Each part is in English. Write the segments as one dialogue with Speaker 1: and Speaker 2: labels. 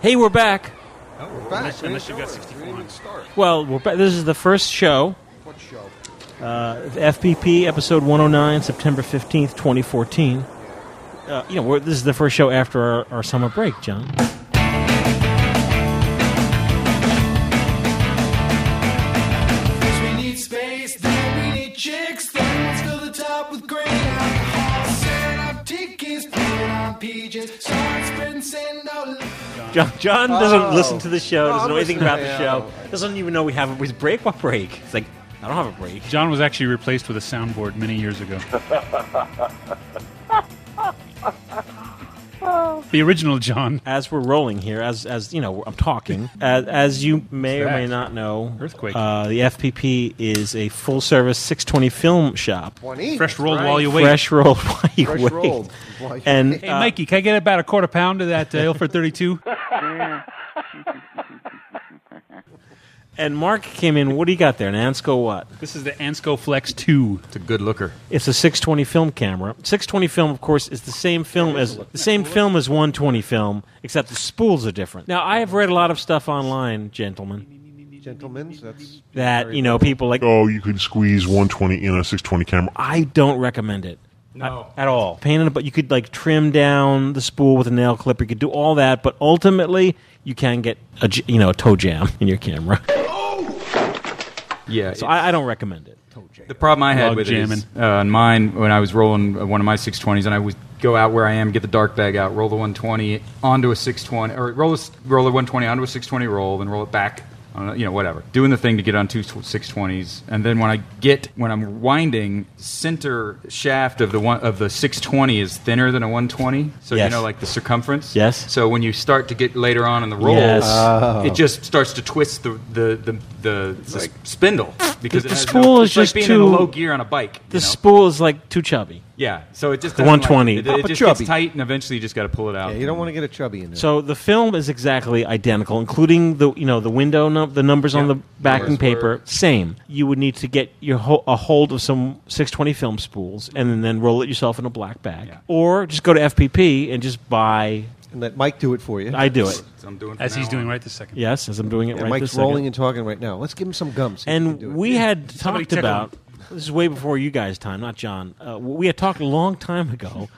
Speaker 1: Hey, we're back.
Speaker 2: Oh, we're back.
Speaker 3: Unless-
Speaker 2: We
Speaker 3: unless
Speaker 2: didn't
Speaker 3: you've got
Speaker 2: do it.
Speaker 3: 64
Speaker 2: We didn't
Speaker 3: on.
Speaker 2: even start.
Speaker 1: Well, we're back. This is the first show,
Speaker 2: What show?
Speaker 1: uh, FPP episode 109, September 15th, 2014. Uh, you know, we're, this is the first show after our, our summer break, John.
Speaker 4: First we need space, then we need chicks, then let's fill the top with grain alcohol. Send out tickets, put it on PJs, start spreading, send out
Speaker 1: John, John doesn't
Speaker 2: Oh.
Speaker 1: listen to the show,
Speaker 2: No,
Speaker 1: doesn't
Speaker 2: I'm
Speaker 1: know anything
Speaker 2: listening.
Speaker 1: about the show, doesn't even know we have a we break. What break? It's like, I don't have a break.
Speaker 3: John was actually replaced with a soundboard many years ago. the original John.
Speaker 1: As we're rolling here, as as you know, I'm talking. As, as you may or
Speaker 3: What's
Speaker 1: may
Speaker 3: that?
Speaker 1: not know,
Speaker 3: Earthquake.
Speaker 1: Uh, the FPP is a full service 620 film shop.
Speaker 2: One E.
Speaker 3: Fresh rolled while you wait.
Speaker 1: Fresh rolled while you
Speaker 2: Fresh
Speaker 1: wait.
Speaker 2: rolled while you
Speaker 1: and
Speaker 3: Hey,
Speaker 1: uh,
Speaker 3: Mikey, can I get about a quarter pound of that uh, Ilford 32?
Speaker 1: And Mark came in. What do you got there? An Ansco what?
Speaker 3: this is the Ansco Flex 2.
Speaker 2: It's a good looker.
Speaker 1: It's a 620 film camera. 620 film, of course, is the same film as the same film as 120 film, except the spools are different. Now, I have read a lot of stuff online, gentlemen,
Speaker 2: Gentlemen, that's
Speaker 1: that you know people like.
Speaker 5: oh, you can squeeze 120 in a 620 camera.
Speaker 1: I don't recommend it
Speaker 3: No.
Speaker 1: at all. Pain in the butt. You could like trim down the spool with a nail clipper. You could do all that, but ultimately, you can get a j- you know a toe jam in your camera.
Speaker 6: Yeah.
Speaker 1: So I, I don't recommend it.
Speaker 6: the problem I had
Speaker 3: Log
Speaker 6: with it is,
Speaker 3: jamming.
Speaker 6: uh, on mine when I was rolling uh, one of my 620s, and I would go out where I am, get the dark bag out, roll the 120 onto a 620, or roll a, s- roll the 120 onto a 620 roll, then roll it back. On a, you know, whatever. Doing the thing to get on two 620s, and then when I get when I'm winding, center shaft of the one of the 620 is thinner than a 120, so
Speaker 1: Yes.
Speaker 6: you know, like the circumference.
Speaker 1: Yes.
Speaker 6: So when you start to get later on in the roll,
Speaker 1: Yes.
Speaker 6: it just starts to twist the the the, the, the spindle because
Speaker 1: The-
Speaker 6: it
Speaker 1: the
Speaker 6: has
Speaker 1: spool
Speaker 6: no,
Speaker 1: is
Speaker 6: it's like
Speaker 1: just
Speaker 6: being in
Speaker 1: too-
Speaker 6: a low gear on a bike.
Speaker 1: The
Speaker 6: you know?
Speaker 1: spool is like too chubby.
Speaker 6: yeah. So it just
Speaker 1: The
Speaker 6: doesn't
Speaker 1: 120.
Speaker 6: Like, it- it,
Speaker 2: Papa
Speaker 6: just
Speaker 2: Chubby.
Speaker 6: gets tight, and eventually you just got to pull it out.
Speaker 2: yeah, you don't want to get a chubby in there.
Speaker 1: So the film is exactly identical, including the you know the window num- the numbers on
Speaker 6: Yeah.
Speaker 1: the backing
Speaker 6: Numbers
Speaker 1: paper
Speaker 6: were-
Speaker 1: same. You would need to get your ho- a hold of some 620 film spools and then roll it yourself in a black bag,
Speaker 6: Yeah.
Speaker 1: or just go to FPP and just buy.
Speaker 2: and let Mike do it for you.
Speaker 1: I do it.
Speaker 6: So I'm doing from
Speaker 3: As he's
Speaker 6: now
Speaker 3: doing
Speaker 6: on.
Speaker 3: right this second.
Speaker 1: Yes, as I'm doing it
Speaker 2: Yeah,
Speaker 1: right
Speaker 2: Mike's
Speaker 1: this
Speaker 2: rolling
Speaker 1: second.
Speaker 2: and talking right now. Let's give him some gums.
Speaker 1: And we had
Speaker 3: Somebody
Speaker 1: talked
Speaker 3: tickle
Speaker 1: about this is way before you guys' time, not John. Uh, we had talked a long time ago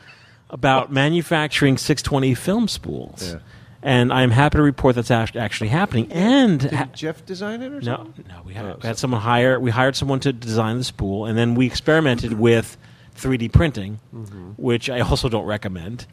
Speaker 1: about manufacturing 620 film spools,
Speaker 2: Yeah.
Speaker 1: and I'm happy to report that's act- actually happening. And ha-
Speaker 2: Did Jeff design it or
Speaker 1: No,
Speaker 2: something?
Speaker 1: no, we had, we had someone hire. We hired someone to design the spool, and then we experimented with 3D printing, which I also don't recommend.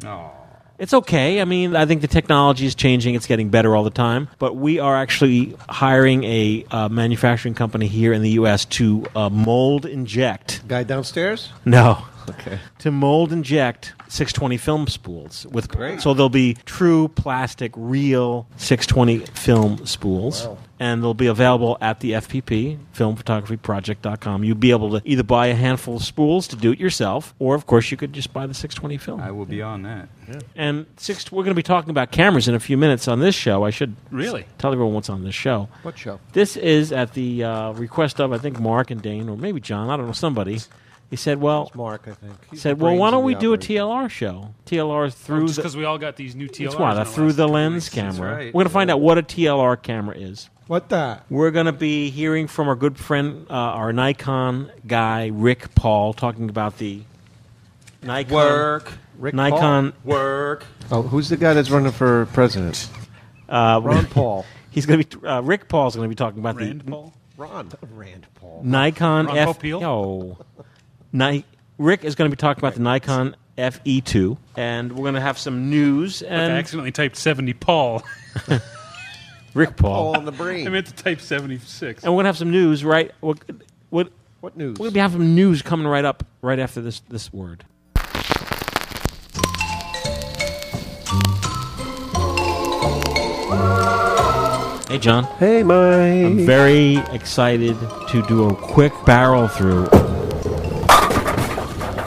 Speaker 1: It's okay. I mean, I think the technology is changing. It's getting better all the time. But we are actually hiring a uh, manufacturing company here in the U.S. to uh, mold inject.
Speaker 2: Guy downstairs?
Speaker 1: No.
Speaker 2: Okay.
Speaker 1: To mold inject 620 film spools with so they'll be true plastic real 620 film spools and they'll be available at the FPP filmphotographyproject.com. You'll be able to either buy a handful of spools to do it yourself or of course you could just buy the 620 film.
Speaker 6: I will be on that.
Speaker 1: And six we're going to be talking about cameras in a few minutes on this show. I should
Speaker 3: Really?
Speaker 1: tell everyone what's on this show.
Speaker 2: What show?
Speaker 1: This is at the uh, request of I think Mark and Dane or maybe John, I don't know somebody. He said, "Well,
Speaker 2: Mark, I think. He's
Speaker 1: said,
Speaker 2: the
Speaker 1: "Well, why
Speaker 2: brains of
Speaker 1: don't we
Speaker 2: the
Speaker 1: do a
Speaker 2: operation. Oh,
Speaker 1: TLR show? TLR through
Speaker 3: Just
Speaker 1: the
Speaker 3: because we all got these new TLRs.
Speaker 1: it's what
Speaker 3: in
Speaker 1: a
Speaker 3: uh, the
Speaker 1: through
Speaker 3: last
Speaker 1: the
Speaker 3: couple
Speaker 1: lens
Speaker 3: weeks.
Speaker 1: camera.
Speaker 6: right.
Speaker 1: We're gonna find out what a TLR camera is.
Speaker 2: What the?
Speaker 1: We're gonna be hearing from our good friend, uh, our Nikon guy, Rick Paul, talking about the Nikon
Speaker 6: Work,
Speaker 2: Rick
Speaker 1: Nikon.
Speaker 6: work.
Speaker 2: Paul? Oh, who's the guy that's running for president?
Speaker 1: Uh,
Speaker 2: Ron Paul.
Speaker 1: He's gonna be uh, Rick Paul's gonna be talking about
Speaker 3: Rand
Speaker 1: the
Speaker 3: Paul?
Speaker 2: Ron. Rand Paul.
Speaker 1: Nikon
Speaker 3: Ron
Speaker 1: F.
Speaker 3: Popeil?
Speaker 1: Yo. Ni- Rick is gonna be talking about the Nikon FE2, and we're gonna have some news
Speaker 3: I
Speaker 1: and
Speaker 3: accidentally typed 70 Paul.
Speaker 1: Rick
Speaker 2: Paul
Speaker 1: Paul.
Speaker 2: on the brain.
Speaker 3: I meant to type 76.
Speaker 1: And we're gonna have some news, right? What, what,
Speaker 2: what news?
Speaker 1: We're gonna be having some news coming right up, right after this this word. Hey, John.
Speaker 2: hey, Mike.
Speaker 1: I'm very excited to do a quick barrel through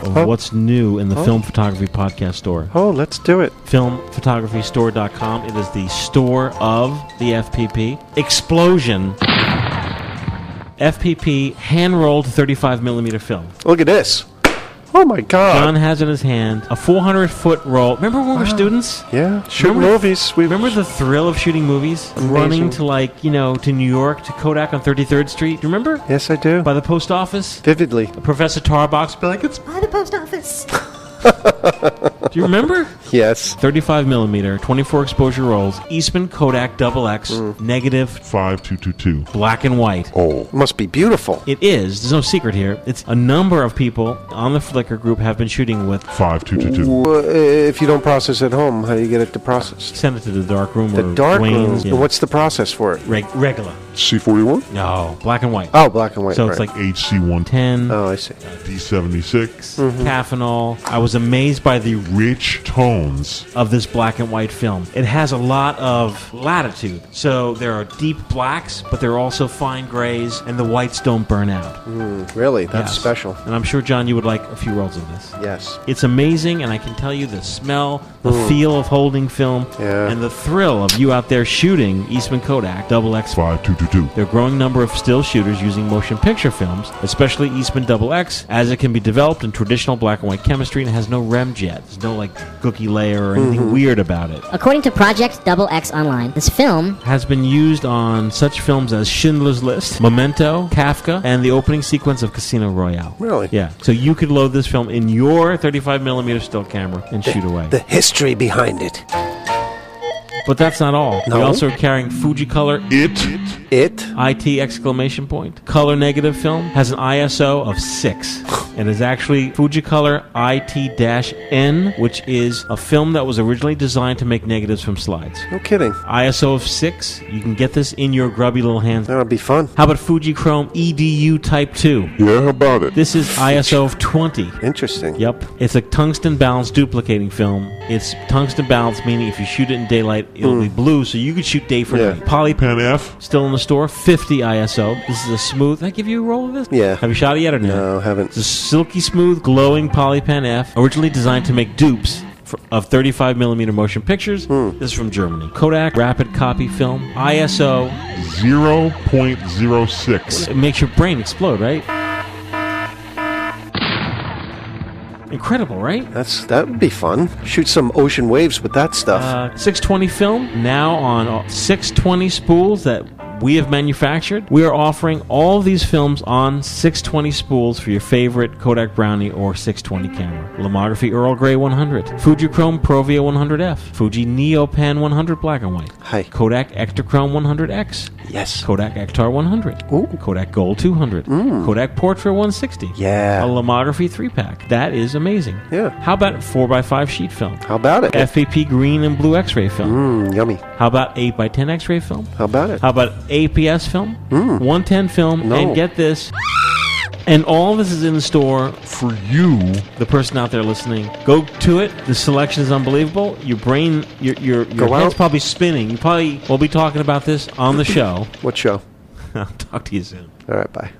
Speaker 1: of what's new in the Film Photography Podcast Store.
Speaker 2: Oh, let's do it.
Speaker 1: Filmphotographystore.com. It is the store of the FPP. Explosion. FPP hand rolled 35 millimeter film.
Speaker 7: Look at this.
Speaker 2: Oh my god.
Speaker 1: John has in his hand a 400 foot roll. Remember when we were students?
Speaker 2: Yeah. Shoot
Speaker 1: Remember-
Speaker 2: movies. We
Speaker 1: Remember the thrill of shooting movies?
Speaker 2: Amazing.
Speaker 1: Running to like you know to New York to Kodak on 33rd Street. Do you remember?
Speaker 2: Yes, I do.
Speaker 1: By the post office,
Speaker 2: Vividly.
Speaker 1: Professor Tarbox. Be like, it's
Speaker 7: By the post office.
Speaker 1: do you remember?
Speaker 2: Yes.
Speaker 1: 35 millimeter, 24 exposure rolls, Eastman Kodak Double X,
Speaker 2: Mm.
Speaker 1: negative,
Speaker 5: 5222.
Speaker 1: black and white.
Speaker 5: Oh.
Speaker 2: Must be beautiful.
Speaker 1: It is. There's no secret here. It's a number of people on the Flickr group have been shooting with.
Speaker 5: 5222.
Speaker 2: Well, uh, if you don't process at home, how do you get it to process?
Speaker 1: Send it to the dark room.
Speaker 2: The
Speaker 1: or
Speaker 2: dark room.
Speaker 1: Wayne's, yeah.
Speaker 2: What's the process for it?
Speaker 1: Reg- regular?
Speaker 5: C41?
Speaker 1: No, black and white.
Speaker 2: Oh, black and white.
Speaker 1: so it's
Speaker 2: right.
Speaker 1: like
Speaker 5: HC1.
Speaker 1: 10
Speaker 2: Oh, I see.
Speaker 5: D76.
Speaker 1: Caffinol. I was amazed by the
Speaker 5: Rich tones.
Speaker 1: of this black and white film. It has a lot of latitude. So there are deep blacks, but there are also fine grays, and the whites don't burn out.
Speaker 2: Really? That's
Speaker 1: Yes.
Speaker 2: special.
Speaker 1: And I'm sure, John, you would like a few rolls of this.
Speaker 2: Yes.
Speaker 1: It's amazing, and I can tell you the smell, the feel of holding film,
Speaker 2: Mm. Yeah.
Speaker 1: and the thrill of you out there shooting Eastman Kodak Double X.
Speaker 5: 5222.
Speaker 1: There are a growing number of still shooters using motion picture films, especially Eastman Double X, as it can be developed in traditional black and white chemistry and has no REM jet. There's no like gooky layer or anything
Speaker 2: Mm-hmm.
Speaker 1: weird about it.
Speaker 7: According to Project Double X Online, this film
Speaker 1: Has been used on such films as Schindler's List, Memento, Kafka, and the opening sequence of Casino Royale.
Speaker 2: Really?
Speaker 1: Yeah. So you could load this film in your 35 millimeter still camera and shoot away.
Speaker 2: The history behind it.
Speaker 1: But that's not all. We
Speaker 2: No?
Speaker 1: also are carrying Fuji Color
Speaker 5: It.
Speaker 2: It?
Speaker 1: IT exclamation point. Color negative film has an ISO of 6 and is actually Fujicolor IT-N, which is a film that was originally designed to make negatives from slides.
Speaker 2: No kidding.
Speaker 1: ISO of 6, you can get this in your grubby little hands.
Speaker 2: That'll be fun.
Speaker 1: How about Fujichrome EDU Type 2?
Speaker 5: Yeah, how about it?
Speaker 1: This is ISO of 20.
Speaker 2: Interesting.
Speaker 1: Yep. It's a tungsten balance duplicating film. It's tungsten balance, meaning if you shoot it in daylight, it'll be blue, so you could shoot day for
Speaker 2: Hmm. Yeah.
Speaker 1: night. Poly
Speaker 5: Pan F.
Speaker 1: Still in the store, 50 ISO. This is a smooth. Did I give you a roll of this?
Speaker 2: Yeah.
Speaker 1: Have you shot it yet or no?
Speaker 2: No, haven't.
Speaker 1: It's a silky smooth, glowing polypen F, originally designed to make dupes for, of 35 millimeter motion pictures.
Speaker 2: Hmm.
Speaker 1: This is from Germany. Kodak Rapid Copy Film. ISO.
Speaker 5: 0.06.
Speaker 1: It makes your brain explode, right? Incredible, right?
Speaker 2: That's that would be fun. Shoot some ocean waves with that stuff.
Speaker 1: Uh, 620 film now on all- 620 spools that we have manufactured. We are offering all these films on 620 spools for your favorite Kodak Brownie or 620 camera. Lomography Earl Grey 100, Fujichrome Provia 100F, Fuji Neopan 100 black and white,
Speaker 2: Hi.
Speaker 1: Kodak Ektachrome 100X,
Speaker 2: yes.
Speaker 1: Kodak Ektar 100,
Speaker 2: Ooh. Mm.
Speaker 1: Kodak Gold 200, Kodak Portrait 160,
Speaker 2: Yeah.
Speaker 1: a Lomography 3 pack. That is amazing.
Speaker 2: Yeah.
Speaker 1: How about 4x5 sheet film?
Speaker 2: How about it?
Speaker 1: FAP green and blue X-ray film.
Speaker 2: Mm, yummy.
Speaker 1: How about 8x10 X-ray film?
Speaker 2: How about it?
Speaker 1: How about APS film? 110 film.
Speaker 2: Mm. No.
Speaker 1: And get this. And all this is in the store.
Speaker 5: For you,
Speaker 1: The person out there listening, go to it. The selection is unbelievable. Your brain, your your, your
Speaker 2: Go
Speaker 1: head's
Speaker 2: out.
Speaker 1: probably spinning. You probably will be talking about this on the show.
Speaker 2: What show?
Speaker 1: I'll talk to you soon.
Speaker 2: All right, bye.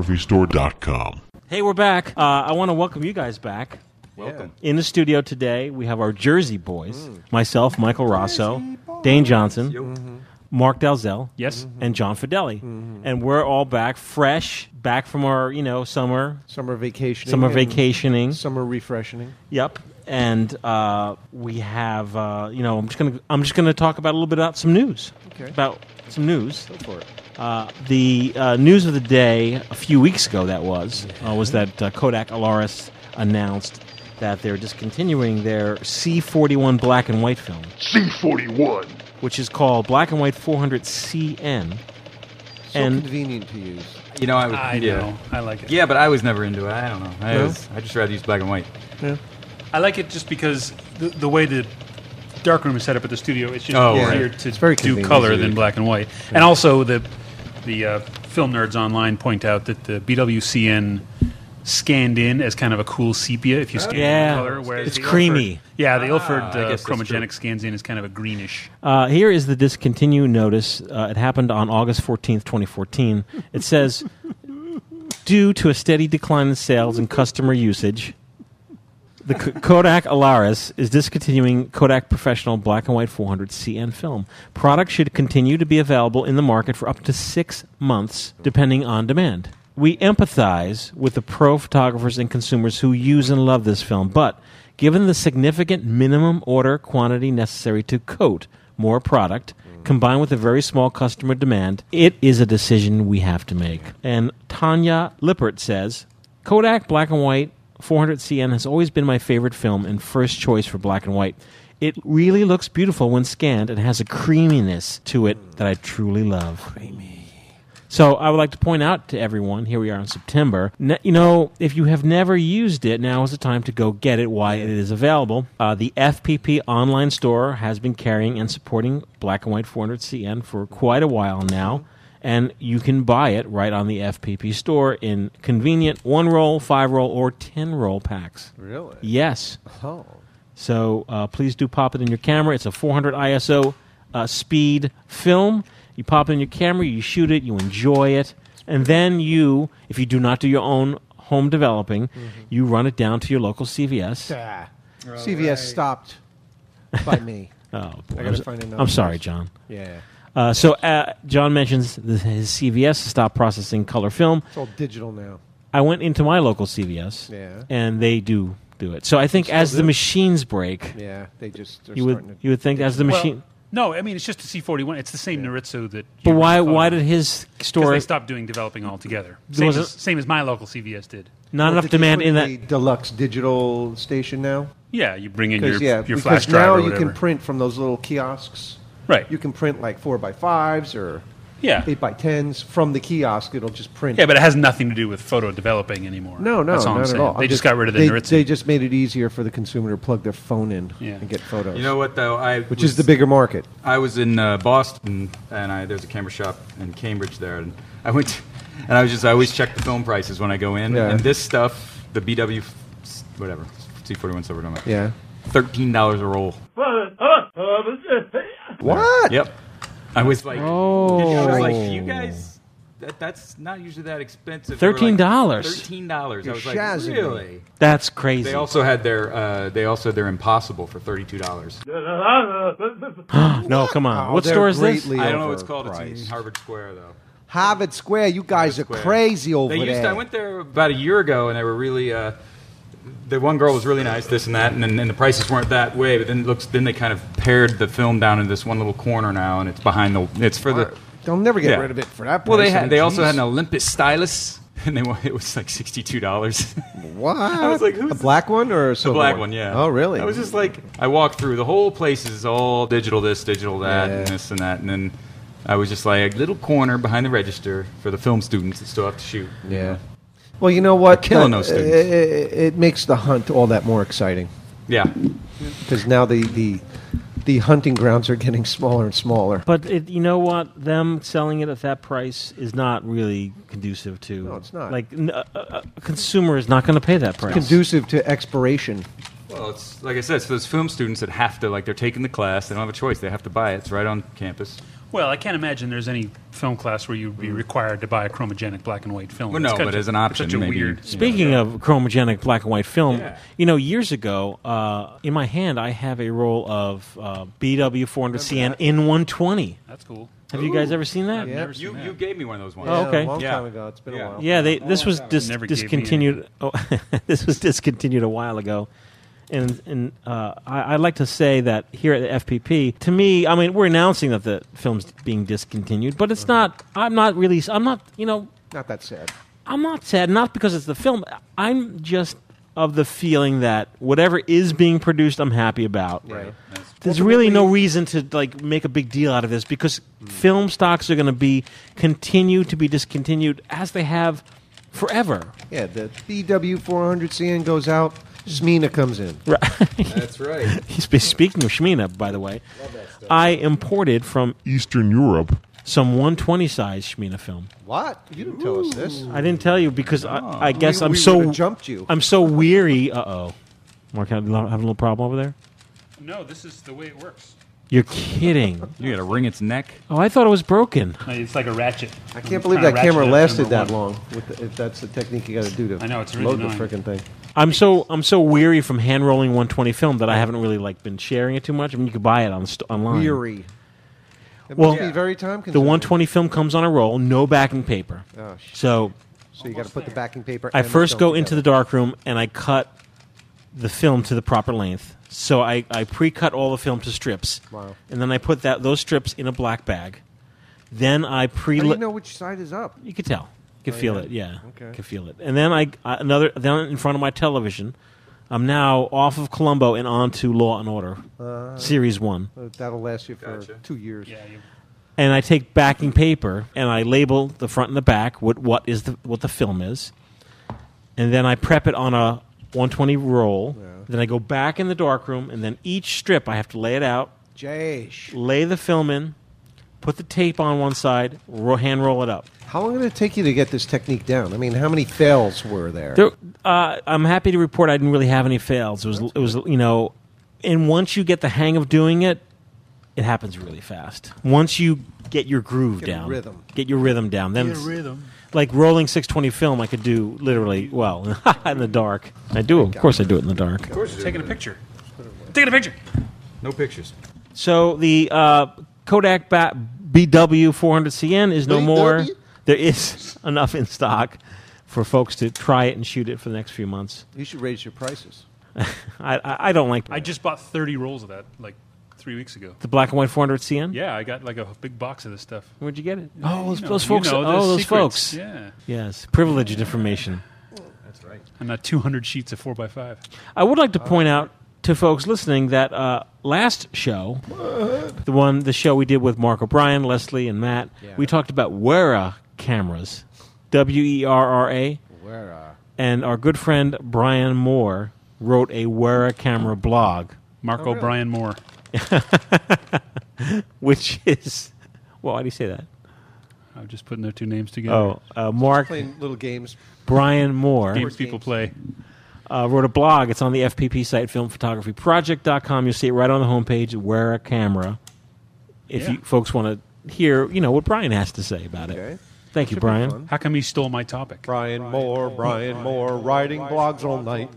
Speaker 5: filmphotographystore.com.
Speaker 1: Hey, we're back. Uh, I want to welcome you guys back.
Speaker 6: Welcome.
Speaker 1: In the studio today, we have our Jersey boys myself, Michael Rosso, Dane Johnson, Mark Dalzell,
Speaker 3: Yes.
Speaker 1: and John Fidelli. And we're all back, fresh, back from our, you know, summer,
Speaker 2: Summer vacation.
Speaker 1: summer
Speaker 8: Mm-hmm.
Speaker 1: vacationing.
Speaker 2: Summer refreshing.
Speaker 1: Yep. And uh, we have, uh, you know, I'm just gonna, I'm just gonna talk about a little bit about some news,
Speaker 2: Okay.
Speaker 1: about some news. Uh, the uh, news of the day, a few weeks ago, that was, uh, was that uh, Kodak Alaris announced that they're discontinuing their C41 black and white film,
Speaker 5: C41.
Speaker 1: which is called Black and White 400 CN.
Speaker 2: So
Speaker 1: And-
Speaker 2: convenient to use.
Speaker 6: You know, I, would,
Speaker 3: I
Speaker 6: yeah.
Speaker 3: know. I like it.
Speaker 6: Yeah, but I was never into it. I don't know. I,
Speaker 2: No?
Speaker 6: was, I just rather use black and white.
Speaker 3: I like it just because the, the way the darkroom is set up at the studio, it's just
Speaker 6: Oh,
Speaker 3: easier
Speaker 6: right.
Speaker 3: to
Speaker 2: It's very
Speaker 3: do
Speaker 2: convenient.
Speaker 3: color than black and white. And also, the the uh, film nerds online point out that the BWCN scanned in as kind of a cool sepia if you scan
Speaker 1: Yeah.
Speaker 3: in color. Whereas
Speaker 1: It's
Speaker 3: the Ilford-
Speaker 1: creamy.
Speaker 3: yeah, the Ilford
Speaker 6: I
Speaker 3: uh,
Speaker 6: guess that's true.
Speaker 3: chromogenic scans in as kind of a greenish.
Speaker 1: Uh, here is the discontinue notice. Uh, it happened on August 14th, 2014. It says, due to a steady decline in sales and customer usage, the K- Kodak Alaris is discontinuing Kodak Professional Black and White 400 CN film. Product should continue to be available in the market for up to six months, depending on demand. we empathize with the pro photographers and consumers who use and love this film, but given the significant minimum order quantity necessary to coat more product, combined with a very small customer demand, it is a decision we have to make. And Tanya Lippert says Kodak Black and White 400CN has always been my favorite film and first choice for black and white. It really looks beautiful when scanned and has a creaminess to it that I truly love. So I would like to point out to everyone, here we are in September. n you know, if you have never used it, now is the time to go get it while it is available. Uh, the FPP online store has been carrying and supporting Black and White 400CN for quite a while now. And you can buy it right on the FPP store in convenient one roll, five roll, or ten roll packs.
Speaker 8: Really?
Speaker 1: Yes.
Speaker 8: Oh.
Speaker 1: So uh, please do pop it in your camera. It's a 400 ISO uh, speed film. You pop it in your camera, you shoot it, you enjoy it, and then you, if you do not do your own home developing,
Speaker 8: Mm-hmm.
Speaker 1: you run it down to your local CVS.
Speaker 8: Ah. CVS stopped by me.
Speaker 1: Oh, boy.
Speaker 8: gotta
Speaker 1: I'm s-
Speaker 8: find another
Speaker 1: I'm sorry,
Speaker 8: place.
Speaker 1: John.
Speaker 8: yeah.
Speaker 1: Uh, so uh, John mentions the, his CVS to stop processing color film.
Speaker 8: It's all digital now.
Speaker 1: I went into my local CVS,
Speaker 8: Yeah.
Speaker 1: and they do do it. So I think as the machines break,
Speaker 8: Yeah. They just they're
Speaker 1: you
Speaker 8: starting
Speaker 1: would
Speaker 8: to
Speaker 1: you would think as the machine.
Speaker 3: Well, no, I mean it's just a C forty one. It's the same Naritsu that.
Speaker 1: but
Speaker 3: you
Speaker 1: why
Speaker 3: thought
Speaker 1: why
Speaker 3: of.
Speaker 1: did his
Speaker 3: 'Cause
Speaker 1: store
Speaker 3: they stopped doing developing altogether? Same
Speaker 1: Was
Speaker 3: as,
Speaker 1: it-
Speaker 3: same as my local CVS did.
Speaker 1: Not
Speaker 8: Well,
Speaker 1: enough
Speaker 8: did you
Speaker 1: demand
Speaker 8: put
Speaker 1: in that.
Speaker 8: the deluxe digital station now.
Speaker 3: Yeah, you bring in your,
Speaker 8: Because yeah,
Speaker 3: your
Speaker 8: because
Speaker 3: flash drive
Speaker 8: now
Speaker 3: or
Speaker 8: you
Speaker 3: whatever.
Speaker 8: can print from those little kiosks.
Speaker 3: Right.
Speaker 8: You can print like four by fives or
Speaker 3: Yeah.
Speaker 8: eight by tens from the kiosk. It'll just print.
Speaker 3: yeah, but it has nothing to do with photo developing anymore.
Speaker 8: no, no,
Speaker 3: That's all
Speaker 8: not
Speaker 3: I'm
Speaker 8: at
Speaker 3: saying.
Speaker 8: all.
Speaker 3: They
Speaker 8: I'm
Speaker 3: just, got rid of the
Speaker 8: they,
Speaker 3: Naritsu.
Speaker 8: They just made it easier for the consumer to plug their phone in
Speaker 3: Yeah.
Speaker 8: and get photos.
Speaker 6: You know what though? I
Speaker 8: which
Speaker 6: was,
Speaker 8: is the bigger market.
Speaker 6: I was in uh, Boston, and I there's a camera shop in Cambridge there, and I went, to, and I was just I always check the film prices when I go in,
Speaker 8: Yeah.
Speaker 6: and this stuff, the BW, f- whatever, C forty one silver dome,
Speaker 8: Yeah.
Speaker 6: thirteen dollars a roll.
Speaker 8: What?
Speaker 6: Yep. I was like, I was like,
Speaker 1: Oh.
Speaker 6: you guys, that, that's not usually that expensive.
Speaker 1: $13.
Speaker 6: Thirteen dollars. I
Speaker 8: You're
Speaker 6: was
Speaker 8: shazzing
Speaker 6: like,
Speaker 8: me.
Speaker 6: really?
Speaker 1: That's crazy.
Speaker 6: They also had their uh, they also had their Impossible for thirty two dollars.
Speaker 1: no, come on.
Speaker 8: Oh,
Speaker 1: what
Speaker 8: they're
Speaker 1: store is this?
Speaker 8: greatly
Speaker 6: I don't know what it's called. It's in
Speaker 8: overpriced.
Speaker 6: Harvard Square though.
Speaker 8: Harvard Square. You guys are
Speaker 6: Square.
Speaker 8: crazy over
Speaker 6: they used
Speaker 8: there.
Speaker 6: To, I went there about a year ago, and they were really. Uh, the one girl was really nice, this and that, and, then and the prices weren't that way. But then it looks, then they kind of pared the film down in this one little corner now, and it's behind the. It's for the.
Speaker 8: They'll never get
Speaker 6: Yeah.
Speaker 8: rid of it for that.
Speaker 6: Well, they
Speaker 8: price. I
Speaker 6: had.
Speaker 8: mean,
Speaker 6: They also
Speaker 8: geez.
Speaker 6: had an Olympus stylus, and they wa- it was like sixty two dollars.
Speaker 8: What? I
Speaker 6: was like, who's
Speaker 8: a
Speaker 6: this?
Speaker 8: black one or a
Speaker 6: the
Speaker 8: silver
Speaker 6: black one, yeah.
Speaker 8: Oh, really?
Speaker 6: I was just like, I walked through the whole place is all digital, this, digital that, and
Speaker 8: Yeah.
Speaker 6: this and that, and then I was just like a little corner behind the register for the film students that still have to shoot.
Speaker 8: Yeah. Well, you know what?
Speaker 6: They're killing those
Speaker 8: That-
Speaker 6: students.
Speaker 8: It, it- it makes the hunt all that more exciting
Speaker 6: Yeah.
Speaker 8: because now the, the the hunting grounds are getting smaller and smaller.
Speaker 1: but it, you know what? Them selling it at that price is not really conducive to.
Speaker 8: No, it's not.
Speaker 1: Like n- a, a- a consumer is not going to pay that price.
Speaker 8: Conducive to expiration.
Speaker 6: Well, it's like I said, it's those film students that have to like they're taking the class. They don't have a choice. They have to buy it. It's right on campus.
Speaker 3: well, I can't imagine there's any film class where you'd be required to buy a chromogenic black and white film.
Speaker 6: Well,
Speaker 3: It's
Speaker 6: no,
Speaker 3: got
Speaker 6: but
Speaker 3: to-
Speaker 6: as an
Speaker 3: it's
Speaker 6: option,
Speaker 3: such a
Speaker 6: maybe.
Speaker 3: weird.
Speaker 1: Speaking of chromogenic black and white film,
Speaker 6: Yeah.
Speaker 1: you know, years ago, uh, in my hand, I have a roll of uh, BW 400CN in 120.
Speaker 3: That's cool.
Speaker 1: Have you guys ever seen that?
Speaker 8: Yeah.
Speaker 3: Never seen
Speaker 6: You
Speaker 3: that.
Speaker 6: you gave me one of those ones.
Speaker 1: Oh. okay.
Speaker 8: A long
Speaker 6: Yeah.
Speaker 8: time ago. It's been a
Speaker 6: Yeah.
Speaker 8: while.
Speaker 1: Yeah, they, this was dis-
Speaker 3: Never gave me
Speaker 1: discontinued. Oh, this was discontinued a while ago, and and uh, I, I'd like to say that here at the FPP, to me, I mean, we're announcing that the film's being discontinued, but
Speaker 3: Uh-huh.
Speaker 1: it's not. I'm not really. I'm not. You know,
Speaker 8: Not that sad.
Speaker 1: I'm not sad. Not because it's the film. I'm just of the feeling that whatever is being produced, I'm happy about.
Speaker 8: Right.
Speaker 1: There's really no reason to like make a big deal out of this because film stocks are going to be continue to be discontinued as they have forever.
Speaker 8: Yeah, the BW 400CN goes out. Smina comes in.
Speaker 6: That's right.
Speaker 1: He's been speaking of Shemina, by the way. I imported from
Speaker 5: Eastern Europe.
Speaker 1: some 120 size Shemina film.
Speaker 8: What? You didn't tell us this.
Speaker 1: I didn't tell you because I, I guess
Speaker 8: Oh. We-
Speaker 1: I'm
Speaker 8: we
Speaker 1: so
Speaker 8: would've jumped you.
Speaker 1: I'm so weary. Uh oh, Mark, have have a little problem over there?
Speaker 3: No, this is the way it works.
Speaker 1: You're kidding.
Speaker 6: You got to wring its neck.
Speaker 1: Oh, I thought it was broken.
Speaker 3: It's like a ratchet.
Speaker 8: I can't believe that camera lasted that long. With the, if that's the technique you got to do to
Speaker 3: I know, it's really
Speaker 8: load the
Speaker 3: annoying.
Speaker 8: freaking thing.
Speaker 1: I'm so I'm so weary from hand rolling 120 film that I haven't really like been sharing it too much. I mean, you could buy it on st- online.
Speaker 8: Weary. It
Speaker 1: Well,
Speaker 8: must be very time consuming.
Speaker 1: The 120 film comes on a roll, no backing paper.
Speaker 8: Oh, shit.
Speaker 1: so
Speaker 8: So you got to put the backing paper.
Speaker 1: I
Speaker 8: and the
Speaker 1: first
Speaker 8: film
Speaker 1: go into the
Speaker 8: together.
Speaker 1: dark room and I cut the film to the proper length. So I, I pre-cut all the film to strips,
Speaker 8: Wow.
Speaker 1: and then I put that those strips in a black bag. Then I pre.
Speaker 8: How do you know which side is up?
Speaker 1: You could tell. You could
Speaker 8: Oh,
Speaker 1: feel
Speaker 8: yeah?
Speaker 1: it. Yeah.
Speaker 8: Okay.
Speaker 1: Could feel it. And then I, I another down in front of my television. I'm now off of Columbo and on to Law and Order, series one.
Speaker 8: Uh, that'll last you for
Speaker 6: Gotcha.
Speaker 8: two years.
Speaker 3: Yeah, you,
Speaker 1: And I take backing paper and I label the front and the back what what is the what the film is, and then I prep it on a 120 roll. Then I go back in the darkroom and then each strip I have to lay it out,
Speaker 8: Jash.
Speaker 1: lay the film in, put the tape on one side, ro- hand roll it up.
Speaker 8: How long did it take you to get this technique down? I mean, how many fails were there?
Speaker 1: There, uh, I'm happy to report I didn't really have any fails. It was, it was, you know, and once you get the hang of doing it, it happens really fast. Once you get your groove
Speaker 8: a
Speaker 1: down,
Speaker 8: rhythm.
Speaker 1: get your rhythm down, then it's- Like rolling 620 film, I could do literally well in the dark. I do, of course, I do it in the dark.
Speaker 3: of course, taking a picture. Taking a picture.
Speaker 6: No pictures.
Speaker 1: So the uh, Kodak ba- BW 400CN is no more.
Speaker 8: BW?
Speaker 1: There is enough in stock for folks to try it and shoot it for the next few months.
Speaker 8: You should raise your prices.
Speaker 1: I, I, I don't like.
Speaker 3: I just bought 30 rolls of that like three weeks ago.
Speaker 1: The black and white 400 CN?
Speaker 3: Yeah, I got like a big box of this stuff.
Speaker 1: Where'd you get it? Oh, those,
Speaker 3: You know,
Speaker 1: those
Speaker 3: you
Speaker 1: folks.
Speaker 3: know, the
Speaker 1: oh, those
Speaker 3: secrets.
Speaker 1: folks.
Speaker 3: Yeah.
Speaker 1: Yes, privileged information.
Speaker 3: And that 200 sheets of 4x5.
Speaker 1: I would
Speaker 3: Uh,
Speaker 1: like to point out to folks listening that uh, last show, the one, the show we did with Mark O'Brien, Leslie, and Matt, we talked about Wera cameras, W E R R A,
Speaker 8: Where are?
Speaker 1: and our good friend Brian Moore wrote a Wera camera blog,
Speaker 3: Mark
Speaker 8: Oh,
Speaker 3: O'Brien Moore.
Speaker 1: which is, well, why do you say that?
Speaker 3: I'm just putting their two names together.
Speaker 1: Oh, uh, Mark
Speaker 8: Playing little games.
Speaker 1: Brian Moore.
Speaker 3: Games people play.
Speaker 1: uh, wrote a blog. It's on the FPP site, filmphotographyproject.com. You'll see it right on the homepage, wear a camera. If
Speaker 3: Yeah.
Speaker 1: you folks want to hear, you know, what Brian has to say about it.
Speaker 8: Okay.
Speaker 1: Thank you, Brian.
Speaker 3: How come he stole my topic?
Speaker 8: Brian Moore, Brian Moore, writing blogs all night.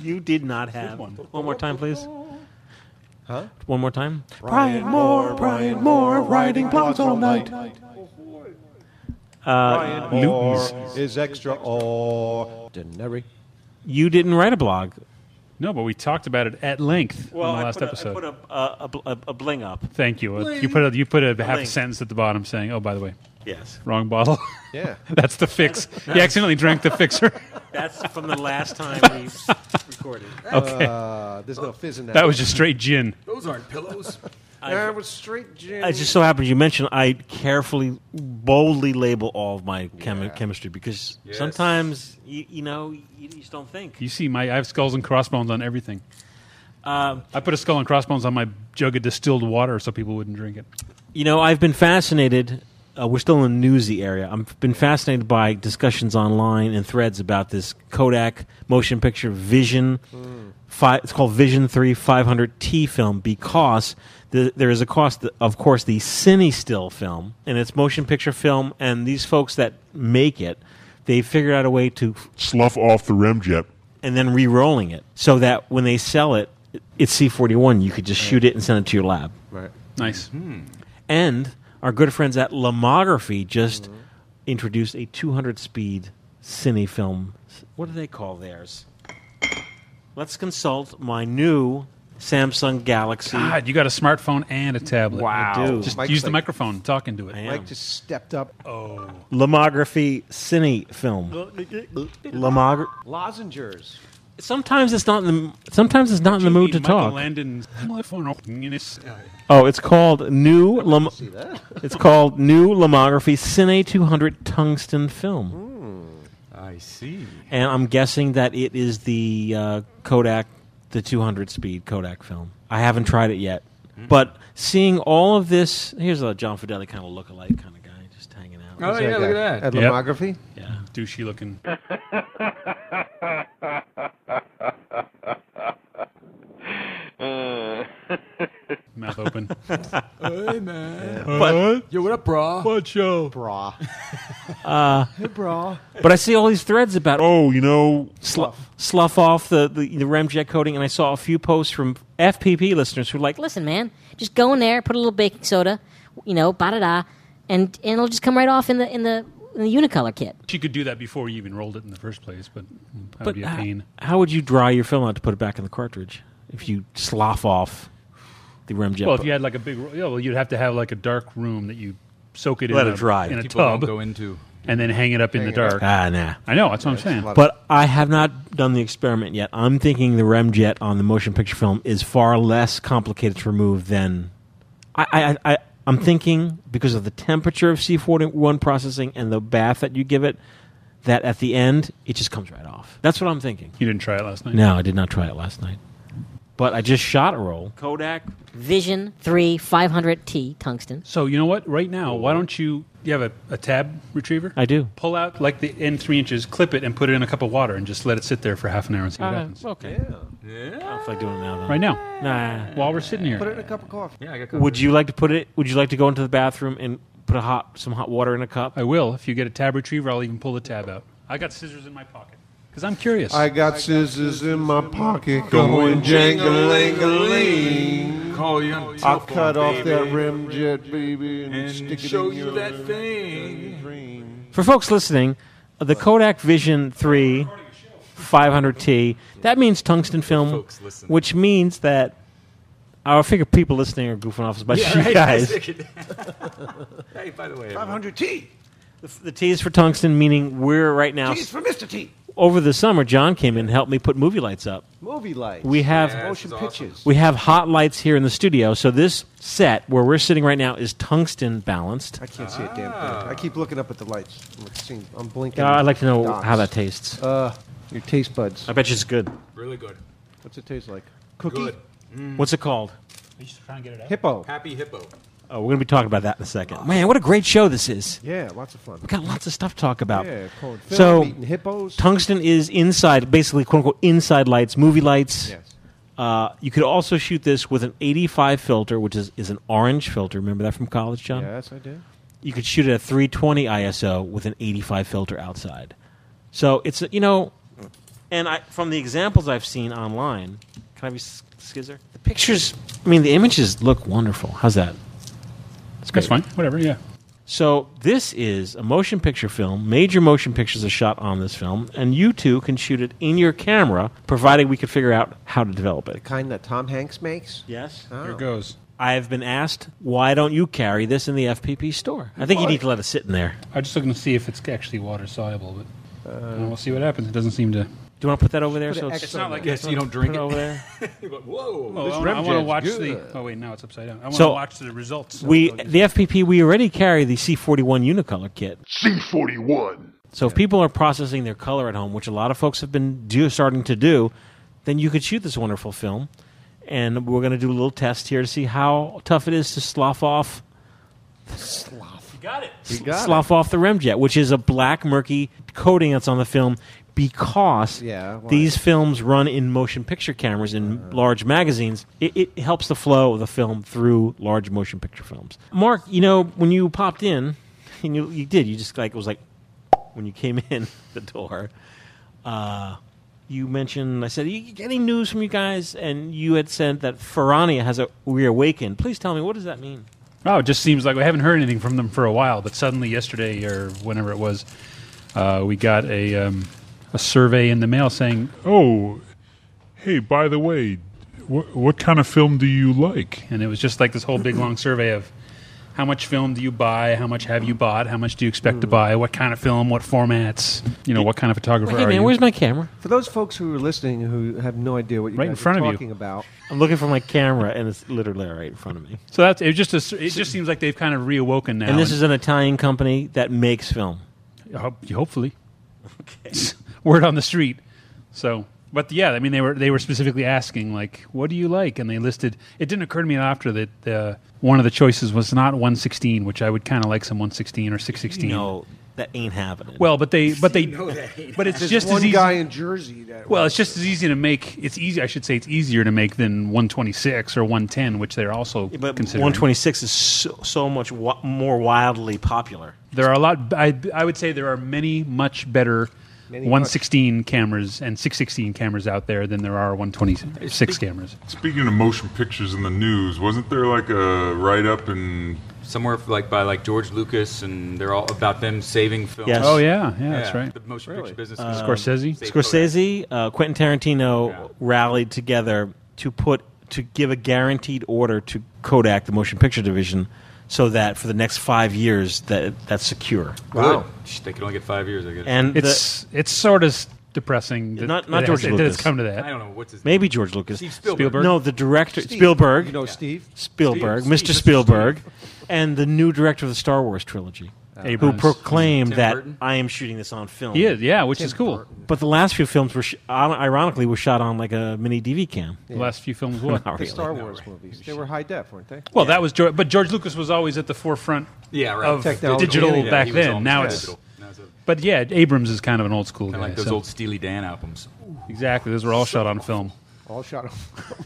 Speaker 1: You did not have. One. more time, please.
Speaker 8: Huh?
Speaker 1: One more time.
Speaker 8: Brian Moore, Brian Moore, writing blogs all night. Brian Moore is extraordinary.
Speaker 1: You didn't write a blog.
Speaker 3: No, but we talked about it at length on the last episode.
Speaker 1: a, bling up.
Speaker 3: Thank you. Uh, You put a, you put a half
Speaker 1: link.
Speaker 3: sentence at the bottom saying, "Oh, by the way,
Speaker 1: Yes.
Speaker 3: wrong bottle."
Speaker 8: Yeah.
Speaker 3: That's the fix. He accidentally drank the fixer.
Speaker 1: That's from the last time we recorded.
Speaker 3: Okay,
Speaker 8: Uh, there's no fizz in that.
Speaker 3: that was just straight gin.
Speaker 9: Those aren't pillows.
Speaker 8: That was straight gin.
Speaker 1: It just so happens you mentioned I carefully, boldly label all of my chemi- chemistry because sometimes you, you know you, you just don't think.
Speaker 3: You see, my I have skulls and crossbones on everything.
Speaker 1: Um,
Speaker 3: I put a skull and crossbones on my jug of distilled water so people wouldn't drink it.
Speaker 1: You know I've been fascinated. Uh, we're still in the newsy area. I've been fascinated by discussions online and threads about this Kodak motion picture Vision. Fi- it's called Vision Three 500T film because the, there is a cost, of course, the Cine Still film and it's motion picture film, and these folks that make it. They figured out a way to
Speaker 5: Slough off the ramjet.
Speaker 1: and then re-rolling it so that when they sell it it's c41 you could just shoot it and send it to your lab
Speaker 8: right.
Speaker 3: Nice.
Speaker 1: Mm-hmm. and our good friends at lomography just introduced a 200 speed cine film what do they call theirs let's consult my new samsung galaxy
Speaker 3: God, you got a smartphone and a tablet.
Speaker 1: I do.
Speaker 3: Just
Speaker 8: Mike's
Speaker 3: use the
Speaker 8: like-
Speaker 3: microphone, talk into
Speaker 1: I
Speaker 3: it.
Speaker 1: am.
Speaker 8: Mike just stepped up.
Speaker 1: Oh, lomography cine film Lomogra-
Speaker 8: Lozengers.
Speaker 1: sometimes it's not in the sometimes it's not in the mood to
Speaker 3: Michael
Speaker 1: talk
Speaker 3: Landon's telephone open in his-
Speaker 1: oh it's called new lom-
Speaker 8: See that?
Speaker 1: It's called New Lomography Cine 200 Tungsten Film.
Speaker 6: I see.
Speaker 1: And I'm guessing that it is the uh, Kodak, the 200 speed Kodak film. I haven't tried it yet.
Speaker 8: Hmm.
Speaker 1: But seeing all of this, here's a John Fideli kind of lookalike kind of guy just hanging out.
Speaker 6: Oh yeah, look at that.
Speaker 8: At
Speaker 3: Yep.
Speaker 8: Lomography?
Speaker 1: Yeah.
Speaker 3: douchey looking. Mouth open.
Speaker 9: hey, man.
Speaker 1: But,
Speaker 9: Yo, what up, brah?
Speaker 3: What show?
Speaker 8: Bra. Oh.
Speaker 1: but I see all these threads about
Speaker 5: Oh, you know,
Speaker 1: sl- slough off the, the, the ramjet coating, and I saw a few posts from FPP listeners who were like,
Speaker 7: Listen, man, just go in there, put a little baking soda, you know, ba da da, and and it'll just come right off in the in the in the Unicolor kit.
Speaker 3: She could do that before you even rolled it in the first place, but that would
Speaker 1: But
Speaker 3: be a
Speaker 1: h-
Speaker 3: pain.
Speaker 1: how would you dry your film out to put it back in the cartridge if you slough off the Ramjet?
Speaker 3: Well, if you had like a big, ro- yeah, well, you'd have to have like a dark room that you soak it
Speaker 1: Let
Speaker 3: in
Speaker 1: it
Speaker 3: a,
Speaker 1: dry.
Speaker 3: in a
Speaker 6: People don't
Speaker 3: tub
Speaker 6: go into.
Speaker 3: and then hang it up in the
Speaker 6: Hang it up.
Speaker 3: dark.
Speaker 1: ah, nah.
Speaker 3: I know that's what I'm saying.
Speaker 1: But I have not done the experiment yet. I'm thinking the Remjet on the motion picture film is far less complicated to remove than I. I, I I'm thinking because of the temperature of C41 processing and the bath that you give it, that at the end it just comes right off. That's what I'm thinking.
Speaker 3: You didn't try it last night.
Speaker 1: No, I did not try it last night, but I just shot a roll. Kodak.
Speaker 7: Vision 3 500T tungsten.
Speaker 3: So you know what? Right now, why don't you? You have a, a tab retriever.
Speaker 1: I do.
Speaker 3: Pull out like the end three inches, clip it, and put it in a cup of water, and just let it sit there for half an hour and see what
Speaker 1: Uh-huh.
Speaker 3: happens.
Speaker 1: okay. Yeah. I don't feel like doing it now. Though.
Speaker 3: Right now,
Speaker 1: Nah.
Speaker 3: while we're sitting here,
Speaker 8: Put it in a cup of coffee.
Speaker 6: Yeah, I got
Speaker 1: Would you like to put it? Would you like to go into the bathroom and put a hot some hot water in a cup?
Speaker 3: I will. If you get a tab retriever, I'll even pull the tab out. I got scissors in my pocket because I'm curious.
Speaker 10: I got scissors in my pocket going jangling.
Speaker 6: call you on
Speaker 10: I'll cut off that rim jet, baby, and, stick it
Speaker 9: show
Speaker 10: in
Speaker 9: you
Speaker 10: your
Speaker 9: that thing.
Speaker 10: dream.
Speaker 1: For folks listening, uh, the Kodak Vision 3 500T, that means tungsten film,
Speaker 6: folks listening.
Speaker 1: which means that I figure people listening are goofing off, but you guys.
Speaker 6: hey, by the way,
Speaker 10: 500 T.
Speaker 1: The T is for tungsten, meaning we're right now.
Speaker 10: It's for Mr. T.
Speaker 1: Over the summer, John came in and helped me put movie lights up.
Speaker 8: Movie lights.
Speaker 1: We have
Speaker 8: motion
Speaker 6: That's awesome.
Speaker 8: pictures.
Speaker 1: we have hot lights here in the studio, so this set where we're sitting right now is tungsten balanced.
Speaker 8: I can't see a damn
Speaker 10: Ah.
Speaker 8: thing. I keep looking up at the lights. I'm, like seeing, I'm blinking.
Speaker 1: Yeah, Uh, I'd like to know how that
Speaker 8: dots.
Speaker 1: tastes.
Speaker 8: Uh, mm. your taste buds.
Speaker 1: I bet you it's good.
Speaker 6: really good,
Speaker 8: What's it taste like?
Speaker 6: cookie, good,
Speaker 1: What's it called?
Speaker 8: Hippo.
Speaker 6: happy hippo.
Speaker 1: Oh, we're going to be talking about that in a second. Oh, Man, what a great show this is.
Speaker 8: Yeah, lots of fun.
Speaker 1: We've got lots of stuff to talk about.
Speaker 8: Yeah, cold film,
Speaker 1: So-
Speaker 8: eating hippos.
Speaker 1: Tungsten is inside, basically, quote unquote, inside lights, movie lights.
Speaker 8: yes.
Speaker 1: Uh, you could also shoot this with an 85 filter, which is, is an orange filter. Remember that from college, John?
Speaker 8: Yes, I do.
Speaker 1: You could shoot it at 320 ISO with an 85 filter outside. So it's, you know, and I, from the examples I've seen online, can I be s- skizzer? The pictures, I mean, the images look wonderful. How's that?
Speaker 3: That's fine. Whatever. Yeah.
Speaker 1: So this is a motion picture film. Major motion pictures are shot on this film, and you two can shoot it in your camera, provided we could figure out how to develop it.
Speaker 8: Kind that Tom Hanks makes.
Speaker 1: Yes.
Speaker 8: Oh.
Speaker 3: Here goes.
Speaker 1: I have been asked why don't you carry this in the FPP store? I think you need to let it sit in there.
Speaker 3: I'm just looking to see if it's actually water soluble, but uh, we'll see what happens. It doesn't seem to.
Speaker 1: Do you want to put that over there?
Speaker 8: Put
Speaker 1: So
Speaker 8: an
Speaker 1: it's,
Speaker 8: X on
Speaker 3: like
Speaker 8: there.
Speaker 3: it's-
Speaker 6: Yes, you don't
Speaker 1: put
Speaker 6: drink
Speaker 1: it over
Speaker 6: it.
Speaker 1: there.
Speaker 6: Whoa,
Speaker 3: Oh, I
Speaker 8: Remjet's
Speaker 3: want to watch
Speaker 8: good.
Speaker 3: the. Oh wait, now it's upside down. I want to
Speaker 1: So-
Speaker 3: watch the results.
Speaker 1: We the FPP we already carry the C41 Unicolor kit.
Speaker 5: C41.
Speaker 1: So if people are processing their color at home, which a lot of folks have been do, starting to do, then you could shoot this wonderful film. And we're going to do a little test here to see how tough it is to slough off. Slough. You got it.
Speaker 8: got
Speaker 1: slough off the remjet, which is a black murky coating that's on the film because
Speaker 8: Yeah, why?
Speaker 1: these films run in motion picture cameras in
Speaker 3: Uh-huh.
Speaker 1: large magazines. It, it helps the flow of the film through large motion picture films. Mark, you know when you popped in, and you, you did, you just like it was like when you came in the door. Uh, you mentioned I said "You- any news from you guys, and you had said that Ferrania has a reawakened. Please tell me what does that mean?
Speaker 3: Oh, it just seems like we haven't heard anything from them for a while, but suddenly yesterday or whenever it was, uh, we got a um, a survey in the mail saying,
Speaker 5: Oh, hey, by the way, wh- what kind of film do you like?
Speaker 3: and it was just like this whole big long survey of how much film do you buy, how much have you bought, how much do you expect to
Speaker 1: Hmm.
Speaker 3: buy, what kind of film, what formats, you know, what kind of photographer
Speaker 1: Hey
Speaker 3: are
Speaker 1: man,
Speaker 3: you?
Speaker 1: where's my camera?
Speaker 8: For those folks who are listening who have no idea what you
Speaker 3: Right in
Speaker 8: guys
Speaker 3: front
Speaker 8: are
Speaker 3: of you.
Speaker 8: talking about,
Speaker 1: I'm looking for my camera, and it's literally right in front of me.
Speaker 3: so that's it. Just a, it just seems like they've kind of reawoken now.
Speaker 1: And this is an Italian company that makes film.
Speaker 3: Ho- hopefully. Word on the street. So, but yeah, I mean, they were they were specifically asking like, "What do you like?" And they listed. It didn't occur to me after that uh, one of the choices was not 116, which I would kind of like some 116 or 616.
Speaker 1: No, that ain't happening.
Speaker 3: Well, but they but they but it's
Speaker 10: There's
Speaker 3: just as
Speaker 10: one
Speaker 3: easy.
Speaker 10: guy in Jersey that.
Speaker 3: well, it's just as easy to make. It's easy. I should say it's easier to make than 126 or 110, which they're also
Speaker 1: but
Speaker 3: considering.
Speaker 1: 126 is so, so much wa- more wildly popular.
Speaker 3: There are a lot. I, I would say there are many much better 116 cameras and 616 cameras out there than there are 126 cameras.
Speaker 5: Speaking of motion pictures in the news, wasn't there like a write up in
Speaker 6: somewhere like by like George Lucas, and they're all about them saving films.
Speaker 1: Yes.
Speaker 3: Oh, yeah, yeah, that's right.
Speaker 6: The motion picture business.
Speaker 1: Um,
Speaker 3: Scorsese?
Speaker 6: Save
Speaker 1: Scorsese, uh, Quentin Tarantino rallied together to put to give a guaranteed order to Kodak, the motion picture division, so that for the next five years that that's secure.
Speaker 6: Wow. Shh, They could only get five years. I guess.
Speaker 1: And the-
Speaker 3: It's it's sort of s- depressing. That,
Speaker 1: Not-
Speaker 3: that
Speaker 1: not
Speaker 3: it
Speaker 1: George
Speaker 3: has, that
Speaker 1: Lucas.
Speaker 3: it's come to that.
Speaker 6: I don't know what's his
Speaker 1: maybe George Lucas,
Speaker 6: Steve Spielberg.
Speaker 1: No, the director
Speaker 8: Steve.
Speaker 1: Spielberg.
Speaker 8: You know Steve?
Speaker 1: Spielberg,
Speaker 6: Steve,
Speaker 1: Mr.
Speaker 6: Steve, Mr.
Speaker 1: Spielberg, and the new director of the Star Wars trilogy, who
Speaker 3: Abrams.
Speaker 1: proclaimed
Speaker 6: Tim
Speaker 1: that
Speaker 6: Burton?
Speaker 1: I am shooting this on film.
Speaker 3: He is, yeah, which is cool.
Speaker 1: But the last few films were, sh- ironically, were shot on like a mini DV cam.
Speaker 3: The last few films were.
Speaker 1: Not
Speaker 8: The
Speaker 1: really.
Speaker 8: Star Wars movies. They were high def, weren't they?
Speaker 3: Well, that was George, but George Lucas was always at the forefront.
Speaker 6: Yeah, right.
Speaker 3: Of
Speaker 8: Technology.
Speaker 3: digital
Speaker 8: Yeah,
Speaker 3: back
Speaker 6: he was
Speaker 3: then.
Speaker 6: almost
Speaker 3: Now
Speaker 6: dead.
Speaker 3: it's.
Speaker 6: Digital. Now it's a-
Speaker 3: But yeah, Abrams is kind of an old school guy.
Speaker 6: Kinda like those
Speaker 3: so-
Speaker 6: old Steely Dan albums.
Speaker 3: exactly, those were all shot on film.
Speaker 8: All shot on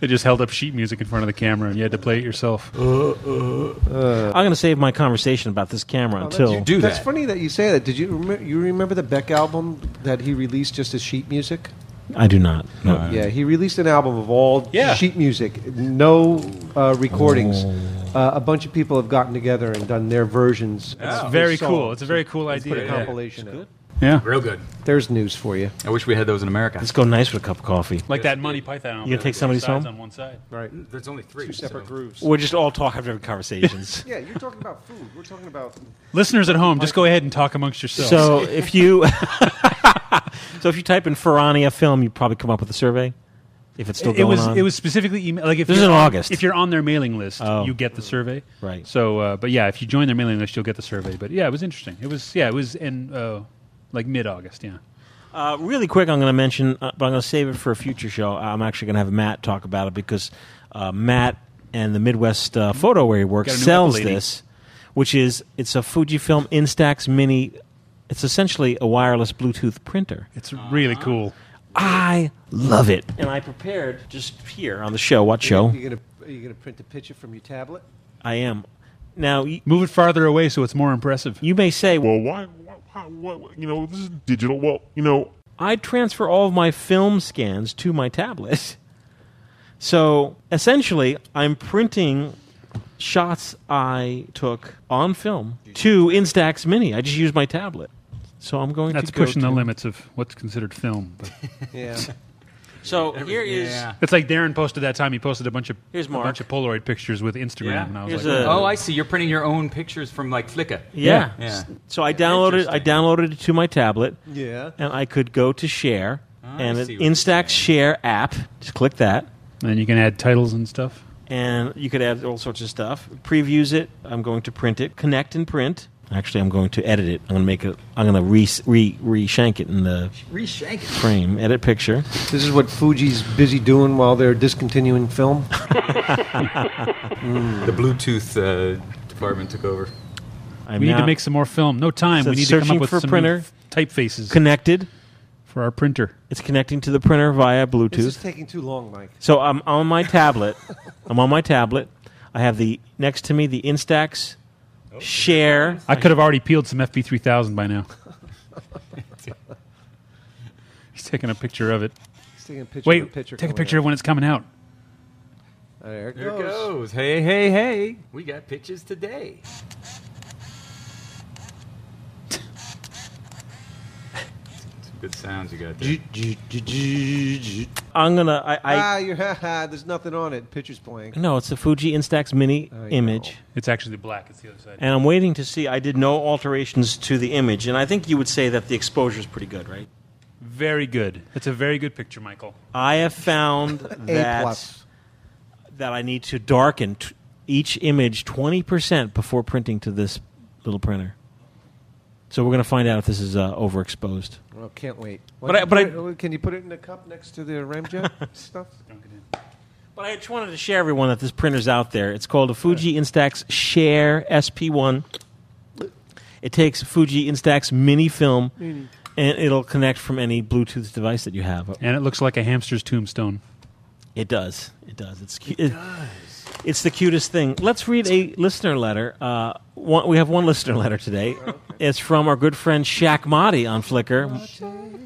Speaker 3: They just held up sheet music in front of the camera, and you had to play it yourself.
Speaker 1: I'm going to save my conversation about this camera until.
Speaker 6: you do
Speaker 8: That's
Speaker 6: that.
Speaker 8: funny that you say that. Did you remember, you remember the Beck album that he released just as sheet music?
Speaker 1: I do not. No.
Speaker 8: Yeah, he released an album of all
Speaker 3: Uh-huh. Yeah.
Speaker 8: sheet music, no uh, recordings.
Speaker 3: Oh.
Speaker 8: Uh, a bunch of people have gotten together and done their versions.
Speaker 6: It's
Speaker 8: of
Speaker 3: very
Speaker 8: his songs.
Speaker 3: cool. It's a very cool idea.
Speaker 8: Put a
Speaker 3: yeah.
Speaker 8: compilation. out.
Speaker 3: Yeah.
Speaker 6: Real good.
Speaker 8: There's news for you.
Speaker 6: I wish we had those in America.
Speaker 1: Let's go nice with a cup of coffee.
Speaker 3: Like that Monty Python. album.
Speaker 1: You gonna take
Speaker 3: Two
Speaker 1: somebody's
Speaker 3: sides
Speaker 1: home?
Speaker 3: on one side.
Speaker 8: Right.
Speaker 6: There's only three.
Speaker 8: Two separate
Speaker 6: so-
Speaker 8: grooves.
Speaker 1: We're just all talk, have different conversations.
Speaker 8: Yeah, you're talking about food. We're talking about
Speaker 3: Listeners at home, just go ahead and talk amongst yourselves.
Speaker 1: so if you, so if you type in Ferrania film, you probably come up with a survey. If it's still
Speaker 3: it
Speaker 1: going
Speaker 3: was
Speaker 1: on,
Speaker 3: it was specifically email. Like if
Speaker 1: This is
Speaker 3: you're
Speaker 1: in
Speaker 3: on-
Speaker 1: August.
Speaker 3: if you're on their mailing list,
Speaker 1: Oh.
Speaker 3: you get the survey.
Speaker 1: Right.
Speaker 3: So, uh, but yeah, if you join their mailing list, you'll get the survey. But yeah, it was interesting. It was yeah, it was in uh, like mid August. Yeah.
Speaker 1: Uh, really quick, I'm going to mention, uh, but I'm going to save it for a future show. I'm actually going to have Matt talk about it because uh, Matt and the Midwest uh, Photo where he works
Speaker 3: Got a new
Speaker 1: sells
Speaker 3: Apple lady.
Speaker 1: this, which is it's a Fujifilm Instax Mini. It's essentially a wireless Bluetooth printer. Ah.
Speaker 3: It's really cool.
Speaker 1: I love it, and I prepared just here on the show. What show?
Speaker 8: You're gonna are you gonna print a picture from your tablet?
Speaker 1: I am now. y-
Speaker 3: Move it farther away so it's more impressive.
Speaker 1: You may say,
Speaker 5: Well, why, why, why, why- You know, this is digital. Well, you know,
Speaker 1: I transfer all of my film scans to my tablet. So essentially, I'm printing shots I took on film to Instax Mini. I just use my tablet. So I'm going
Speaker 3: That's
Speaker 1: to go
Speaker 3: pushing the
Speaker 1: to-
Speaker 3: limits of what's considered film. But
Speaker 8: Yeah.
Speaker 1: So here is
Speaker 6: Yeah.
Speaker 3: it's like Darren posted that time. He posted a bunch of
Speaker 1: Here's
Speaker 3: a
Speaker 1: Mark.
Speaker 3: bunch of Polaroid pictures with Instagram,
Speaker 6: Yeah.
Speaker 3: and I was
Speaker 1: Here's
Speaker 3: like,
Speaker 1: a-
Speaker 6: Oh, I see. You're printing your own pictures from like Flickr.
Speaker 1: yeah.
Speaker 6: Yeah. Yeah.
Speaker 1: So I downloaded I downloaded it to my tablet.
Speaker 8: Yeah.
Speaker 1: And I could go to share and
Speaker 6: I
Speaker 1: an
Speaker 6: see what you're
Speaker 1: Instax Share app. Just click that.
Speaker 3: "Oh." and then you can add titles and stuff.
Speaker 1: and you could add all sorts of stuff. Previews it. I'm going to print it. Connect and print. Actually, I'm going to edit it. I'm going to make it. I'm going to re re re shank it in the
Speaker 6: Reshank it.
Speaker 1: frame. Edit picture.
Speaker 8: This is what Fuji's busy doing while they're discontinuing film.
Speaker 6: The Bluetooth uh, department took over.
Speaker 1: I'm
Speaker 3: We need
Speaker 1: now
Speaker 3: to make some more film. No time.
Speaker 1: So
Speaker 3: we need to come
Speaker 1: searching
Speaker 3: up with
Speaker 1: for
Speaker 3: some
Speaker 1: printer.
Speaker 3: new f- typefaces
Speaker 1: connected.
Speaker 3: for our printer.
Speaker 1: It's connecting to the printer via
Speaker 8: This is
Speaker 1: Bluetooth.
Speaker 8: taking too long, Mike.
Speaker 1: So I'm on my tablet. I'm on my tablet. I have the next to me the Instax share.
Speaker 3: I could have already peeled some FP3000 by now. He's taking a picture of it.
Speaker 8: He's taking a picture. of
Speaker 3: Wait,
Speaker 8: a picture
Speaker 3: take a
Speaker 8: coming
Speaker 3: picture
Speaker 8: out.
Speaker 3: of when it's coming out.
Speaker 8: Uh, there it
Speaker 6: There it
Speaker 8: goes.
Speaker 6: goes. Hey, hey, hey. We got pitches today. Some good sounds you got there.
Speaker 1: I'm gonna. I, I
Speaker 8: ah, you're, there's nothing on it. Pictures playing.
Speaker 1: no. It's the Fuji Instax Mini
Speaker 8: I know.
Speaker 1: image.
Speaker 3: It's actually the black. It's the other side.
Speaker 1: and I'm waiting to see. I did no alterations to the image, and I think you would say that the exposure is pretty good, right?
Speaker 3: Very good. It's a very good picture, Michael.
Speaker 1: I have found
Speaker 8: A
Speaker 1: that
Speaker 8: plus.
Speaker 1: that I need to darken t- each image 20 percent before printing to this little printer. So we're going to find out if this is uh, overexposed.
Speaker 8: Well, Oh, can't wait.
Speaker 1: But I- but I-
Speaker 8: Why- can you put it in a cup next to the ramjet stuff?
Speaker 1: But I just wanted to share everyone that this printer's out there. It's called a Fuji Instax Share SP1. It takes Fuji Instax Mini Film, and it'll connect from any Bluetooth device that you have.
Speaker 3: And it looks like a hamster's tombstone.
Speaker 1: It does. It does. It's cu- it It's the cutest thing. Let's read a listener letter. Uh, one, we have one listener letter today. It's from our good friend Shaq Motti on Flickr.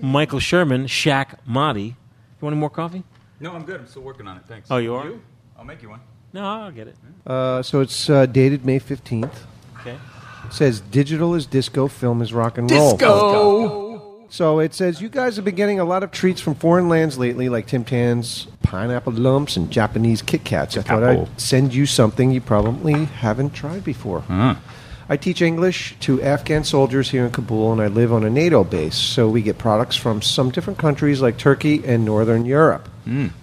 Speaker 1: Michael Sherman, Shaq Motti. You want any more coffee?
Speaker 6: No, I'm good. I'm still working on it. Thanks.
Speaker 1: Oh, you are?
Speaker 6: You? I'll make you one.
Speaker 1: No, I'll get it.
Speaker 8: Uh, so it's uh, dated May 15th.
Speaker 1: Okay.
Speaker 8: says digital is disco, film is rock and roll.
Speaker 9: Disco.
Speaker 8: So it says you guys have been getting a lot of treats from foreign lands lately, like Tim Tans, pineapple lumps, and Japanese Kit Kats. I thought
Speaker 6: Pineapple.
Speaker 8: I'd send you something you probably haven't tried before.
Speaker 6: Hmm.
Speaker 8: I teach English to Afghan soldiers here in Kabul, and I live on a NATO base, so we get products from some different countries like Turkey and Northern Europe.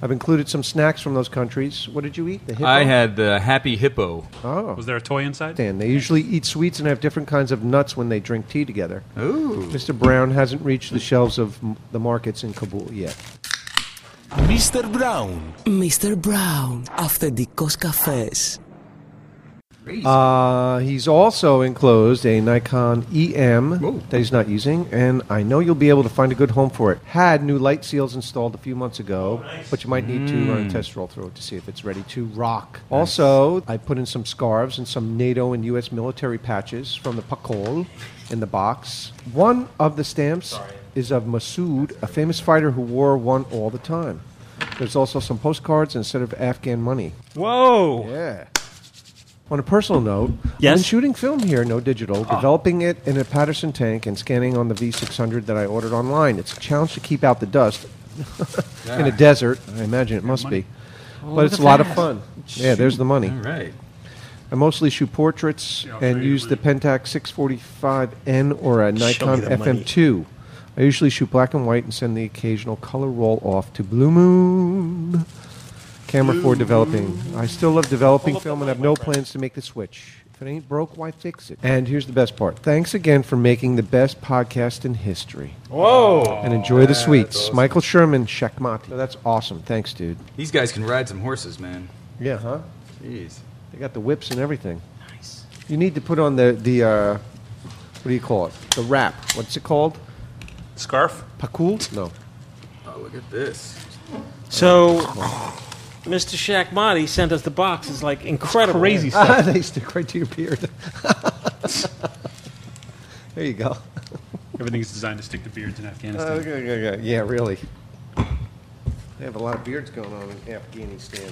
Speaker 8: I've included some snacks from those countries. What did you eat? The hippo?
Speaker 6: Hmm. I had the happy hippo.
Speaker 8: Oh.
Speaker 3: Was there a toy inside?
Speaker 8: Dan. They usually eat sweets and have different kinds of nuts when they drink tea together.
Speaker 6: Ooh.
Speaker 8: Mr. Brown hasn't reached the shelves of m- the markets in Kabul yet.
Speaker 11: Mr. Brown. Mr. Brown. Αυθεντικός καφές.
Speaker 8: Uh, he's also enclosed a Nikon EM
Speaker 6: Whoa.
Speaker 8: that he's not using, and I know you'll be able to find a good home for it. Had new light seals installed a few months ago, but you might need to run a test roll through it to see if it's ready to rock. Also, I put in some scarves and some NATO and U.S. military patches from the Pakol in the box. One of the stamps is of Masood, a famous fighter who wore one all the time. There's also some postcards and a set of Afghan money.
Speaker 1: Whoa.
Speaker 8: Yeah. On a personal note,
Speaker 1: Yes?
Speaker 8: I've been shooting film here, no digital, developing it in a Patterson tank and scanning on the V600 that I ordered online. It's a challenge to keep out the dust in a desert. I imagine it must be. but it's a lot of fun. Yeah, there's the money.
Speaker 6: All right.
Speaker 8: I mostly shoot portraits and use the Pentax 645N or a Nikon
Speaker 1: the money.
Speaker 8: FM2. I usually shoot black and white and send the occasional color roll off to Blue Moon. Camera for developing. I still love developing film and have no plans to make the switch. If it ain't broke, why fix it? And here's the best part. Thanks again for making the best podcast in history.
Speaker 6: Whoa.
Speaker 8: And enjoy the sweets. Michael Sherman, Shekmati. That's awesome. Thanks, dude.
Speaker 6: These guys can ride some horses, man.
Speaker 8: Yeah, huh?
Speaker 6: Jeez.
Speaker 8: They got the whips and everything. Nice. You need to put on the the uh, what do you call it? The wrap. What's it called?
Speaker 3: Scarf?
Speaker 8: Pakul? No.
Speaker 6: Oh, look at this.
Speaker 1: So, Mr. Shakmati sent us the box. It's like incredible.
Speaker 3: Crazy stuff.
Speaker 8: Ah, they stick right to your beard. there you go.
Speaker 3: Everything is designed to stick to beards in Afghanistan.
Speaker 8: Uh, Okay, okay, okay. Yeah, really. They have a lot of beards going on in Afghanistan.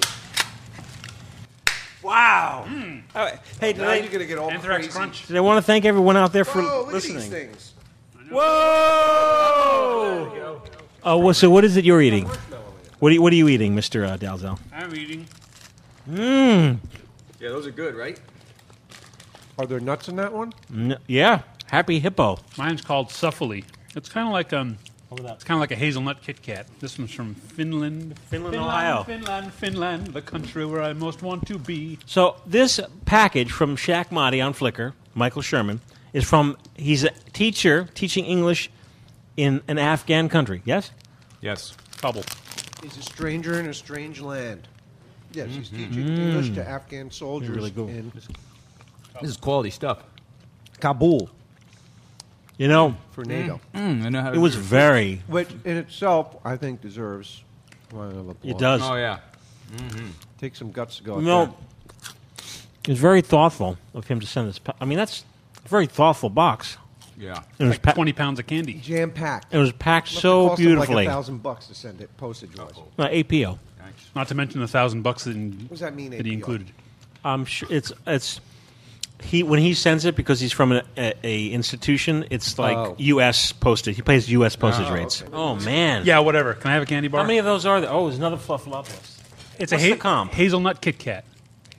Speaker 1: Wow. All right. Hey, did
Speaker 8: Now
Speaker 1: I,
Speaker 8: you're gonna get all
Speaker 3: Anthrax
Speaker 8: crazy.
Speaker 3: Crunch.
Speaker 1: did I want to thank everyone out there for
Speaker 8: Whoa, Oh, look at these
Speaker 1: listening?
Speaker 8: things.
Speaker 1: Whoa! Oh, well, so what is it you're eating? What are you, what are you eating, Mr. Uh, Dalzell?
Speaker 3: I'm eating.
Speaker 6: Yeah, those are good, right?
Speaker 8: Are there nuts in that one?
Speaker 1: N- yeah, Happy Hippo.
Speaker 3: Mine's called Suffoli. It's kind of like um,
Speaker 1: What was that?
Speaker 3: it's kind of like a hazelnut Kit Kat. This one's from Finland.
Speaker 1: Finland, Ohio.
Speaker 3: Finland, Finland, the country where I most want to be.
Speaker 1: So this package from Shaq Mahdi on Flickr, Michael Sherman, is from he's a teacher teaching English in an Afghan country. Yes.
Speaker 6: Yes.
Speaker 3: Trouble.
Speaker 8: He's a stranger in a strange land. Yes, he's teaching English to Afghan soldiers
Speaker 1: really cool.
Speaker 8: in
Speaker 6: This is quality stuff.
Speaker 8: Kabul
Speaker 1: You know,
Speaker 8: for NATO.
Speaker 6: Mm, I know how to
Speaker 1: it was
Speaker 6: do
Speaker 1: very.
Speaker 8: Which in itself, I think, deserves a round of applause.
Speaker 1: It does.
Speaker 6: Oh yeah.
Speaker 8: Take some guts to go out
Speaker 1: You know,
Speaker 8: there.
Speaker 1: it was very thoughtful of him to send this. Pa- I mean, that's a very thoughtful box.
Speaker 6: Yeah.
Speaker 1: It was,
Speaker 3: Like
Speaker 1: pa-
Speaker 3: twenty pounds of candy.
Speaker 8: Jam packed.
Speaker 1: it was packed so beautifully. Uh,
Speaker 8: like a thousand bucks to send it postage wise.
Speaker 1: No, APO.
Speaker 3: Not to mention the thousand bucks that, in,
Speaker 8: does that mean,
Speaker 3: he
Speaker 8: APR?
Speaker 3: included.
Speaker 1: I'm sure it's it's he when he sends it because he's from a, a, a institution. It's like
Speaker 8: Oh.
Speaker 1: U.S. postage. He pays U.S. postage
Speaker 6: Oh,
Speaker 1: rates. Oh man,
Speaker 3: Yeah, whatever. Can I have a candy bar?
Speaker 1: How many of those are there? Oh, there's another Flufflopus. what's
Speaker 3: it's a
Speaker 1: the comp?
Speaker 3: hazelnut Kit Kat.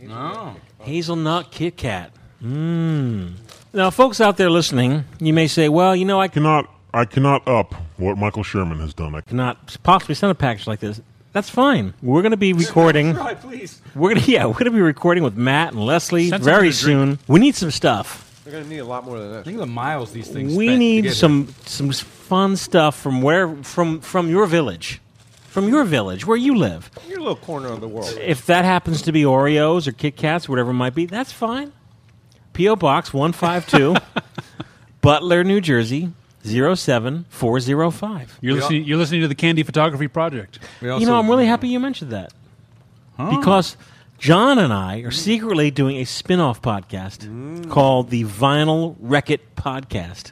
Speaker 6: Oh.
Speaker 1: Hazelnut Kit Kat. Mmm. Now, folks out there listening, you may say, "Well, you know, I
Speaker 5: Cannot I cannot up what Michael Sherman has done. I
Speaker 1: cannot possibly send a package like this." That's fine. We're going to be recording.
Speaker 6: Try, please.
Speaker 1: We're going to yeah, we're going to be recording with Matt and Leslie
Speaker 3: Send
Speaker 1: very
Speaker 3: something to
Speaker 1: soon. We need some stuff.
Speaker 8: They're going to need a lot more than
Speaker 6: Think of the miles these things.
Speaker 1: we
Speaker 6: spent to
Speaker 1: need
Speaker 6: get
Speaker 1: some some fun stuff from where from from your village from your village where you live
Speaker 8: that. Your little corner of the world.
Speaker 1: if that happens to be oreos or kit kats whatever it might be that's fine po box 152 butler new jersey 07405
Speaker 3: You're
Speaker 6: We
Speaker 3: listening. You're listening to the Candy Photography Project.
Speaker 6: here. We
Speaker 1: you
Speaker 6: also-
Speaker 1: know i'm really happy you mentioned that because john and i are secretly doing a spin-off
Speaker 6: Mm.
Speaker 1: podcast called the vinyl wreck it podcast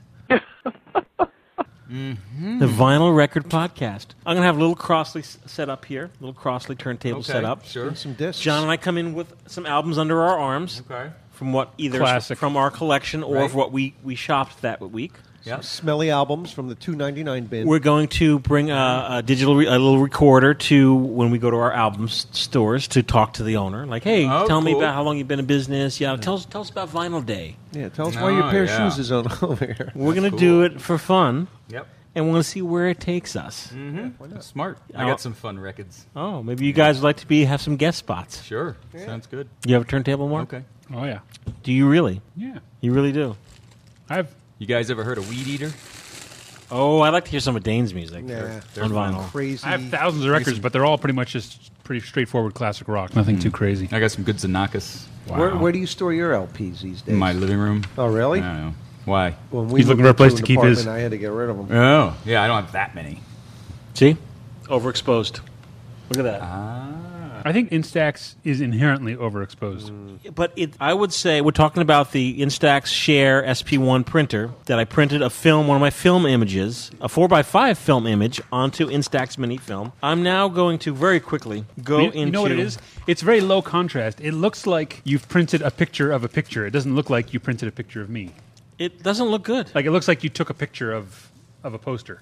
Speaker 1: Mm-hmm. The Vinyl Record Podcast. I'm going to have little Crossley s- set up here, little Crossley turntable
Speaker 6: Okay,
Speaker 1: set up.
Speaker 6: sure. And some
Speaker 1: discs. John and I come in with some albums under our arms.
Speaker 6: Okay.
Speaker 1: From what either
Speaker 8: Classic.
Speaker 1: from our collection or
Speaker 8: Right.
Speaker 1: of what we, we shopped that week.
Speaker 8: Some smelly albums from the two ninety nine bin.
Speaker 1: We're going to bring a, a digital, re- a little recorder to when we go to our album s- stores to talk to the owner. Like, hey,
Speaker 8: Oh,
Speaker 1: tell me
Speaker 8: cool.
Speaker 1: about how long you've been in business. Yeah, tell us, tell us about Vinyl Day.
Speaker 8: Yeah, tell us why your pair of shoes is on over here.
Speaker 1: We're going to do it for fun.
Speaker 6: Yep.
Speaker 1: And we're going to see where it takes us.
Speaker 6: Mm-hmm. Smart. I
Speaker 1: Now-
Speaker 6: got some fun records.
Speaker 1: Oh, maybe you guys would like to be have some guest spots.
Speaker 6: Sure. Sounds good.
Speaker 1: You have a turntable, Mark?
Speaker 6: Okay.
Speaker 3: Oh yeah.
Speaker 1: Do you really?
Speaker 3: Yeah.
Speaker 1: You really do.
Speaker 3: I've.
Speaker 6: You guys ever heard of Weed Eater?
Speaker 1: Oh, I'd like to hear some of Dane's music.
Speaker 6: Nah.
Speaker 1: on vinyl.
Speaker 3: I have thousands of records, but they're all pretty much just pretty straightforward classic rock. Mm. Nothing too crazy.
Speaker 6: I got some good Zanakis.
Speaker 8: Where, where do you store your LPs these days?
Speaker 6: In my living room.
Speaker 8: Oh, really?
Speaker 6: I don't know. Why?
Speaker 8: When we He's looking moved for a place into to an keep his- apartment, I had to get rid of 'em.
Speaker 6: Oh, yeah, I don't have that many.
Speaker 1: See? Overexposed. Look at that.
Speaker 3: I think Instax is inherently
Speaker 8: Mm.
Speaker 3: overexposed.
Speaker 1: But it, I would say we're talking about the Instax Share SP1 printer that I printed a film, one of my film images, a 4x5 film image, onto Instax Mini Film. I'm now going to very quickly go
Speaker 3: you,
Speaker 1: into.
Speaker 3: you know what it is? It's very low contrast. It looks like you've printed a picture of a picture. It doesn't look like you printed a picture of me.
Speaker 1: It doesn't look good.
Speaker 3: Like it looks like you took a picture of of a poster.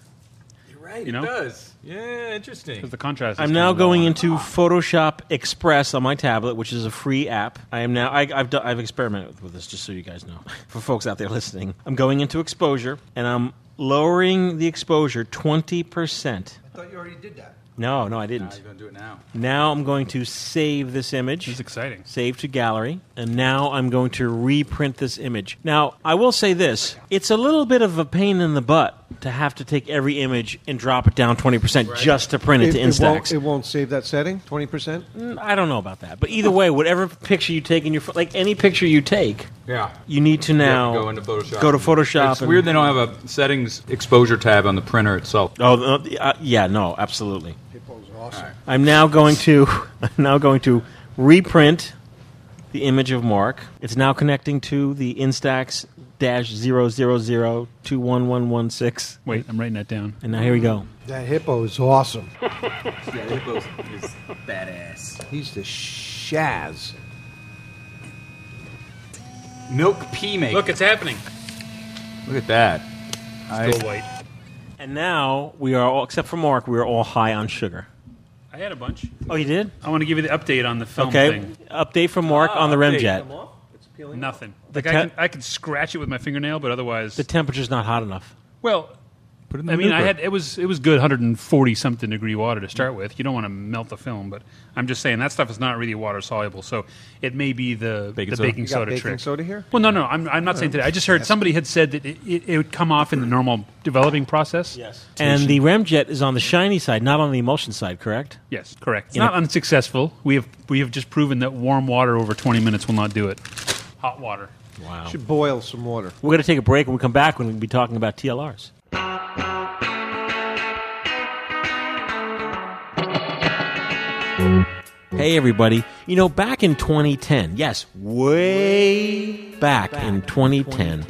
Speaker 6: You're right.
Speaker 3: You know?
Speaker 6: It does. Yeah, interesting.
Speaker 3: Because the contrast.
Speaker 1: I'm
Speaker 3: is
Speaker 1: now
Speaker 3: kinda low.
Speaker 1: going into Photoshop Express on my tablet, which is a free app. I am now. I, I've done, I've experimented with this, just so you guys know, for folks out there listening. I'm going into exposure, and I'm lowering the exposure twenty percent.
Speaker 8: I thought you already did that.
Speaker 1: No, no, I didn't.
Speaker 6: You're going to do it now.
Speaker 1: Now I'm going to save this image. It's
Speaker 3: exciting.
Speaker 1: Save to gallery. And now I'm going to reprint this image. Now, I will say this it's a little bit of a pain in the butt to have to take every image and drop it down 20% just to print it, to Instax. Mm,
Speaker 8: won't, it won't save that setting. Twenty percent.
Speaker 1: I don't know about that. But either way, whatever picture you take in your pho- like any picture you take,
Speaker 6: Yeah.
Speaker 1: you need to
Speaker 6: You have
Speaker 1: now
Speaker 6: to go into Photoshop.
Speaker 1: Go to Photoshop.
Speaker 6: It's
Speaker 1: and-
Speaker 6: weird they don't have a settings exposure tab on the printer itself.
Speaker 1: Oh, uh, uh, yeah, no, absolutely. I'm now going to I'm now going to reprint the image of Mark. It's now connecting to the Instax dash zero zero zero two one one one six.
Speaker 3: Wait, I'm writing that down.
Speaker 1: And now here we go.
Speaker 12: That hippo is awesome.
Speaker 6: Yeah, Hippo is badass.
Speaker 8: He's the shaz.
Speaker 6: Milk pea maker.
Speaker 3: Look, it's happening.
Speaker 6: Look at that.
Speaker 3: Still white.
Speaker 1: And now we are all except for Mark, we are all high on sugar.
Speaker 3: I had a bunch.
Speaker 1: Oh, you did?
Speaker 3: I want to give you the update on the film
Speaker 1: okay.
Speaker 3: thing.
Speaker 1: Update Ah, from Mark on the Remjet.
Speaker 3: Nothing.
Speaker 1: The
Speaker 3: Like I,
Speaker 1: te-
Speaker 3: can, I can scratch it with my fingernail, but otherwise,
Speaker 1: The temperature's not hot enough.
Speaker 3: well,
Speaker 1: Put
Speaker 3: I mean, I had it was it was good, 140 something degree water to start with. You don't want to melt the film, but I'm just saying that stuff is not really water soluble, so it may be the
Speaker 6: Baking
Speaker 3: the
Speaker 6: soda.
Speaker 3: baking
Speaker 6: You got
Speaker 3: soda
Speaker 6: baking
Speaker 3: trick.
Speaker 8: soda here?
Speaker 3: Well, no, no, I'm, I'm not saying today. I just heard somebody had said that it, it, it would come off in the normal developing process. Yes,
Speaker 1: And the Remjet is on the shiny side, not on the emulsion side, correct?
Speaker 3: yes, correct. It's
Speaker 1: In a-
Speaker 3: not unsuccessful. We have we have just proven that warm water over 20 minutes will not do it. Hot water.
Speaker 1: Wow.
Speaker 8: Should boil some water.
Speaker 1: We're going to take a break. When we come back, we're going to be talking about TLRs. Hey, everybody. You know, back in 2010, yes, way back, in 2010,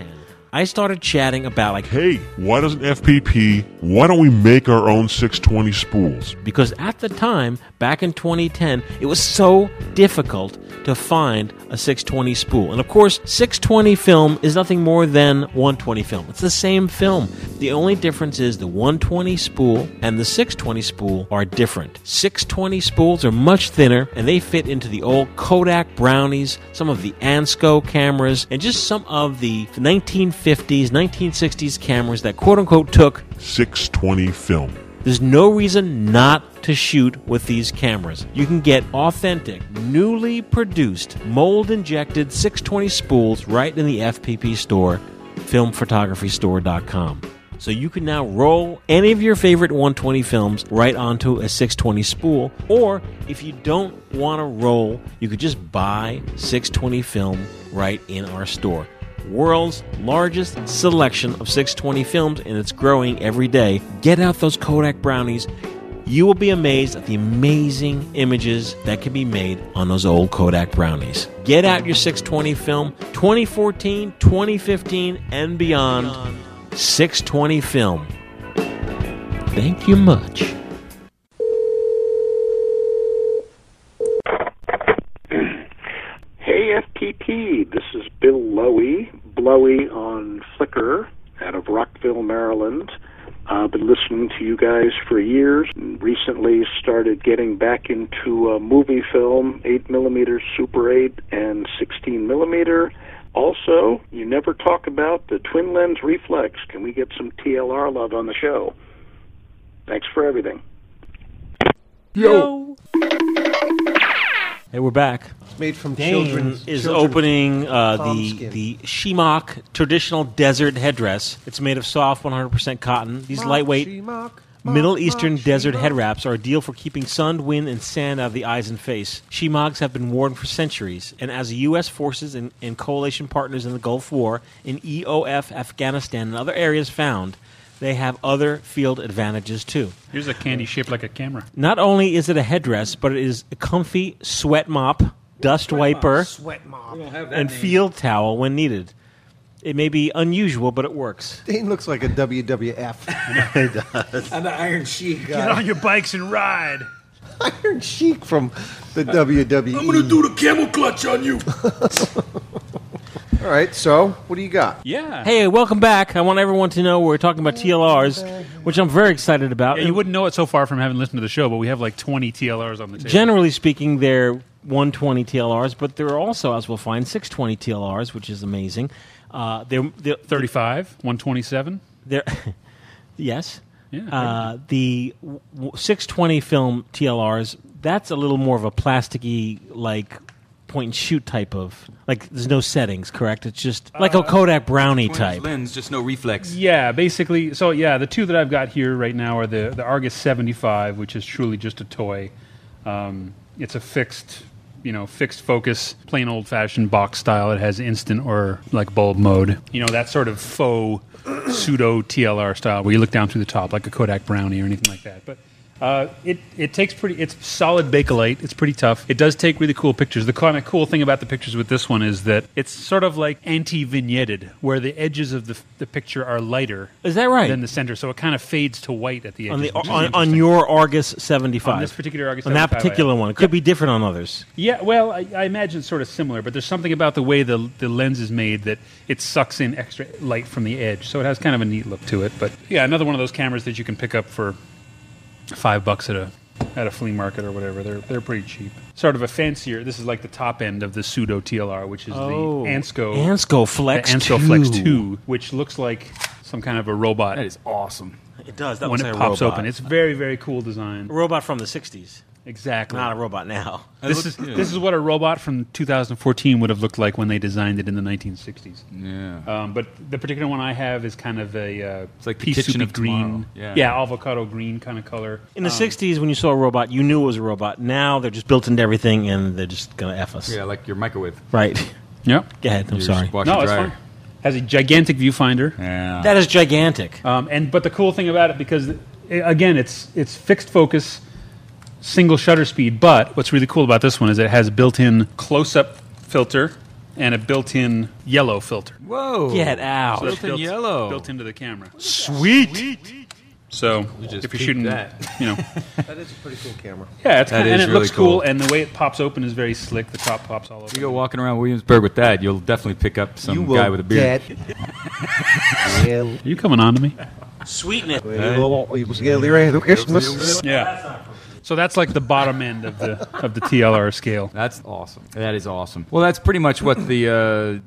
Speaker 1: I started chatting about, like, hey,
Speaker 13: Why doesn't FPP? Why don't we make our own 620 spools?
Speaker 1: because at the time, back in 2010, it was so difficult to find a 620 spool. And of course, 620 film is nothing more than 120 film. It's the same film. The only difference is the 120 spool and the 620 spool are different. 620 spools are much thinner and they fit into the old Kodak brownies, some of the Ansco cameras, and just some of the 1950s, 1960s cameras that quote unquote took
Speaker 13: 620 film.
Speaker 1: there's no reason not to shoot with these cameras. You can get authentic, newly produced, mold injected 620 spools right in the FPP store, filmphotographystore.com. So you can now roll any of your favorite 120 films right onto a 620 spool, or if you don't want to roll, you could just buy 620 film right in our store world's largest selection of 620 films, and it's growing every day. Get out those Kodak brownies. You will be amazed at the amazing images that can be made on those old Kodak brownies. Get out your 620 film 2014, 2015, and beyond. 620 film. Thank you much.
Speaker 12: Hey FPP, this is Bill Lowy, Blowy on Flickr out of Rockville, Maryland. I've been listening to you guys for years and recently started getting back into uh, movie film, 8mm Super 8 and 16mm. Also, you never talk about the twin lens reflex. Can we get some TLR love on the show? Thanks for everything.
Speaker 1: Yo. Hey, we're back. It's
Speaker 8: made from
Speaker 1: Dane
Speaker 8: children's-
Speaker 1: is
Speaker 8: children's
Speaker 1: opening uh,
Speaker 8: palm
Speaker 1: the
Speaker 8: skin.
Speaker 1: the Shimok traditional desert headdress. It's made of soft 100% cotton. These
Speaker 8: Mock,
Speaker 1: lightweight
Speaker 8: she mock,
Speaker 1: Middle
Speaker 8: mock,
Speaker 1: Eastern
Speaker 8: mock, she
Speaker 1: desert
Speaker 8: mock.
Speaker 1: head wraps are ideal for keeping sun, wind, and sand out of the eyes and face. Shemogs have been worn for centuries, and as U.S. forces and, and coalition partners in the Gulf War, in EOF, Afghanistan, and other areas found, they have other field advantages too.
Speaker 3: Here's a candy shaped like a camera.
Speaker 1: Not only is it a headdress, but it is a comfy sweat mop, dust wiper,
Speaker 8: Sweat mop.
Speaker 1: and field towel when needed. It may be unusual, but it works.
Speaker 8: Dane looks like a WWF.
Speaker 1: he does.
Speaker 9: I'm the Iron Sheik guy.
Speaker 3: Get on your bikes and ride.
Speaker 8: Iron Sheik from the E. WWE.
Speaker 9: I'm gonna do the camel clutch on you.
Speaker 8: All right, so what do you got?
Speaker 3: Yeah.
Speaker 1: Hey, welcome back. I want everyone to know we're talking about TLRs, which I'm very excited about.
Speaker 3: Yeah, you wouldn't know it so far from having listened to the show, but we have like 20 TLRs on the table.
Speaker 1: Generally speaking, they're 120 TLRs, but there are also, as we'll find, 620 TLRs, which is amazing. Uh, they're,
Speaker 3: 35, 127.
Speaker 1: They're yes.
Speaker 3: Yeah,
Speaker 1: uh, the w- w- 620 film TLRs. That's a little more of a plasticky, like point and shoot type of like. There's no settings, correct? It's just
Speaker 3: Uh,
Speaker 1: like a Kodak Brownie type.
Speaker 6: Lens, just no reflex.
Speaker 3: Yeah, basically. So yeah, the two that I've got here right now are the the Argus 75, which is truly just a toy. Um, it's a fixed, you know, fixed focus, plain old fashioned box style. It has instant or like bulb mode. You know that sort of faux pseudo TLR style where you look down through the top like a Kodak Brownie or anything like that. But uh, it it takes pretty. It's solid bakelite. It's pretty tough. It does take really cool pictures. The kind of cool thing about the pictures with this one is that it's sort of like anti-vignetted, where the edges of the, the picture are lighter.
Speaker 1: Is that right?
Speaker 3: Than the center, so it kind of fades to white at the edges.
Speaker 1: on the
Speaker 3: which is
Speaker 1: on,
Speaker 3: interesting.
Speaker 1: on your Argus 75.
Speaker 3: On this particular Argus
Speaker 1: On that
Speaker 3: 75,
Speaker 1: particular
Speaker 3: yeah.
Speaker 1: one. It could be different on others.
Speaker 3: Yeah, well, I, I imagine it's sort of similar, but there's something about the way the the lens is made that it sucks in extra light from the edge, so it has kind of a neat look to it. But yeah, another one of those cameras that you can pick up for five bucks at a at a flea market or whatever. They're they're pretty cheap. Sort of a fancier. This is like the top end of the pseudo TLR, which is
Speaker 1: Oh.
Speaker 3: the Ansco
Speaker 1: Ansco Flex
Speaker 3: the Ansco Flex
Speaker 1: 2.
Speaker 3: Two, which looks like some kind of a robot. That
Speaker 6: is awesome.
Speaker 1: It does. That
Speaker 3: when
Speaker 1: looks
Speaker 3: it
Speaker 1: like a
Speaker 3: pops
Speaker 1: robot.
Speaker 3: open, it's very very cool design.
Speaker 1: A robot from the 60s.
Speaker 3: Exactly.
Speaker 1: Not a robot now.
Speaker 3: This is this is what a robot from 2014 would have looked like when they designed it in the 1960s.
Speaker 6: Yeah.
Speaker 3: Um, but the particular one I have is kind of a uh,
Speaker 6: It's like the
Speaker 3: pea
Speaker 6: kitchen
Speaker 3: soupy
Speaker 6: of tomorrow.
Speaker 3: green,
Speaker 6: Yeah.
Speaker 3: avocado green kind of color.
Speaker 1: In the
Speaker 3: Um,
Speaker 1: 60s, when you saw a robot, you knew it was a robot. Now they're just built into everything and they're just going to F us.
Speaker 6: Yeah, like your microwave.
Speaker 1: Right.
Speaker 3: Yep.
Speaker 1: Go ahead. I'm
Speaker 6: Your
Speaker 1: sorry.
Speaker 6: wash
Speaker 3: No,
Speaker 6: and
Speaker 3: it's
Speaker 6: dryer.
Speaker 3: fine. Has a gigantic viewfinder.
Speaker 6: Yeah.
Speaker 1: That is gigantic.
Speaker 3: Um, and but the cool thing about it, because it, again, it's it's fixed focus, single shutter speed. But what's really cool about this one is it has built-in close-up filter and a built-in yellow filter.
Speaker 6: Whoa.
Speaker 3: Get out.
Speaker 6: Built in
Speaker 3: Built-
Speaker 6: yellow.
Speaker 3: built into the camera.
Speaker 1: Sweet.
Speaker 3: So
Speaker 6: just
Speaker 3: if you're
Speaker 6: peeped
Speaker 3: shooting,
Speaker 6: that.
Speaker 3: you know,
Speaker 8: that is a pretty cool camera.
Speaker 3: yeah, it's
Speaker 6: That
Speaker 3: kinda, and
Speaker 6: is
Speaker 3: it
Speaker 6: really
Speaker 3: looks cool.
Speaker 6: cool.
Speaker 3: And the way it pops open is very slick. The top pops all over.
Speaker 6: You go walking around Williamsburg with that, you'll definitely pick up
Speaker 3: You
Speaker 6: some
Speaker 3: will
Speaker 6: guy with a beard.
Speaker 3: Are you coming on to me?
Speaker 1: Sweetness.
Speaker 3: Yeah. So that's like the bottom end of the of the TLR scale.
Speaker 6: That's awesome. That is awesome. Well, that's pretty much what the uh,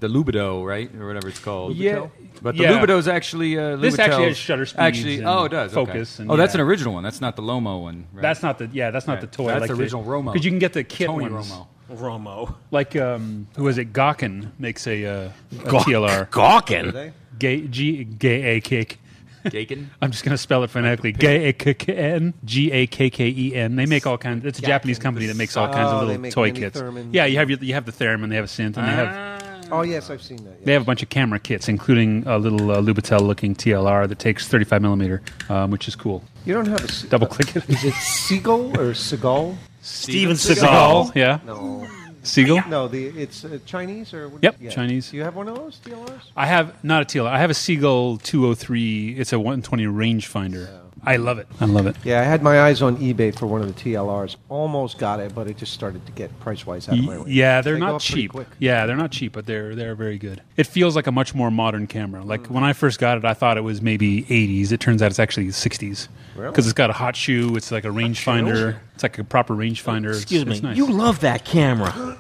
Speaker 6: the Lubido, right, or whatever it's called.
Speaker 3: Yeah.
Speaker 6: but the
Speaker 3: Yeah.
Speaker 6: Lubido's actually uh,
Speaker 3: This actually has
Speaker 6: Lubitel's-
Speaker 3: shutter speeds
Speaker 6: Actually,
Speaker 3: and
Speaker 6: oh, it does. okay.
Speaker 3: focus and-
Speaker 6: oh, that's
Speaker 3: yeah.
Speaker 6: an original one. That's not the Lomo one. Right?
Speaker 3: That's not the yeah. That's not
Speaker 6: Right.
Speaker 3: the toy.
Speaker 6: That's
Speaker 3: like
Speaker 6: the original Romo.
Speaker 3: Because you can get the kit
Speaker 6: Tony
Speaker 3: ones.
Speaker 6: Romo.
Speaker 1: Romo.
Speaker 3: Like um, who was it? Gawkin makes a, uh, a
Speaker 1: Gawk-
Speaker 3: TLR.
Speaker 1: Gawkin? Are they?
Speaker 3: Gay G Gay A kick.
Speaker 6: Gaken?
Speaker 3: I'm just gonna spell it phonetically. Gay A K K N G A K K E N. They make all kinds. It's a Japanese company that makes all kinds
Speaker 8: Oh,
Speaker 3: of
Speaker 8: they
Speaker 3: little
Speaker 8: make
Speaker 3: toy
Speaker 8: mini
Speaker 3: kits.
Speaker 8: Thermans.
Speaker 3: Yeah, you have your, you have the theremin. They have a synth, and they have
Speaker 8: Oh yes, I've seen that.
Speaker 3: They have a bunch of camera kits, including a little uh, Lubitel looking TLR that takes 35 millimeter, um, which is cool.
Speaker 8: You don't have a se-
Speaker 3: Double click it.
Speaker 8: Is it Seagull or Seagull?
Speaker 1: Steven
Speaker 3: Seagal. Seagal, yeah.
Speaker 8: No.
Speaker 3: Seagull?
Speaker 8: No, the it's uh, Chinese or what
Speaker 3: Yep,
Speaker 8: yeah.
Speaker 3: Chinese.
Speaker 8: Do you have one of those DLRs?
Speaker 3: oh I have not a TLR. I have a Seagull 203. It's a 120 rangefinder I love it. I love it.
Speaker 8: Yeah, I had my eyes on eBay for one of the TLRs. Almost got it, but it just started to get price wise out of my
Speaker 3: Y-
Speaker 8: way.
Speaker 3: Yeah, they're
Speaker 8: They go
Speaker 3: not
Speaker 8: up pretty
Speaker 3: cheap.
Speaker 8: quick.
Speaker 3: Yeah, they're not cheap, but they're they're very good. It feels like a much more modern camera. Like when I first got it, I thought it was maybe 80s. It turns out it's actually 60s
Speaker 1: Really?
Speaker 3: because it's got a hot shoe. It's like a rangefinder. It's like a proper rangefinder. It's-
Speaker 1: Excuse me.
Speaker 3: it's nice.
Speaker 1: You love that camera.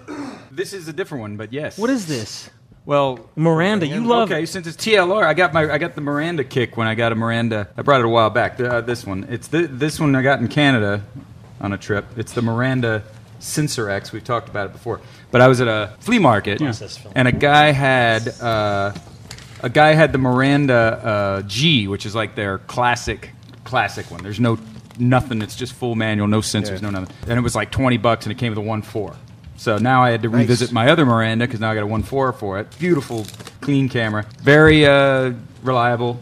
Speaker 6: This is a different one, but yes.
Speaker 1: What is this?
Speaker 6: Well,
Speaker 1: Miranda, you love
Speaker 6: Okay, since it's TLR, I got my I got the Miranda kick when I got a Miranda. I brought it a while back. The, uh, this one, it's the, this one I got in Canada on a trip. It's the Miranda Sensor X. We've talked about it before, but I was at a flea market
Speaker 3: Yeah. Process film.
Speaker 6: and a guy had uh, a guy had the Miranda uh, G, which is like their classic classic one. There's no nothing. It's just full manual, no sensors,
Speaker 14: Yeah.
Speaker 6: no nothing. And it was like twenty bucks, and it came with a one four. So now I had to
Speaker 14: Nice.
Speaker 6: revisit my other Miranda because now I got a one four for it. Beautiful, clean camera, very uh, reliable.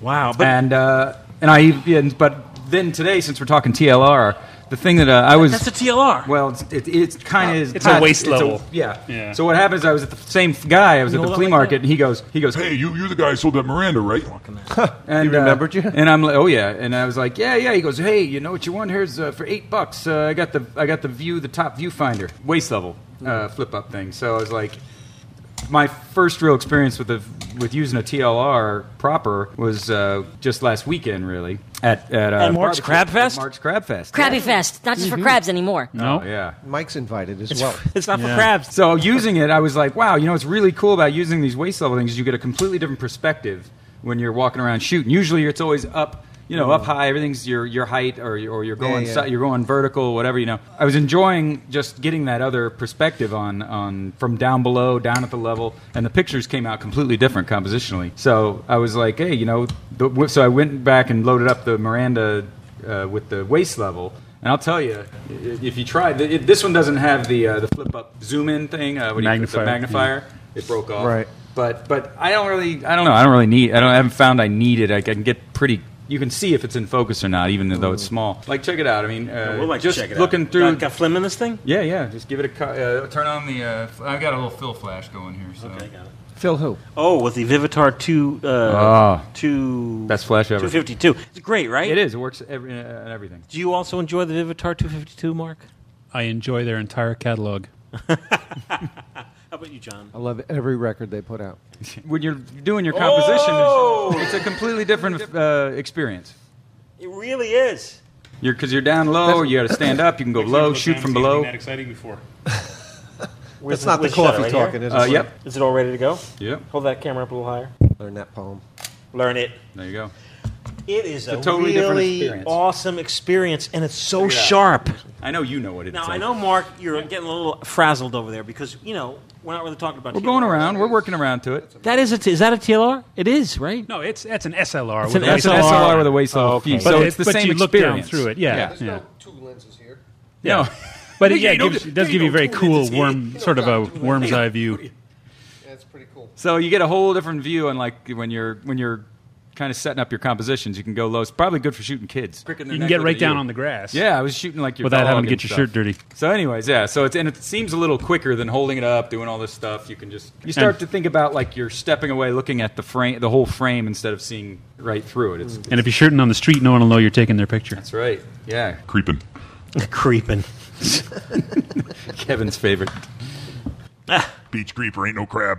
Speaker 1: Wow!
Speaker 6: But and uh, and I even but then today, since we're talking TLR, the thing that uh, I was
Speaker 1: That's a TLR.
Speaker 6: Well, it's, it, it's kind of
Speaker 3: It's a waist level.
Speaker 6: yeah.
Speaker 3: Yeah.
Speaker 6: So what happens? I was at the same guy. I was
Speaker 3: You
Speaker 6: at
Speaker 3: hold
Speaker 6: the
Speaker 3: up
Speaker 6: flea
Speaker 3: like
Speaker 6: market, and he goes, he goes, hey, you, you're the guy who sold that Miranda, right? and uh,
Speaker 8: He remembered you?
Speaker 6: And I'm like, oh yeah. And I was like, yeah, yeah. He goes, hey, you know what you want? Here's uh, for eight bucks. Uh, I got the I got the view, the top viewfinder, waist level, uh,
Speaker 8: Mm-hmm.
Speaker 6: flip up thing. So I was like, my first real experience with the with using a TLR proper was uh, just last weekend, really. At at, uh,
Speaker 7: At Mark's
Speaker 6: barbecue-
Speaker 7: Crab
Speaker 6: at
Speaker 7: Fest?
Speaker 6: Mark's Crab Fest.
Speaker 7: Crabby Fest. Not just for
Speaker 6: Mhm.
Speaker 7: crabs anymore.
Speaker 6: Oh, yeah.
Speaker 8: Mike's invited as
Speaker 7: It's-
Speaker 8: well.
Speaker 1: It's not
Speaker 6: Yeah. So using it, I was like, wow, you know, what's really cool about using these waist level things is you get a completely different perspective when you're walking around shooting. Usually, it's always up, you know, up high. Everything's your your height, or your- or you're
Speaker 14: Mm-hmm. Yeah,
Speaker 6: going
Speaker 14: yeah.
Speaker 6: si- you're going vertical, whatever. You know, I was enjoying just getting that other perspective on on from down below, down at the level, and the pictures came out completely different compositionally. So I was like, hey, you know, the, so I went back and loaded up the Miranda uh, with the waist level. And I'll tell you, i- if you try, th- it- this one doesn't have the uh, the flip up zoom in thing, uh, what do you-
Speaker 14: Magnifier,
Speaker 6: the magnifier. It broke off.
Speaker 14: Right.
Speaker 6: But but I don't really, I don't know, I don't really need. I don't. I haven't found I need it. I can get pretty. You can see if it's in focus or not, even though it's small. Like check it out. I mean, uh,
Speaker 1: Yeah, we'll, like,
Speaker 6: just
Speaker 1: check it out.
Speaker 6: looking through.
Speaker 1: Got- got Flim in this thing?
Speaker 6: Yeah, yeah. Just give it a cu- uh, turn on the. Uh, f- I've got a little fill flash going here. So. Okay, got it.
Speaker 8: Phil who?
Speaker 1: Oh, with the Vivitar two uh,
Speaker 6: Ah.
Speaker 1: two
Speaker 6: Best flash ever.
Speaker 1: two fifty two. It's great, right?
Speaker 6: It is. It works every, uh, and everything.
Speaker 1: Do you also enjoy the Vivitar two fifty two, Mark?
Speaker 3: I enjoy their entire catalog.
Speaker 1: How about you, John?
Speaker 8: I love every record they put out.
Speaker 6: When you're doing your composition, it's, it's a completely different uh, experience.
Speaker 1: It really is.
Speaker 6: You're because you're down low. You got to stand up. You can go low. Shoot from below.
Speaker 3: That exciting before.
Speaker 8: That's not the coffee talking, is it?
Speaker 6: Uh, yep.
Speaker 1: Is it all ready to go?
Speaker 6: Yep.
Speaker 1: Hold that camera up a little higher.
Speaker 8: Learn that poem.
Speaker 1: Learn it.
Speaker 6: There you go.
Speaker 1: It is
Speaker 6: It's
Speaker 1: a,
Speaker 6: a totally different
Speaker 1: really
Speaker 6: experience.
Speaker 1: awesome experience, and it's so
Speaker 6: Check it out.
Speaker 1: sharp.
Speaker 6: I know you know what it's
Speaker 1: Now I
Speaker 6: like.
Speaker 1: know, Mark, you're getting a little frazzled over there because you know we're not really talking about.
Speaker 6: We're going around. We're working around to it.
Speaker 1: That is a t- is that a TLR? It is right.
Speaker 3: No, it's that's an SLR.
Speaker 6: It's
Speaker 3: with
Speaker 6: an
Speaker 3: a
Speaker 6: SLR
Speaker 3: waist-
Speaker 6: with a waist level fuse. So
Speaker 3: Oh, But
Speaker 6: it's the
Speaker 3: but
Speaker 6: same
Speaker 3: you look down
Speaker 6: experience.
Speaker 3: through it. Yeah,
Speaker 6: Yeah.
Speaker 3: yeah.
Speaker 8: two lenses here.
Speaker 6: No.
Speaker 3: But
Speaker 6: There
Speaker 3: it, yeah,
Speaker 6: you
Speaker 3: it,
Speaker 6: go.
Speaker 3: gives, it
Speaker 6: There
Speaker 3: does
Speaker 6: you
Speaker 3: give you
Speaker 6: go.
Speaker 3: a very
Speaker 6: Two
Speaker 3: cool
Speaker 6: lenses.
Speaker 3: worm, sort of a worm's eye view.
Speaker 8: That's pretty cool.
Speaker 6: So you get a whole different view on like when you're when you're kind of setting up your compositions. You can go low. It's probably good for shooting kids. You
Speaker 3: can get right down on the grass.
Speaker 6: Yeah, I was shooting like your
Speaker 3: Without
Speaker 6: dog
Speaker 3: having to
Speaker 6: and
Speaker 3: get your
Speaker 6: stuff.
Speaker 3: shirt dirty.
Speaker 6: So, anyways, yeah. So it's and it seems a little quicker than holding it up, doing all this stuff. You can just you start
Speaker 3: And-
Speaker 6: to think about like you're stepping away, looking at the frame, the whole frame instead of seeing right through it. It's,
Speaker 3: And if you're shooting on the street, no one will know you're taking their picture.
Speaker 6: that's right. Yeah,
Speaker 13: Creeping.
Speaker 1: Creeping.
Speaker 6: Kevin's favorite.
Speaker 13: Beach creeper ain't no crab.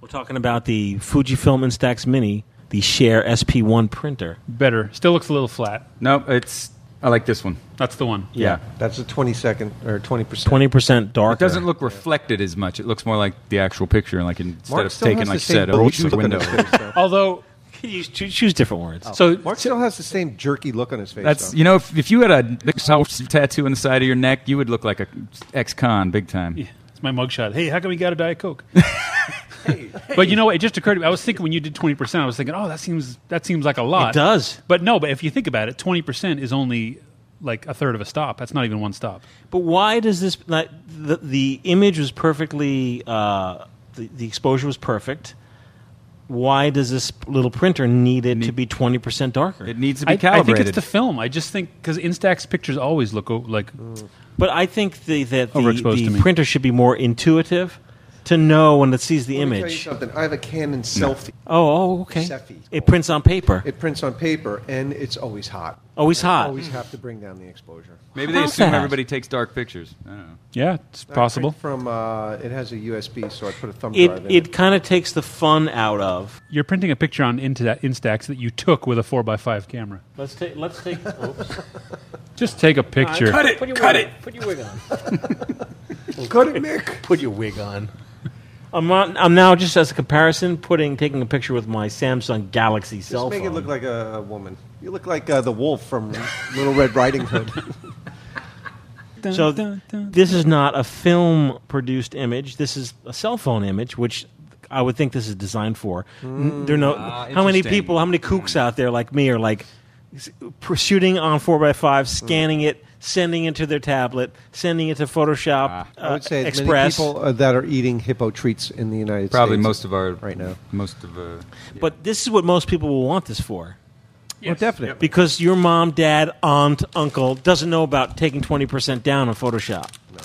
Speaker 1: We're talking about the Fujifilm Instax Mini, the Share SP1 printer.
Speaker 3: Better. Still looks a little flat.
Speaker 6: No, it's I like this one.
Speaker 3: That's the one.
Speaker 1: Yeah.
Speaker 8: That's a 20 second or 20%.
Speaker 1: Twenty percent
Speaker 6: It
Speaker 1: darker.
Speaker 6: doesn't look reflected as much. It looks more like the actual picture, like instead
Speaker 8: Mark
Speaker 6: of
Speaker 8: still
Speaker 6: taking
Speaker 8: has
Speaker 6: like
Speaker 8: the same
Speaker 6: set of
Speaker 8: bullshit
Speaker 6: like
Speaker 8: look on
Speaker 6: window.
Speaker 8: his face, though.
Speaker 3: Although
Speaker 1: you choose, choose different words.
Speaker 3: So
Speaker 8: Mark still has the same jerky look on his face.
Speaker 6: That's
Speaker 8: though.
Speaker 6: you know if, if you had a Nick's house tattoo on the side of your neck, you would look like a ex-con big time.
Speaker 3: It's my mugshot. Hey, how come you got a Diet Coke? But you know what? It just occurred to me. I was thinking when you did twenty percent, I was thinking, oh, that seems that seems like a lot.
Speaker 1: It does.
Speaker 3: But no. But if you think about it, twenty percent is only like a third of a stop. That's not even one stop.
Speaker 1: But why does this? Like, the, the image was perfectly. Uh, the, the exposure was perfect. Why does this little printer need it to be twenty percent darker?
Speaker 6: It needs to
Speaker 3: I,
Speaker 6: be
Speaker 3: I
Speaker 6: calibrated.
Speaker 3: think it's the film. I just think because Instax pictures always look o- like
Speaker 1: But I think the, that the,
Speaker 3: Overexposed to
Speaker 1: the
Speaker 3: me.
Speaker 1: printer should be more intuitive. to know when it sees the
Speaker 8: Let me tell you
Speaker 1: image.
Speaker 8: something. I have a Canon selfie.
Speaker 1: Oh, oh, okay.
Speaker 8: Sephi.
Speaker 1: It prints on paper.
Speaker 8: It prints on paper, and it's always hot.
Speaker 1: Always
Speaker 8: I
Speaker 1: hot.
Speaker 8: Always have to bring down the exposure.
Speaker 6: Maybe they assume everybody takes dark pictures. I don't know.
Speaker 3: Yeah, it's
Speaker 8: I print
Speaker 3: possible.
Speaker 8: From uh, it has a USB, so I put a thumb
Speaker 1: It
Speaker 8: drive in.
Speaker 1: it kind of takes the fun out of.
Speaker 3: You're printing a picture on Insta- Instax that you took with a 4x5 camera.
Speaker 1: Let's take let's take. Oops.
Speaker 3: Just take a picture.
Speaker 1: Cut it, Put your cut wig- it. put your wig on.
Speaker 8: Cut it, Mick.
Speaker 1: Put your wig on. I'm on, I'm now just as a comparison putting taking a picture with my Samsung Galaxy
Speaker 8: Just
Speaker 1: cell
Speaker 8: make
Speaker 1: phone.
Speaker 8: it look like a, a woman. You look like uh, the wolf from Little Red Riding Hood.
Speaker 1: so th- this is not a film produced image. This is a cell phone image, which I would think this is designed for. N-
Speaker 6: Mm.
Speaker 1: there are no
Speaker 6: Ah,
Speaker 1: how many
Speaker 6: interesting.
Speaker 1: people, how many kooks out there like me are like s- pr- shooting on four x five, scanning it, sending it to their tablet, sending it to Photoshop, uh,
Speaker 8: I would say as many
Speaker 1: Express.
Speaker 8: people uh, that are eating hippo treats in the United States.
Speaker 6: Probably most of our
Speaker 8: right now.
Speaker 6: Most of uh,
Speaker 1: But this is what most people will want this for.
Speaker 8: Yes. definitely. Yep.
Speaker 1: Because your mom, dad, aunt, uncle doesn't know about taking 20% down on Photoshop. No.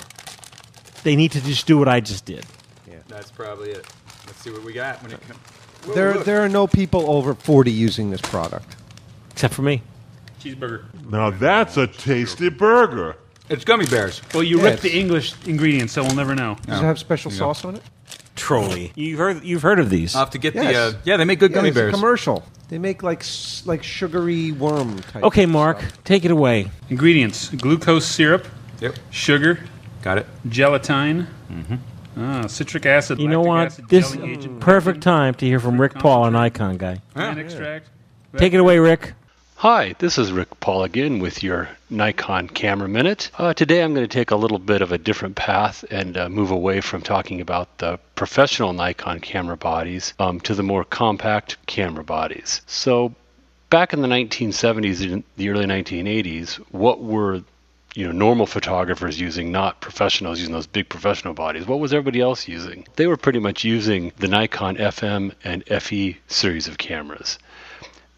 Speaker 1: They need to just do what I just did.
Speaker 6: That's probably it. Let's see what we got when it comes.
Speaker 8: There, there are no people over forty using this product.
Speaker 1: Except for me.
Speaker 6: Cheeseburger.
Speaker 13: Now that's a tasty burger.
Speaker 6: It's gummy bears.
Speaker 3: Well, you
Speaker 1: Yeah,
Speaker 3: ripped the English ingredients, so we'll never know.
Speaker 8: Does it have special sauce on it?
Speaker 1: Trolley. You've heard, you've heard of these.
Speaker 6: I'll have to get
Speaker 8: Yes.
Speaker 6: the. Uh, yeah, they make good
Speaker 8: Yeah,
Speaker 6: gummy
Speaker 8: it's a
Speaker 6: bears.
Speaker 8: commercial. They make like s- like sugary worm type.
Speaker 1: Okay, Mark, take it away.
Speaker 3: Ingredients glucose syrup,
Speaker 6: Yep.
Speaker 3: sugar,
Speaker 6: Got it.
Speaker 3: gelatine, ah, citric acid,
Speaker 1: You know
Speaker 3: lactic
Speaker 1: what?
Speaker 3: acid,
Speaker 1: This Mm.
Speaker 3: gelling agent,
Speaker 1: perfect time to hear from Rick Paul, an icon guy.
Speaker 3: plant extract.
Speaker 1: Take it away, Rick.
Speaker 14: Hi, this is Rick Paul again with your Nikon Camera Minute. Uh, today I'm going to take a little bit of a different path and uh, move away from talking about the professional Nikon camera bodies um, to the more compact camera bodies. So, back in the 1970s and the early 1980s, what were you know normal photographers using not professionals using those big professional bodies what was everybody else using they were pretty much using the nikon fm and fe series of cameras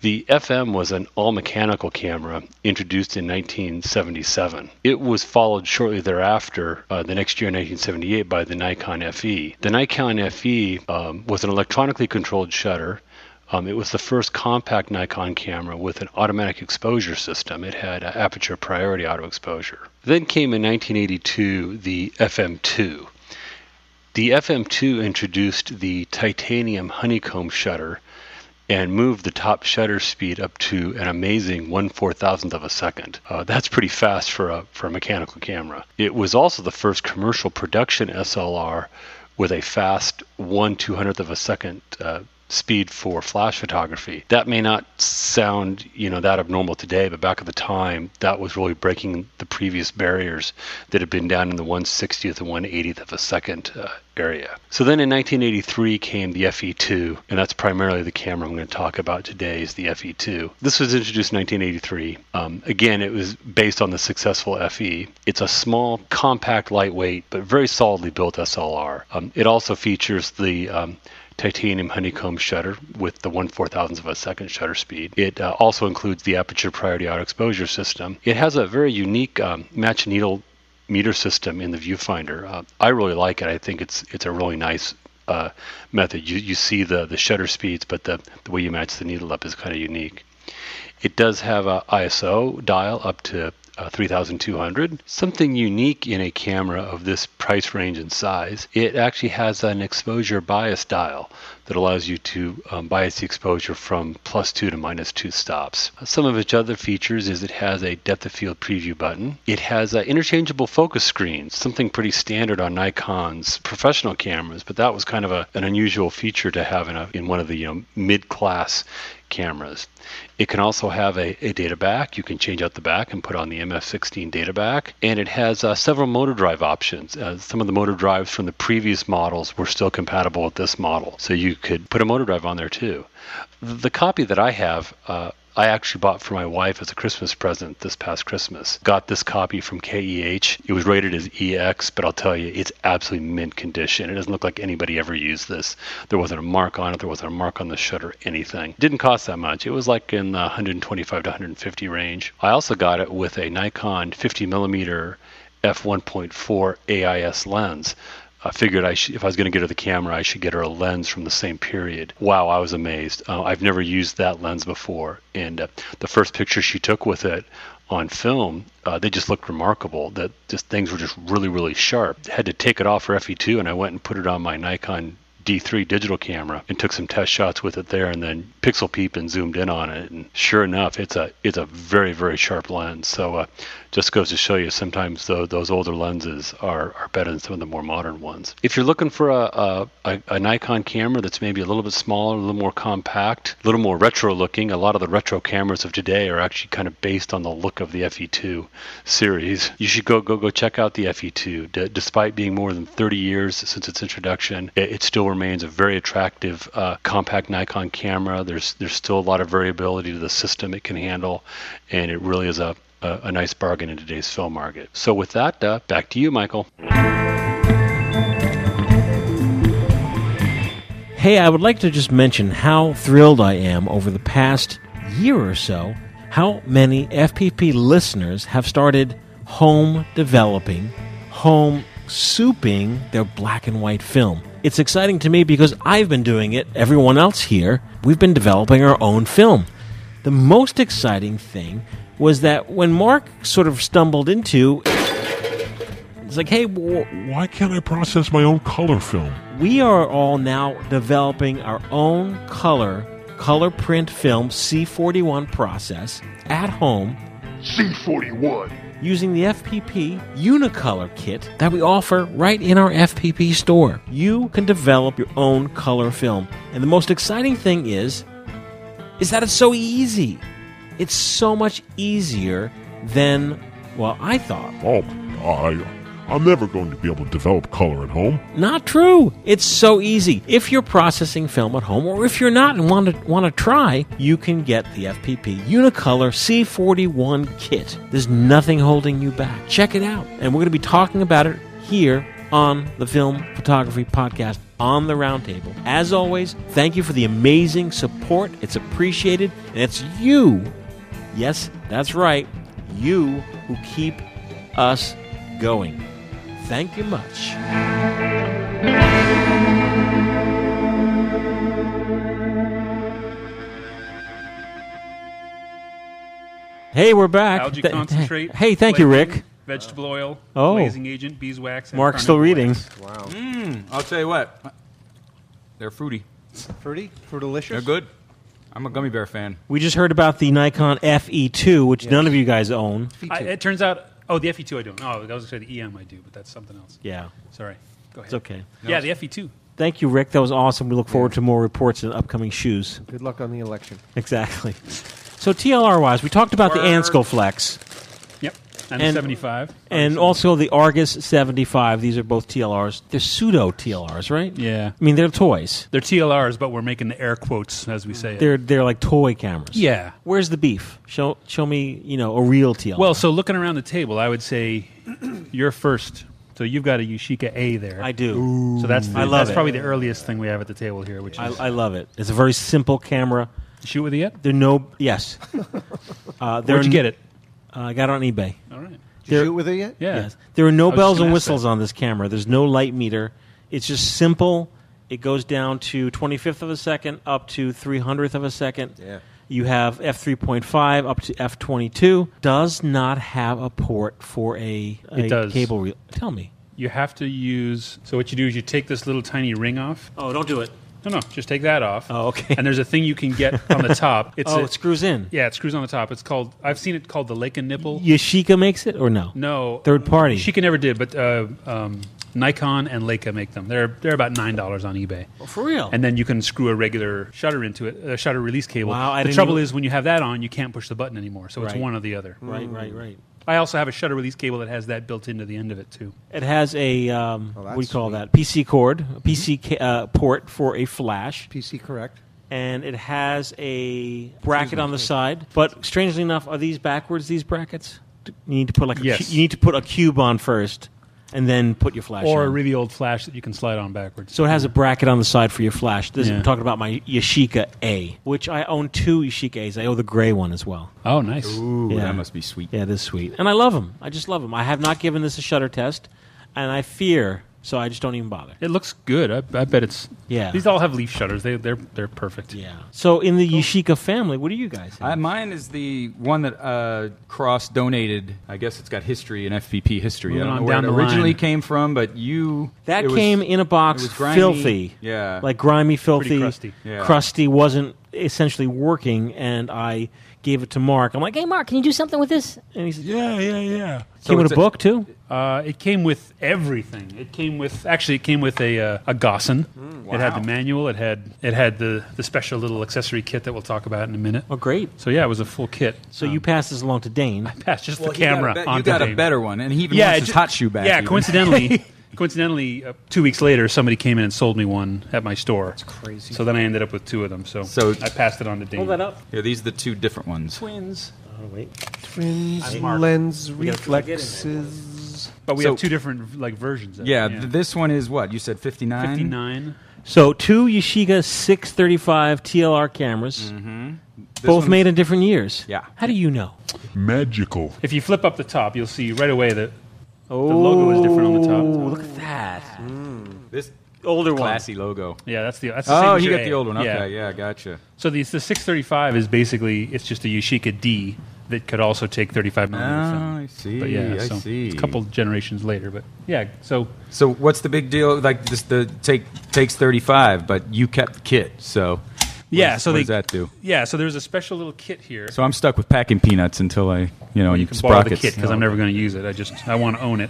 Speaker 14: the FM was an all mechanical camera introduced in 1977. It was followed shortly thereafter, uh, the next year in 1978, by the Nikon FE. The Nikon FE um, was an electronically controlled shutter. Um, it was the first compact Nikon camera with an automatic exposure system. It had uh, aperture priority auto exposure. Then came in 1982 the FM2. The FM2 introduced the titanium honeycomb shutter and moved the top shutter speed up to an amazing one four thousandth of a second. Uh, that's pretty fast for a for a mechanical camera. It was also the first commercial production SLR with a fast one two hundredth of a second. Uh, speed for flash photography that may not sound you know that abnormal today but back at the time that was really breaking the previous barriers that had been down in the 160th and 180th of a second uh, area so then in 1983 came the fe2 and that's primarily the camera i'm going to talk about today is the fe2 this was introduced in 1983 um, again it was based on the successful fe it's a small compact lightweight but very solidly built slr um, it also features the um, titanium honeycomb shutter with the 1 4000th of a second shutter speed. It uh, also includes the aperture priority auto exposure system. It has a very unique um, match needle meter system in the viewfinder. Uh, I really like it. I think it's it's a really nice uh, method. You you see the the shutter speeds, but the the way you match the needle up is kind of unique. It does have a ISO dial up to uh, 3200. Something unique in a camera of this price range and size, it actually has an exposure bias dial that allows you to um, bias the exposure from plus two to minus two stops. Some of its other features is it has a depth of field preview button. It has uh, interchangeable focus screens, something pretty standard on Nikon's professional cameras, but that was kind of a, an unusual feature to have in, a, in one of the you know, mid-class cameras. It can also have a, a data back. You can change out the back and put on the MF16 data back. And it has uh, several motor drive options. Uh, some of the motor drives from the previous models were still compatible with this model. So you could put a motor drive on there too. The copy that I have, uh, I actually bought for my wife as a Christmas present this past Christmas. Got this copy from KEH. It was rated as EX, E but I'll tell you, it's absolutely mint condition. It doesn't look like anybody ever used this. There wasn't a mark on it, there wasn't a mark on the shutter, anything. Didn't cost that much. It was like in the 125 to 150 range. I also got it with a Nikon 50 millimeter f1.4 AIS lens. I figured I should, if I was going to get her the camera, I should get her a lens from the same period. Wow, I was amazed. Uh, I've never used that lens before, and uh, the first picture she took with it on film, uh, they just looked remarkable. That just things were just really, really sharp. Had to take it off for FE2, and I went and put it on my Nikon D3 digital camera and took some test shots with it there, and then pixel peep and zoomed in on it. And sure enough, it's a it's a very, very sharp lens. So uh, just goes to show you sometimes though those older lenses are, are better than some of the more modern ones. If you're looking for a, a, a, a Nikon camera that's maybe a little bit smaller, a little more compact, a little more retro looking, a lot of the retro cameras of today are actually kind of based on the look of the FE2 series. You should go go go check out the FE2. D- despite being more than 30 years since its introduction, it, it still remains a very attractive uh, compact Nikon camera. There's there's still a lot of variability to the system it can handle, and it really is a a, a nice bargain in today's film market. So, with that, uh, back to you, Michael.
Speaker 1: Hey, I would like to just mention how thrilled I am over the past year or so how many FPP listeners have started home developing, home souping their black and white film. It's exciting to me because I've been doing it, everyone else here, we've been developing our own film. The most exciting thing was that when Mark sort of stumbled into it's like, hey, wh-
Speaker 13: why can't I process my own color film?
Speaker 1: we are all now developing our own color color print film C41 process at home
Speaker 9: C41.
Speaker 1: using the FPP Unicolor kit that we offer right in our FPP store. You can develop your own color film. And the most exciting thing is is that it's so easy. It's so much easier than well, I thought.
Speaker 13: Oh, I, I'm never going to be able to develop color at home.
Speaker 1: Not true. It's so easy. If you're processing film at home, or if you're not and want to want to try, you can get the FPP Unicolor C41 kit. There's nothing holding you back. Check it out, and we're going to be talking about it here on the Film Photography Podcast on the Roundtable. As always, thank you for the amazing support. It's appreciated, and it's you. Yes, that's right, you who keep us going. Thank you much. Hey, we're back.
Speaker 3: Algae
Speaker 1: Th-
Speaker 3: concentrate.
Speaker 1: Hey, thank you,
Speaker 3: flake,
Speaker 1: Rick.
Speaker 3: Vegetable oil.
Speaker 1: Oh.
Speaker 3: Glazing agent. Beeswax. and
Speaker 1: Mark's still
Speaker 3: carnauba
Speaker 1: reading.
Speaker 3: wax.
Speaker 8: Wow.
Speaker 6: Mm, I'll tell you what, they're fruity.
Speaker 8: Fruity? Fruitilicious?
Speaker 6: They're good. I'm a gummy bear fan.
Speaker 1: We just heard about the Nikon FE2, which none of you guys own.
Speaker 3: I, it turns out, oh, the FE2 I don't. Oh, I was going to say the EM I do, but that's something else.
Speaker 1: Yeah.
Speaker 3: Sorry. Go ahead.
Speaker 1: It's okay.
Speaker 3: Yeah, the E FE2.
Speaker 1: Thank you, Rick. That was awesome. We look forward to more reports and upcoming shoes.
Speaker 8: Good luck on the election.
Speaker 1: Exactly. So TLR wise, we talked about the Ansco Flex
Speaker 3: Yep. And, the 75.
Speaker 1: and also the Argus 75. These are both TLRs. They're pseudo TLRs, right?
Speaker 3: Yeah.
Speaker 1: I mean, they're toys.
Speaker 3: They're TLRs, but we're making the air quotes as we say it.
Speaker 1: They're they're like toy cameras.
Speaker 3: Yeah.
Speaker 1: Where's the beef? Show show me, you know, a real TLR.
Speaker 3: Well, so looking around the table, I would say you're first. So you've got a Yushika A there. I
Speaker 1: do.
Speaker 3: So that's the,
Speaker 1: I love
Speaker 3: that's
Speaker 1: it.
Speaker 3: probably the earliest thing we have at the table here, which
Speaker 1: I,
Speaker 3: is
Speaker 1: I love it. It's a very simple camera.
Speaker 3: Shoot with it yet?
Speaker 1: There are no yes. Uh, there
Speaker 3: Where'd
Speaker 1: are-
Speaker 3: you get it?
Speaker 1: Uh, I got it on eBay.
Speaker 3: All right. Did
Speaker 8: you shoot with it yet?
Speaker 3: Yeah.
Speaker 1: Yes. There are
Speaker 3: I
Speaker 1: no
Speaker 3: was
Speaker 1: bells
Speaker 3: just
Speaker 1: and
Speaker 3: gonna ask
Speaker 1: whistles on this camera. There's no light meter. It's just simple. It goes down to 25th of a second up to 300th of a second.
Speaker 8: Yeah.
Speaker 1: You have f3.5 up to f22. Does not have a port for a, a
Speaker 3: It does.
Speaker 1: cable reel. Tell me.
Speaker 3: You have to use. So what you do is you take this little tiny ring off.
Speaker 1: Oh, don't do it.
Speaker 3: No, no, just take that off.
Speaker 1: Oh, okay.
Speaker 3: And there's a thing you can get on the top.
Speaker 1: Oh,
Speaker 3: a-
Speaker 1: it screws in.
Speaker 3: Yeah, it screws on the top. It's called. I've seen it called the Leica nipple.
Speaker 1: Yashica makes it or no?
Speaker 3: No,
Speaker 1: Third party.
Speaker 3: She never did, but uh, um, Nikon and Leica make them. They're they're about nine dollars on eBay.
Speaker 1: Oh, for real?
Speaker 3: And then you can screw a regular shutter into it, a shutter release cable.
Speaker 1: Wow, I
Speaker 3: the
Speaker 1: didn't
Speaker 3: trouble
Speaker 1: even-
Speaker 3: is when you have that on, you can't push the button anymore. So it's
Speaker 1: Right.
Speaker 3: one or the other.
Speaker 1: Right, right, right.
Speaker 3: I also have a shutter release cable that has that built into the end of it too.
Speaker 1: It has a um, what do you call that? PC cord, a PC ca- uh, port for a flash.
Speaker 8: PC correct.
Speaker 1: And it has a bracket on the side. But strangely enough, are these backwards? These brackets? You need to put like a
Speaker 3: Yes.
Speaker 1: cu- you need to put a cube on first, and then put your flash.
Speaker 3: or a
Speaker 1: on.
Speaker 3: really old flash that you can slide on backwards.
Speaker 1: so it has a bracket on the side for your flash. This
Speaker 3: Yeah.
Speaker 1: I'm talking about my Yashica A, which I own two Yashica A's. I owe the gray one as well.
Speaker 3: Oh, nice.
Speaker 6: Ooh, that must be sweet.
Speaker 1: Yeah, it is sweet. And I love them. I just love them. I have not given this a shutter test, and I fear So I just don't even bother.
Speaker 3: It looks good. I, I bet it's
Speaker 1: Yeah.
Speaker 3: These all have leaf shutters. They they're they're perfect.
Speaker 1: Yeah. So in the Yashica family, what do you guys?
Speaker 6: I, mine is the one that uh, Cross donated. I guess it's got history and FPP history.
Speaker 1: Moving
Speaker 6: I don't
Speaker 1: on
Speaker 6: know where
Speaker 1: down
Speaker 6: it
Speaker 1: the
Speaker 6: originally
Speaker 1: line.
Speaker 6: came from, but you
Speaker 1: That
Speaker 6: it was-
Speaker 1: came in a box,
Speaker 6: it was grimy.
Speaker 1: filthy.
Speaker 6: Yeah,
Speaker 1: Like grimy, filthy.
Speaker 6: crusty. Yeah.
Speaker 1: crusty wasn't essentially working, and I gave it to Mark. I'm like,
Speaker 7: Hey, Mark, can you do something with this?
Speaker 1: And he said,
Speaker 3: Yeah, yeah, yeah.
Speaker 1: came with a book too.
Speaker 3: Uh, it came with everything. It came with actually it came with a uh, a Gossen. It had
Speaker 1: Mm, wow.
Speaker 3: the manual. It had it had the the special little accessory kit that we'll talk about in a minute.
Speaker 1: Oh, great!
Speaker 3: So yeah, it was a full kit.
Speaker 1: So you passed this along to Dane. I
Speaker 3: passed just
Speaker 6: Well,
Speaker 3: the
Speaker 6: he got a
Speaker 3: camera.
Speaker 6: bet- you
Speaker 3: onto
Speaker 6: got a
Speaker 3: Dave.
Speaker 6: better one, and he even wants
Speaker 3: it
Speaker 6: his hot shoe back
Speaker 3: Yeah,
Speaker 6: even.
Speaker 3: coincidentally, coincidentally, uh, two weeks later, somebody came in and sold me one at my store. That's crazy. So then I ended up with two of them. So,
Speaker 6: So-
Speaker 3: I passed it on to Dane.
Speaker 1: Hold that up.
Speaker 6: Yeah, these are the two different ones.
Speaker 1: Twins. Oh wait.
Speaker 8: Twins,
Speaker 3: I marked.
Speaker 8: lens,
Speaker 3: We gotta put it in there.
Speaker 8: reflexes.
Speaker 3: But we
Speaker 6: So-
Speaker 3: have two different like versions. Of
Speaker 6: Yeah,
Speaker 3: it.
Speaker 6: th- this one is what you said, fifty nine.
Speaker 3: 59.
Speaker 1: So two Yashica 635 TLR cameras, both
Speaker 3: one's-
Speaker 1: made in different years.
Speaker 6: Yeah.
Speaker 1: How do you know?
Speaker 13: Magical.
Speaker 3: If you flip up the top, you'll see right away that the logo is different on the top.
Speaker 1: Oh, look at that.
Speaker 3: Mm.
Speaker 6: This
Speaker 1: older
Speaker 6: classy logo.
Speaker 3: Yeah, that's the. That's the
Speaker 6: oh,
Speaker 3: same as
Speaker 6: he
Speaker 3: your
Speaker 6: got
Speaker 3: A.
Speaker 6: the old one. Okay,
Speaker 3: Yeah.
Speaker 6: yeah, gotcha.
Speaker 3: So the, the 635 is basically it's just a Yashica D that could also take 35 millimeter film.
Speaker 6: Oh, I see,
Speaker 3: But yeah,
Speaker 6: I
Speaker 3: so
Speaker 6: see.
Speaker 3: It's a couple generations later, but yeah. So
Speaker 6: So what's the big deal? Like this, the take takes thirty five, but you kept the kit. So what
Speaker 3: yeah,
Speaker 6: does-
Speaker 3: so
Speaker 6: what
Speaker 3: they,
Speaker 6: does that do?
Speaker 3: Yeah, so there's a special little kit here.
Speaker 6: So I'm stuck with packing peanuts until I, you know,
Speaker 3: Well,
Speaker 6: you
Speaker 3: you can borrow the kit because
Speaker 6: Oh.
Speaker 3: I'm never going to use it. I just I want to own it.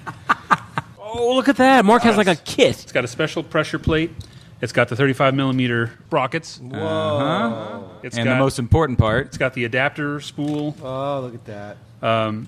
Speaker 1: Oh, look at that. Mark has like a kit.
Speaker 3: It's got a special pressure plate. It's got the 35 millimeter sprockets. Whoa! It's
Speaker 6: And
Speaker 3: got,
Speaker 6: the most important part,
Speaker 3: It's got the adapter spool.
Speaker 8: Oh, look at that.
Speaker 3: Um,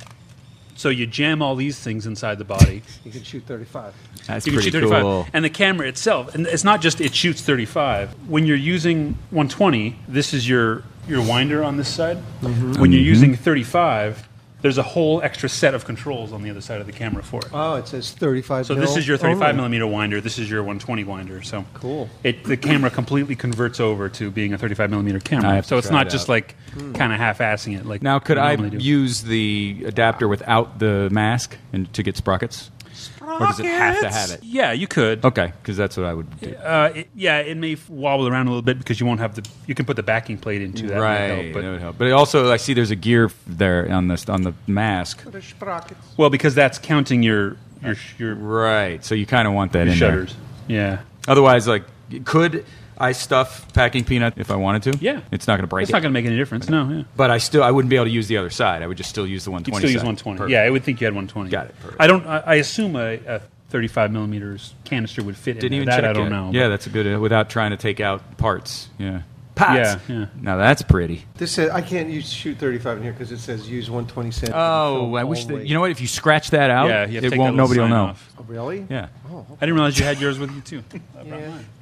Speaker 3: so you jam all these things inside the body.
Speaker 8: You can shoot 35.
Speaker 6: That's
Speaker 3: you can
Speaker 6: pretty
Speaker 3: shoot 35.
Speaker 6: cool.
Speaker 3: And the camera itself, and it's not just it shoots 35. When you're using 120, this is your your winder on this side. When you're
Speaker 6: Mhm.
Speaker 3: using 35, there's a whole extra set of controls on the other side of the camera for it.
Speaker 8: Oh, it says 35
Speaker 3: So this
Speaker 8: mil
Speaker 3: is your 35
Speaker 8: only.
Speaker 3: millimeter winder. This is your 120 winder. So
Speaker 8: Cool.
Speaker 3: It the camera completely converts over to being a 35 millimeter
Speaker 6: I
Speaker 3: camera.
Speaker 6: have to
Speaker 3: So it's
Speaker 6: try
Speaker 3: not
Speaker 6: it
Speaker 3: just
Speaker 6: out.
Speaker 3: like kind of half-assing it. Like
Speaker 6: Now, could
Speaker 3: we
Speaker 6: I
Speaker 3: normally do.
Speaker 6: use the adapter without the mask and to get sprockets? Or does it have to have it?
Speaker 3: Yeah, you could.
Speaker 6: Okay, because that's what I would do.
Speaker 3: Uh, it, yeah, it may f- wobble around a little bit because you won't have the. You can put the backing plate into that.
Speaker 6: right,
Speaker 3: and it'll help,
Speaker 6: that would help. But it also, I see there's a gear f- there on this on the mask.
Speaker 3: but well, because that's counting your your your
Speaker 6: right. So you kind of want that
Speaker 3: your
Speaker 6: in
Speaker 3: shutters.
Speaker 6: there. Yeah. Otherwise, like, could I stuff packing peanut if I wanted to? Yeah. It's not going to break.
Speaker 3: It's
Speaker 6: it.
Speaker 3: not going to make any difference. No. Yeah.
Speaker 6: But I still, I wouldn't be able to use the other side. I would just still use the
Speaker 3: You'd
Speaker 6: 120.
Speaker 3: still use
Speaker 6: side.
Speaker 3: 120.
Speaker 6: Perfect.
Speaker 3: Yeah, I would think you had 120.
Speaker 6: Got it. Perfect.
Speaker 3: I don't. I, I assume a, a 35 millimeters canister would fit. in
Speaker 6: Didn't even
Speaker 3: there.
Speaker 6: check
Speaker 3: that. I don't
Speaker 6: it.
Speaker 3: know.
Speaker 6: Yeah, that's a good. uh, Without trying to take out parts. Yeah. Pots.
Speaker 3: Yeah, yeah.
Speaker 6: Now that's pretty.
Speaker 8: This says I can't use shoot 35 in here because it says use 120 cent.
Speaker 6: Oh, I wish that. You know what? If you scratch that out,
Speaker 3: Yeah, you have to
Speaker 6: it
Speaker 3: take
Speaker 6: won't.
Speaker 3: that little
Speaker 6: Nobody will
Speaker 3: sign
Speaker 6: know.
Speaker 3: off.
Speaker 8: Oh, really?
Speaker 6: Yeah.
Speaker 3: I didn't realize you had yours with you too.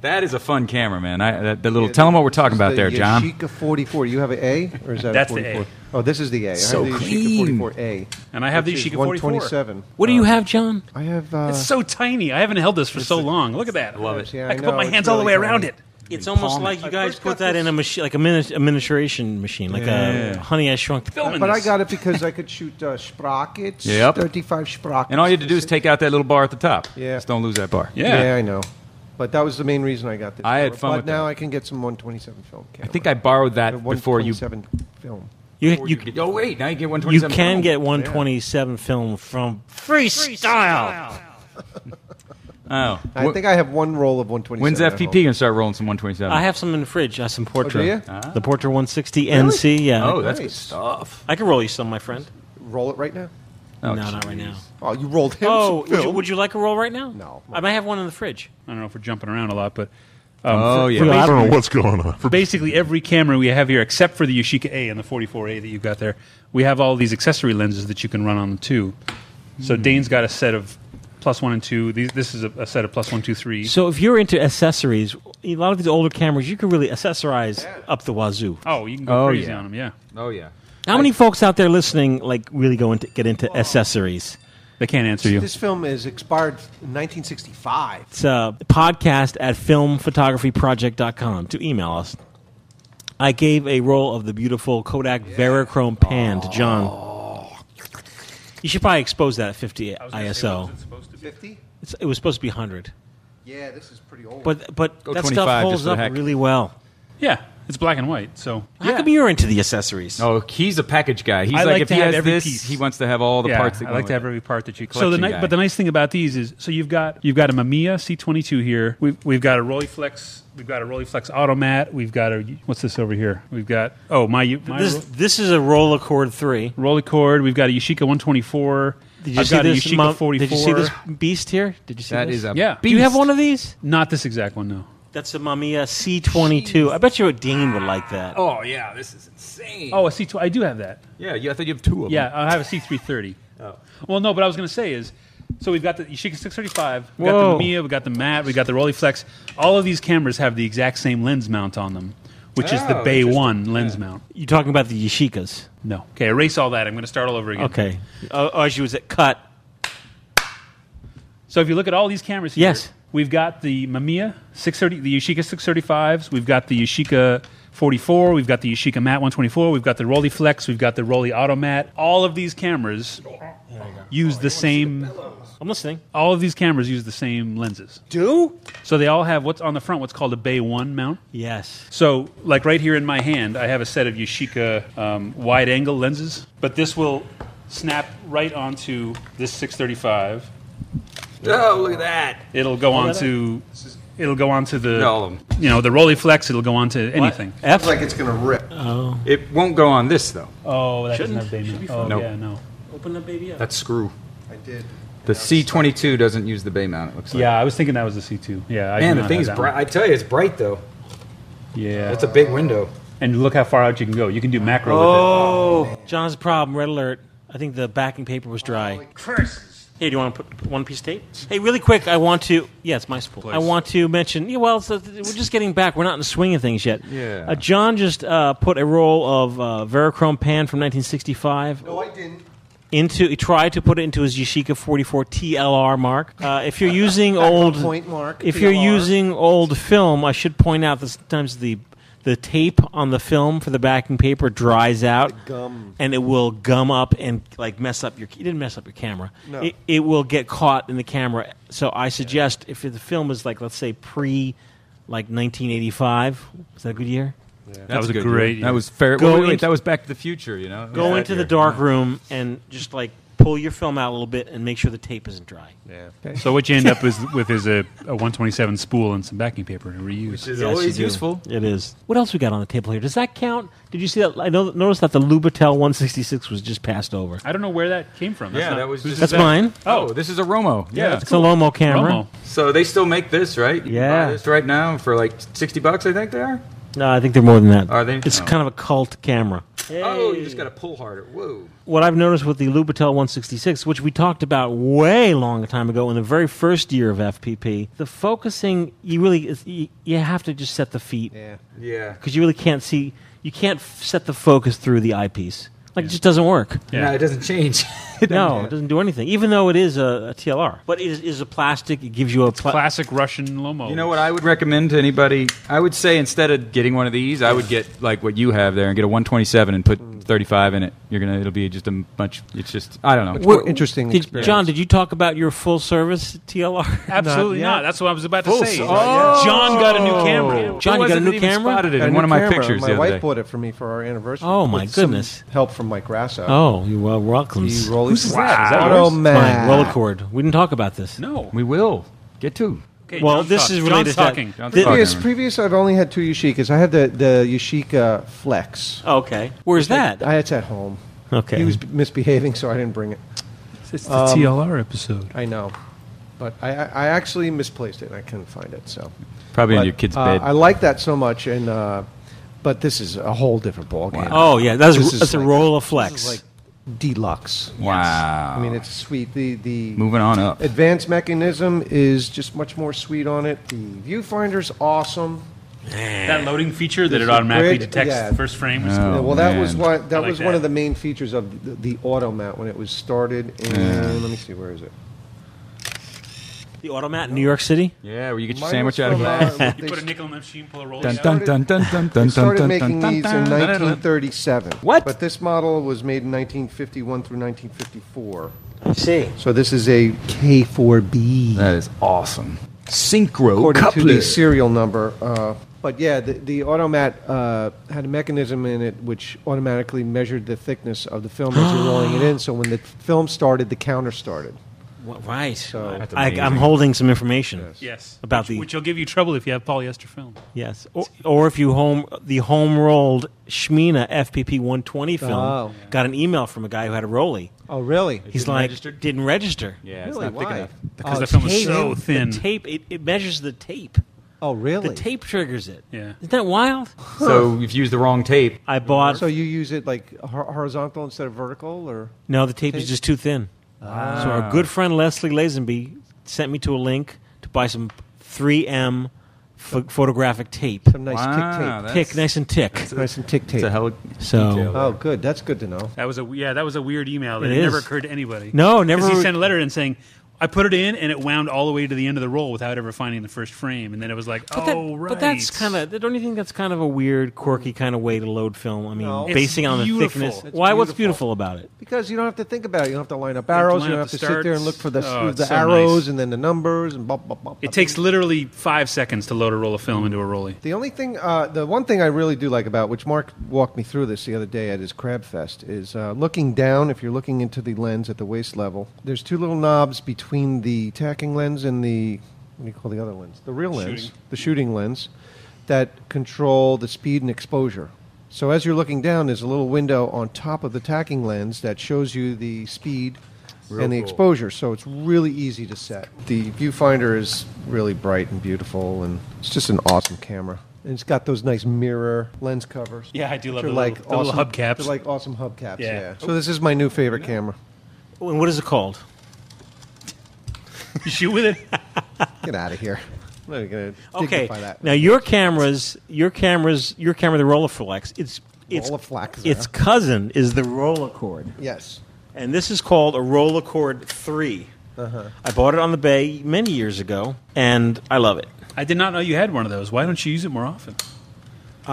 Speaker 6: That is a fun camera, man. I, that, that little. tell them what we're talking about there, John.
Speaker 8: Yashica 44. You have an A, or is that
Speaker 3: That's
Speaker 8: a
Speaker 3: the
Speaker 8: 44?
Speaker 3: A.
Speaker 8: Oh, this is the A. I have
Speaker 3: So
Speaker 8: the Yashica
Speaker 3: clean.
Speaker 8: 44A,
Speaker 3: And I have the
Speaker 8: which is
Speaker 3: Yashica 44.
Speaker 8: 127.
Speaker 1: What do you have, John?
Speaker 8: I have. Uh,
Speaker 3: it's so tiny. I haven't held this for so long. Look at that. I love
Speaker 8: it. Yeah,
Speaker 3: I,
Speaker 8: I
Speaker 3: can
Speaker 8: know,
Speaker 3: put my
Speaker 8: it's
Speaker 3: hands all the
Speaker 8: really
Speaker 3: way around
Speaker 8: tiny.
Speaker 3: it.
Speaker 1: It's almost like you guys put that in a machine, like a, mini- a miniaturation machine, like
Speaker 6: Yeah.
Speaker 1: a Honey I Shrunk the
Speaker 8: Uh, but I got it because I could shoot uh, sprockets.
Speaker 6: Yep.
Speaker 8: 35 sprockets.
Speaker 6: And all you had to do is take out that little bar at the top.
Speaker 8: Yeah.
Speaker 6: Just don't lose that bar.
Speaker 8: Yeah. I know. But that was the main reason I got this.
Speaker 6: I had
Speaker 8: camera.
Speaker 6: fun
Speaker 8: But
Speaker 6: with
Speaker 8: now I can get some 127 film camera.
Speaker 6: I think I borrowed that before you.
Speaker 8: 127 film.
Speaker 1: You,
Speaker 6: before
Speaker 1: you,
Speaker 6: get- oh wait, now you get
Speaker 1: you
Speaker 6: 127.
Speaker 1: can get
Speaker 6: Yeah.
Speaker 1: 127 film from Freestyle.
Speaker 6: Oh.
Speaker 8: I think I have one roll of 127.
Speaker 6: When's
Speaker 8: at
Speaker 6: FPP
Speaker 8: home.
Speaker 6: gonna start rolling some 127?
Speaker 1: I have some in the fridge. I have some Portra.
Speaker 8: Oh, do you?
Speaker 1: The Portra 160
Speaker 8: Really?
Speaker 1: NC. Yeah.
Speaker 6: Oh, that's
Speaker 8: Nice.
Speaker 6: good stuff.
Speaker 1: I can roll you some, my friend.
Speaker 8: Roll it right now.
Speaker 6: Oh,
Speaker 1: no, not right now.
Speaker 8: Oh, you rolled him.
Speaker 1: Oh,
Speaker 8: some
Speaker 1: would you,
Speaker 8: film.
Speaker 1: would you like a roll right now?
Speaker 8: No.
Speaker 1: I might have one in the fridge.
Speaker 3: I don't know if we're jumping around a lot, but um,
Speaker 6: Oh,
Speaker 3: for-
Speaker 6: yeah.
Speaker 3: for
Speaker 13: I don't
Speaker 3: basically-
Speaker 13: know what's going on.
Speaker 3: for basically every camera we have here, except for the Yashica A and the 44A that you've got there, we have all these accessory lenses that you can run on them too. So Dane's got a set of plus one and two. These, this is a, a set of plus one, two, three.
Speaker 1: So if you're into accessories, a lot of these older cameras, you can really accessorize up the wazoo.
Speaker 3: oh, you can go
Speaker 6: Oh,
Speaker 3: crazy
Speaker 6: yeah.
Speaker 3: on them, yeah.
Speaker 6: Oh yeah.
Speaker 1: How many folks out there listening like really go into get into accessories?
Speaker 3: They can't answer you.
Speaker 8: This film is expired in 1965.
Speaker 1: It's uh, podcast at filmphotographyproject.com to email us. I gave a roll of the beautiful Kodak Verichrome pan to
Speaker 3: Oh.
Speaker 1: John. You should probably expose that at 50 ISO.
Speaker 8: 50?
Speaker 1: It's, it was supposed to be 100.
Speaker 8: Yeah, this is pretty old.
Speaker 1: But but that stuff holds up really well.
Speaker 3: Yeah, it's black and white. So
Speaker 1: How come you're into the accessories?
Speaker 6: Oh, he's a package guy. He's
Speaker 3: I
Speaker 6: like,
Speaker 3: like
Speaker 6: if
Speaker 3: to
Speaker 6: he
Speaker 3: have
Speaker 6: has
Speaker 3: every
Speaker 6: this,
Speaker 3: piece.
Speaker 6: he wants to have all the
Speaker 3: Yeah,
Speaker 6: parts. That
Speaker 3: I like to have
Speaker 6: every part that you
Speaker 3: So the ni- but the nice thing about these is so you've got you've got a Mamiya C22 here. We've we've got a Rolleiflex. We've got a Rolleiflex Automat. We've got a what's this over here? We've got oh my, my
Speaker 1: This- this is a Roller Chord three.
Speaker 3: Roller Chord. We've got a Yashica 124.
Speaker 1: Did you
Speaker 3: I've
Speaker 1: see
Speaker 3: got a
Speaker 1: this
Speaker 3: Yashica
Speaker 1: mom-
Speaker 3: 44.
Speaker 1: Did you see this beast here? Did you see
Speaker 3: That
Speaker 1: this?
Speaker 3: is a Yeah.
Speaker 1: Do you have
Speaker 3: beast.
Speaker 1: one of these?
Speaker 3: Not this exact one, no.
Speaker 1: That's a Mamiya C22. I bet you a Dean would like that.
Speaker 6: Oh yeah, this is insane.
Speaker 3: Oh, a C2. I do have that.
Speaker 6: Yeah, you, I think you have two of
Speaker 3: Yeah,
Speaker 6: them.
Speaker 3: I have a C330.
Speaker 6: Oh.
Speaker 3: Well, no, but I was going to say is, so we've got the Yashica 635, we've
Speaker 6: Whoa.
Speaker 3: got the Mamiya, we've got the Matt, we've got the Rolleiflex. All of these cameras have the exact same lens mount on them, which is the
Speaker 1: Oh,
Speaker 3: Bay
Speaker 1: interesting.
Speaker 3: 1 lens mount.
Speaker 1: You're talking about the Yashikas.
Speaker 3: No. Okay, erase all that. I'm going to start all over again.
Speaker 1: Okay. Oh, oh, she was at cut.
Speaker 3: So if you look at all these cameras here,
Speaker 1: Yes.
Speaker 3: we've got the Mamiya 630, the Yashica 635s, we've got the Yashica 44, we've got the Yashica Mat 124, we've got the Rolleiflex, we've got the Rolly Automat. All of these cameras use the same.
Speaker 1: I'm listening.
Speaker 3: All of these cameras use the same lenses.
Speaker 1: Do?
Speaker 3: So they all have what's on the front, what's called a Bay 1 mount.
Speaker 1: Yes.
Speaker 3: So, like right here in my hand, I have a set of Yashica um, wide angle lenses, but this will snap right onto this 635.
Speaker 6: Oh, look at that.
Speaker 3: It'll go
Speaker 6: Hold
Speaker 3: on
Speaker 6: that
Speaker 3: to it'll go on to the
Speaker 6: All of
Speaker 3: you know the Rolleiflex. It'll go on to anything.
Speaker 6: Sounds like it's
Speaker 8: going to rip.
Speaker 6: Oh. It won't go on this though.
Speaker 3: Oh, that
Speaker 1: Shouldn't-
Speaker 3: doesn't have Bay
Speaker 1: should be
Speaker 3: mount.
Speaker 1: fine.
Speaker 3: Oh,
Speaker 6: Nope.
Speaker 3: yeah, no.
Speaker 1: Open the baby up.
Speaker 6: That's screw.
Speaker 8: I did.
Speaker 6: The C twenty two doesn't use the bay mount. It looks like.
Speaker 3: Yeah, I was thinking that was the C two. Yeah, I do
Speaker 6: Man,
Speaker 3: not
Speaker 6: the thing's
Speaker 3: have that
Speaker 6: bright.
Speaker 3: one.
Speaker 6: I tell you, it's bright though.
Speaker 3: Yeah,
Speaker 6: That's a big window.
Speaker 3: And look how far out you can go. You can do macro
Speaker 1: Oh, John's problem. Red alert. I think the backing paper was dry.
Speaker 3: curses.
Speaker 1: Hey, do you want to put one piece tape? Hey, really quick, I want to. Yeah, it's my spool. I want to mention. Yeah, well, so th- we're just getting back. We're not in the swing of things yet.
Speaker 6: Yeah.
Speaker 1: Uh, John just uh, put a roll of uh, Verichrome pan from 1965. No, I didn't. Into he tried to put it into his Yashica 44 TLR mark. Uh, if you're using old
Speaker 8: point mark,
Speaker 1: if you're
Speaker 8: TLR.
Speaker 1: using old film, I should point out that sometimes the the tape on the film for the backing paper dries out,
Speaker 8: gum.
Speaker 1: and it will gum up and like mess up your. You didn't mess up your camera.
Speaker 8: No.
Speaker 1: It, it will get caught in the camera. So I suggest if the film is like let's say pre, like 1985. Is that a good year?
Speaker 6: That
Speaker 3: was a great year.
Speaker 6: That was fair.
Speaker 1: Go
Speaker 6: Wait, wait,
Speaker 1: into-
Speaker 6: that was Back to the Future. You know.
Speaker 1: Go into the dark room and just like pull your film out a little bit and make sure the tape isn't dry.
Speaker 6: Yeah.
Speaker 3: with it. So what you end up with, with is a, a 127 spool and some backing paper to reuse. Which
Speaker 1: Yes, you do. It is. What else we got on the table here? Does that count? Did you see that? I know, noticed that the Lubitel 166 was just passed over.
Speaker 3: I don't know where that came from. That's
Speaker 6: yeah,
Speaker 3: not-
Speaker 6: that was.
Speaker 3: who's
Speaker 6: Just
Speaker 1: That's
Speaker 6: that-
Speaker 1: mine.
Speaker 6: Oh, this is a Romo. Yeah,
Speaker 1: it's a Lomo camera.
Speaker 6: So they still make this, right? You yeah. Can buy this right now for like sixty bucks, I think they are.
Speaker 1: No, I think they're more than that.
Speaker 6: Are they?
Speaker 1: It's
Speaker 6: Oh.
Speaker 1: kind of a cult camera.
Speaker 6: Oh, you just got to pull harder. Whoa.
Speaker 1: What I've noticed with the Lubitel 166, which we talked about way long time ago in the very first year of FPP, the focusing you really is- you, you have to just set the feet. Yeah.
Speaker 6: Yeah.
Speaker 1: Because you really can't see. You can't f- set the focus through the eyepiece. Like it just doesn't work.
Speaker 6: No, it doesn't change.
Speaker 1: no, it doesn't do anything. Even though it is a, a TLR, but it is, is a plastic. It gives you a pla-
Speaker 3: classic Russian Lomo.
Speaker 6: You know what I would recommend to anybody? I would say instead of getting one of these, I would get like what you have there and get a 127 and put 35 in it. You're gonna it'll be just a much. It's just I don't know.
Speaker 1: Wh- did- John, did you talk about your full service TLR?
Speaker 3: Absolutely not. That's what I was about to
Speaker 1: Full
Speaker 3: say.
Speaker 1: service. Oh.
Speaker 3: John got a new camera.
Speaker 1: John, you got a new camera?
Speaker 8: Got a new camera. My wife bought it for me for our anniversary.
Speaker 1: Oh, my
Speaker 8: with some
Speaker 1: goodness.
Speaker 8: help from Mike Grasso.
Speaker 1: Oh, you're well welcome.
Speaker 8: The Rolly- Whose is
Speaker 1: wow.
Speaker 8: that? Is that yours? Automat.
Speaker 1: Mine, roller cord. We didn't talk about this.
Speaker 3: No,
Speaker 6: we will get to.
Speaker 3: Okay,
Speaker 1: well,
Speaker 3: John's
Speaker 1: this
Speaker 3: talking.
Speaker 1: is related
Speaker 3: John's
Speaker 1: to
Speaker 3: talking.
Speaker 1: that.
Speaker 3: John's
Speaker 1: Thi-
Speaker 8: Previous, previous, I've only had two Yashicas. I had the, the Yashica Flex.
Speaker 1: Oh, Okay, where's that?
Speaker 8: I, it's at home.
Speaker 1: Okay.
Speaker 8: He was b- misbehaving, so I didn't bring it. Um,
Speaker 3: It's
Speaker 1: the TLR episode.
Speaker 8: I know. But I, I I actually misplaced it and I couldn't find it. So
Speaker 6: Probably in
Speaker 8: But,
Speaker 6: your kid's
Speaker 8: uh,
Speaker 6: bed.
Speaker 8: I like that so much, and uh, but this is a whole different ballgame.
Speaker 1: Oh yeah, that's
Speaker 8: This is
Speaker 1: that's a
Speaker 8: like-
Speaker 1: roll of flex.
Speaker 8: This is like deluxe.
Speaker 6: Wow.
Speaker 8: I mean, it's sweet. The the
Speaker 6: Moving on up.
Speaker 8: Advanced mechanism is just much more sweet on it. The viewfinder's awesome.
Speaker 3: That loading feature that
Speaker 8: There's
Speaker 3: it
Speaker 8: a
Speaker 3: automatically
Speaker 8: grid-
Speaker 3: detects
Speaker 8: yeah.
Speaker 3: the first frame. is
Speaker 8: Yeah,
Speaker 6: Oh,
Speaker 3: cool.
Speaker 8: well, that was
Speaker 3: man.
Speaker 8: one.
Speaker 3: I
Speaker 8: That
Speaker 3: like
Speaker 8: was one of
Speaker 3: that.
Speaker 8: the main features of the, the automat when it was started. And let me see, where is it?
Speaker 1: the automat in New York City.
Speaker 6: Yeah, where you get your
Speaker 8: Mine
Speaker 6: sandwich
Speaker 8: was
Speaker 6: out of
Speaker 8: from, uh,
Speaker 6: that.
Speaker 8: they
Speaker 3: Put a nickel in the machine, pull a roll.
Speaker 6: Dun,
Speaker 3: out.
Speaker 6: dun, dun, dun, dun, dun,
Speaker 8: They started
Speaker 6: dun,
Speaker 8: making
Speaker 6: dun,
Speaker 8: these in
Speaker 6: dun, dun, dun, dun.
Speaker 8: 1937.
Speaker 6: What?
Speaker 8: But this model was made in 1951 through 1954.
Speaker 2: see.
Speaker 8: So this is a K4B. That
Speaker 6: is awesome. Synchro
Speaker 8: According to
Speaker 6: coupler.
Speaker 8: the serial number. Uh, but yeah, the, the automat uh, had a mechanism in it which automatically measured the thickness of the film as you're rolling it in. So when the film started, the counter started.
Speaker 1: right.
Speaker 8: So
Speaker 1: I, I'm holding some information.
Speaker 3: Yes.
Speaker 1: About
Speaker 3: which,
Speaker 1: the
Speaker 3: which will give you trouble if you have polyester film.
Speaker 1: yes, or, or if you home the home rolled Shmina FPP 120 film
Speaker 3: Oh.
Speaker 1: got an email from a guy who had a rollie.
Speaker 8: Oh, really?
Speaker 1: He's
Speaker 6: didn't
Speaker 1: like
Speaker 6: register?
Speaker 1: didn't register.
Speaker 6: Yeah, it's Really? not thick Why? enough.
Speaker 3: Because the film is so thin.
Speaker 1: Oh, The tape it, it measures the tape.
Speaker 8: Oh, really?
Speaker 1: The tape triggers it.
Speaker 3: Yeah.
Speaker 1: Isn't that wild?
Speaker 6: So you've used the wrong tape.
Speaker 1: I bought.
Speaker 8: So you use it like hor- horizontal instead of vertical, or
Speaker 1: No, the tape, is just too thin.
Speaker 8: Ah.
Speaker 1: So our good friend Leslie Lazenby sent me to a link to buy some 3M ph- photographic tape. Some
Speaker 8: nice tick Wow, tape. Ah, that's-
Speaker 1: Tick, nice and tick.
Speaker 8: That's a- Nice and tick
Speaker 1: it's
Speaker 8: tape.
Speaker 1: a hell- So- detail
Speaker 8: oh, good. That's good to know.
Speaker 3: That was a yeah. That was a weird email that
Speaker 1: It
Speaker 3: it never
Speaker 1: is.
Speaker 3: occurred to anybody.
Speaker 1: No,
Speaker 3: 'Cause
Speaker 1: never-
Speaker 3: He sent a letter in saying, "I put it in, and it wound all the way to the end of the roll without ever finding the first frame." And then it was like,
Speaker 1: But, that-
Speaker 3: "Oh, right."
Speaker 1: but that's kind of. Don't you think that's kind of a weird, quirky kind of way to load film? I mean,
Speaker 8: Mm. No. It's
Speaker 1: basing on the
Speaker 8: beautiful.
Speaker 1: thickness.
Speaker 8: It's
Speaker 1: Why? What's beautiful about it?
Speaker 8: Because you don't have to think about it. You don't have to line up
Speaker 3: have to
Speaker 8: arrows.
Speaker 3: line
Speaker 8: You don't have
Speaker 3: up
Speaker 8: to
Speaker 3: the
Speaker 8: sit there and
Speaker 3: starts.
Speaker 8: look for the,
Speaker 3: Oh, it's
Speaker 8: the
Speaker 3: so
Speaker 8: arrows
Speaker 3: nice.
Speaker 8: and then the numbers and blah, blah, blah.
Speaker 3: It takes literally five seconds to load a roll of film into a rollie.
Speaker 8: The only thing, uh, the one thing I really do like about, which Mark walked me through this the other day at his Crab Fest, is uh, looking down. If you're looking into the lens at the waist level, there's two little knobs between the tacking lens and the what do you call the other lens? The real lens,
Speaker 2: Shooting.
Speaker 8: the shooting lens, that control the speed and exposure. So as you're looking down, there's a little window on top of the tacking lens that shows you the speed
Speaker 2: Real
Speaker 8: and the
Speaker 2: cool.
Speaker 8: exposure. So it's really easy to set. The viewfinder is really bright and beautiful, and it's just an awesome camera. And it's got those nice mirror lens covers.
Speaker 3: Yeah, I do
Speaker 8: which
Speaker 3: love
Speaker 8: are
Speaker 3: the little-
Speaker 8: like
Speaker 3: the little
Speaker 8: awesome-
Speaker 3: hubcaps.
Speaker 8: They're like awesome hubcaps.
Speaker 3: Yeah.
Speaker 8: Yeah. So this is my new favorite camera.
Speaker 1: And what is it called?
Speaker 3: You shoot with it.
Speaker 8: Get out of here. I'm not even gonna
Speaker 1: Okay.
Speaker 8: dignify that.
Speaker 1: Now your cameras, your cameras, your camera, the Rolleiflex. It's it's Its
Speaker 8: Rolleiflex, yeah.
Speaker 1: cousin is the Rolleicord.
Speaker 8: Yes.
Speaker 1: And this is called a Rolleicord three.
Speaker 8: Uh-huh.
Speaker 1: I bought it on the Bay many years ago, and I love it.
Speaker 3: I did not know you had one of those. Why don't you use it more often?
Speaker 1: Uh,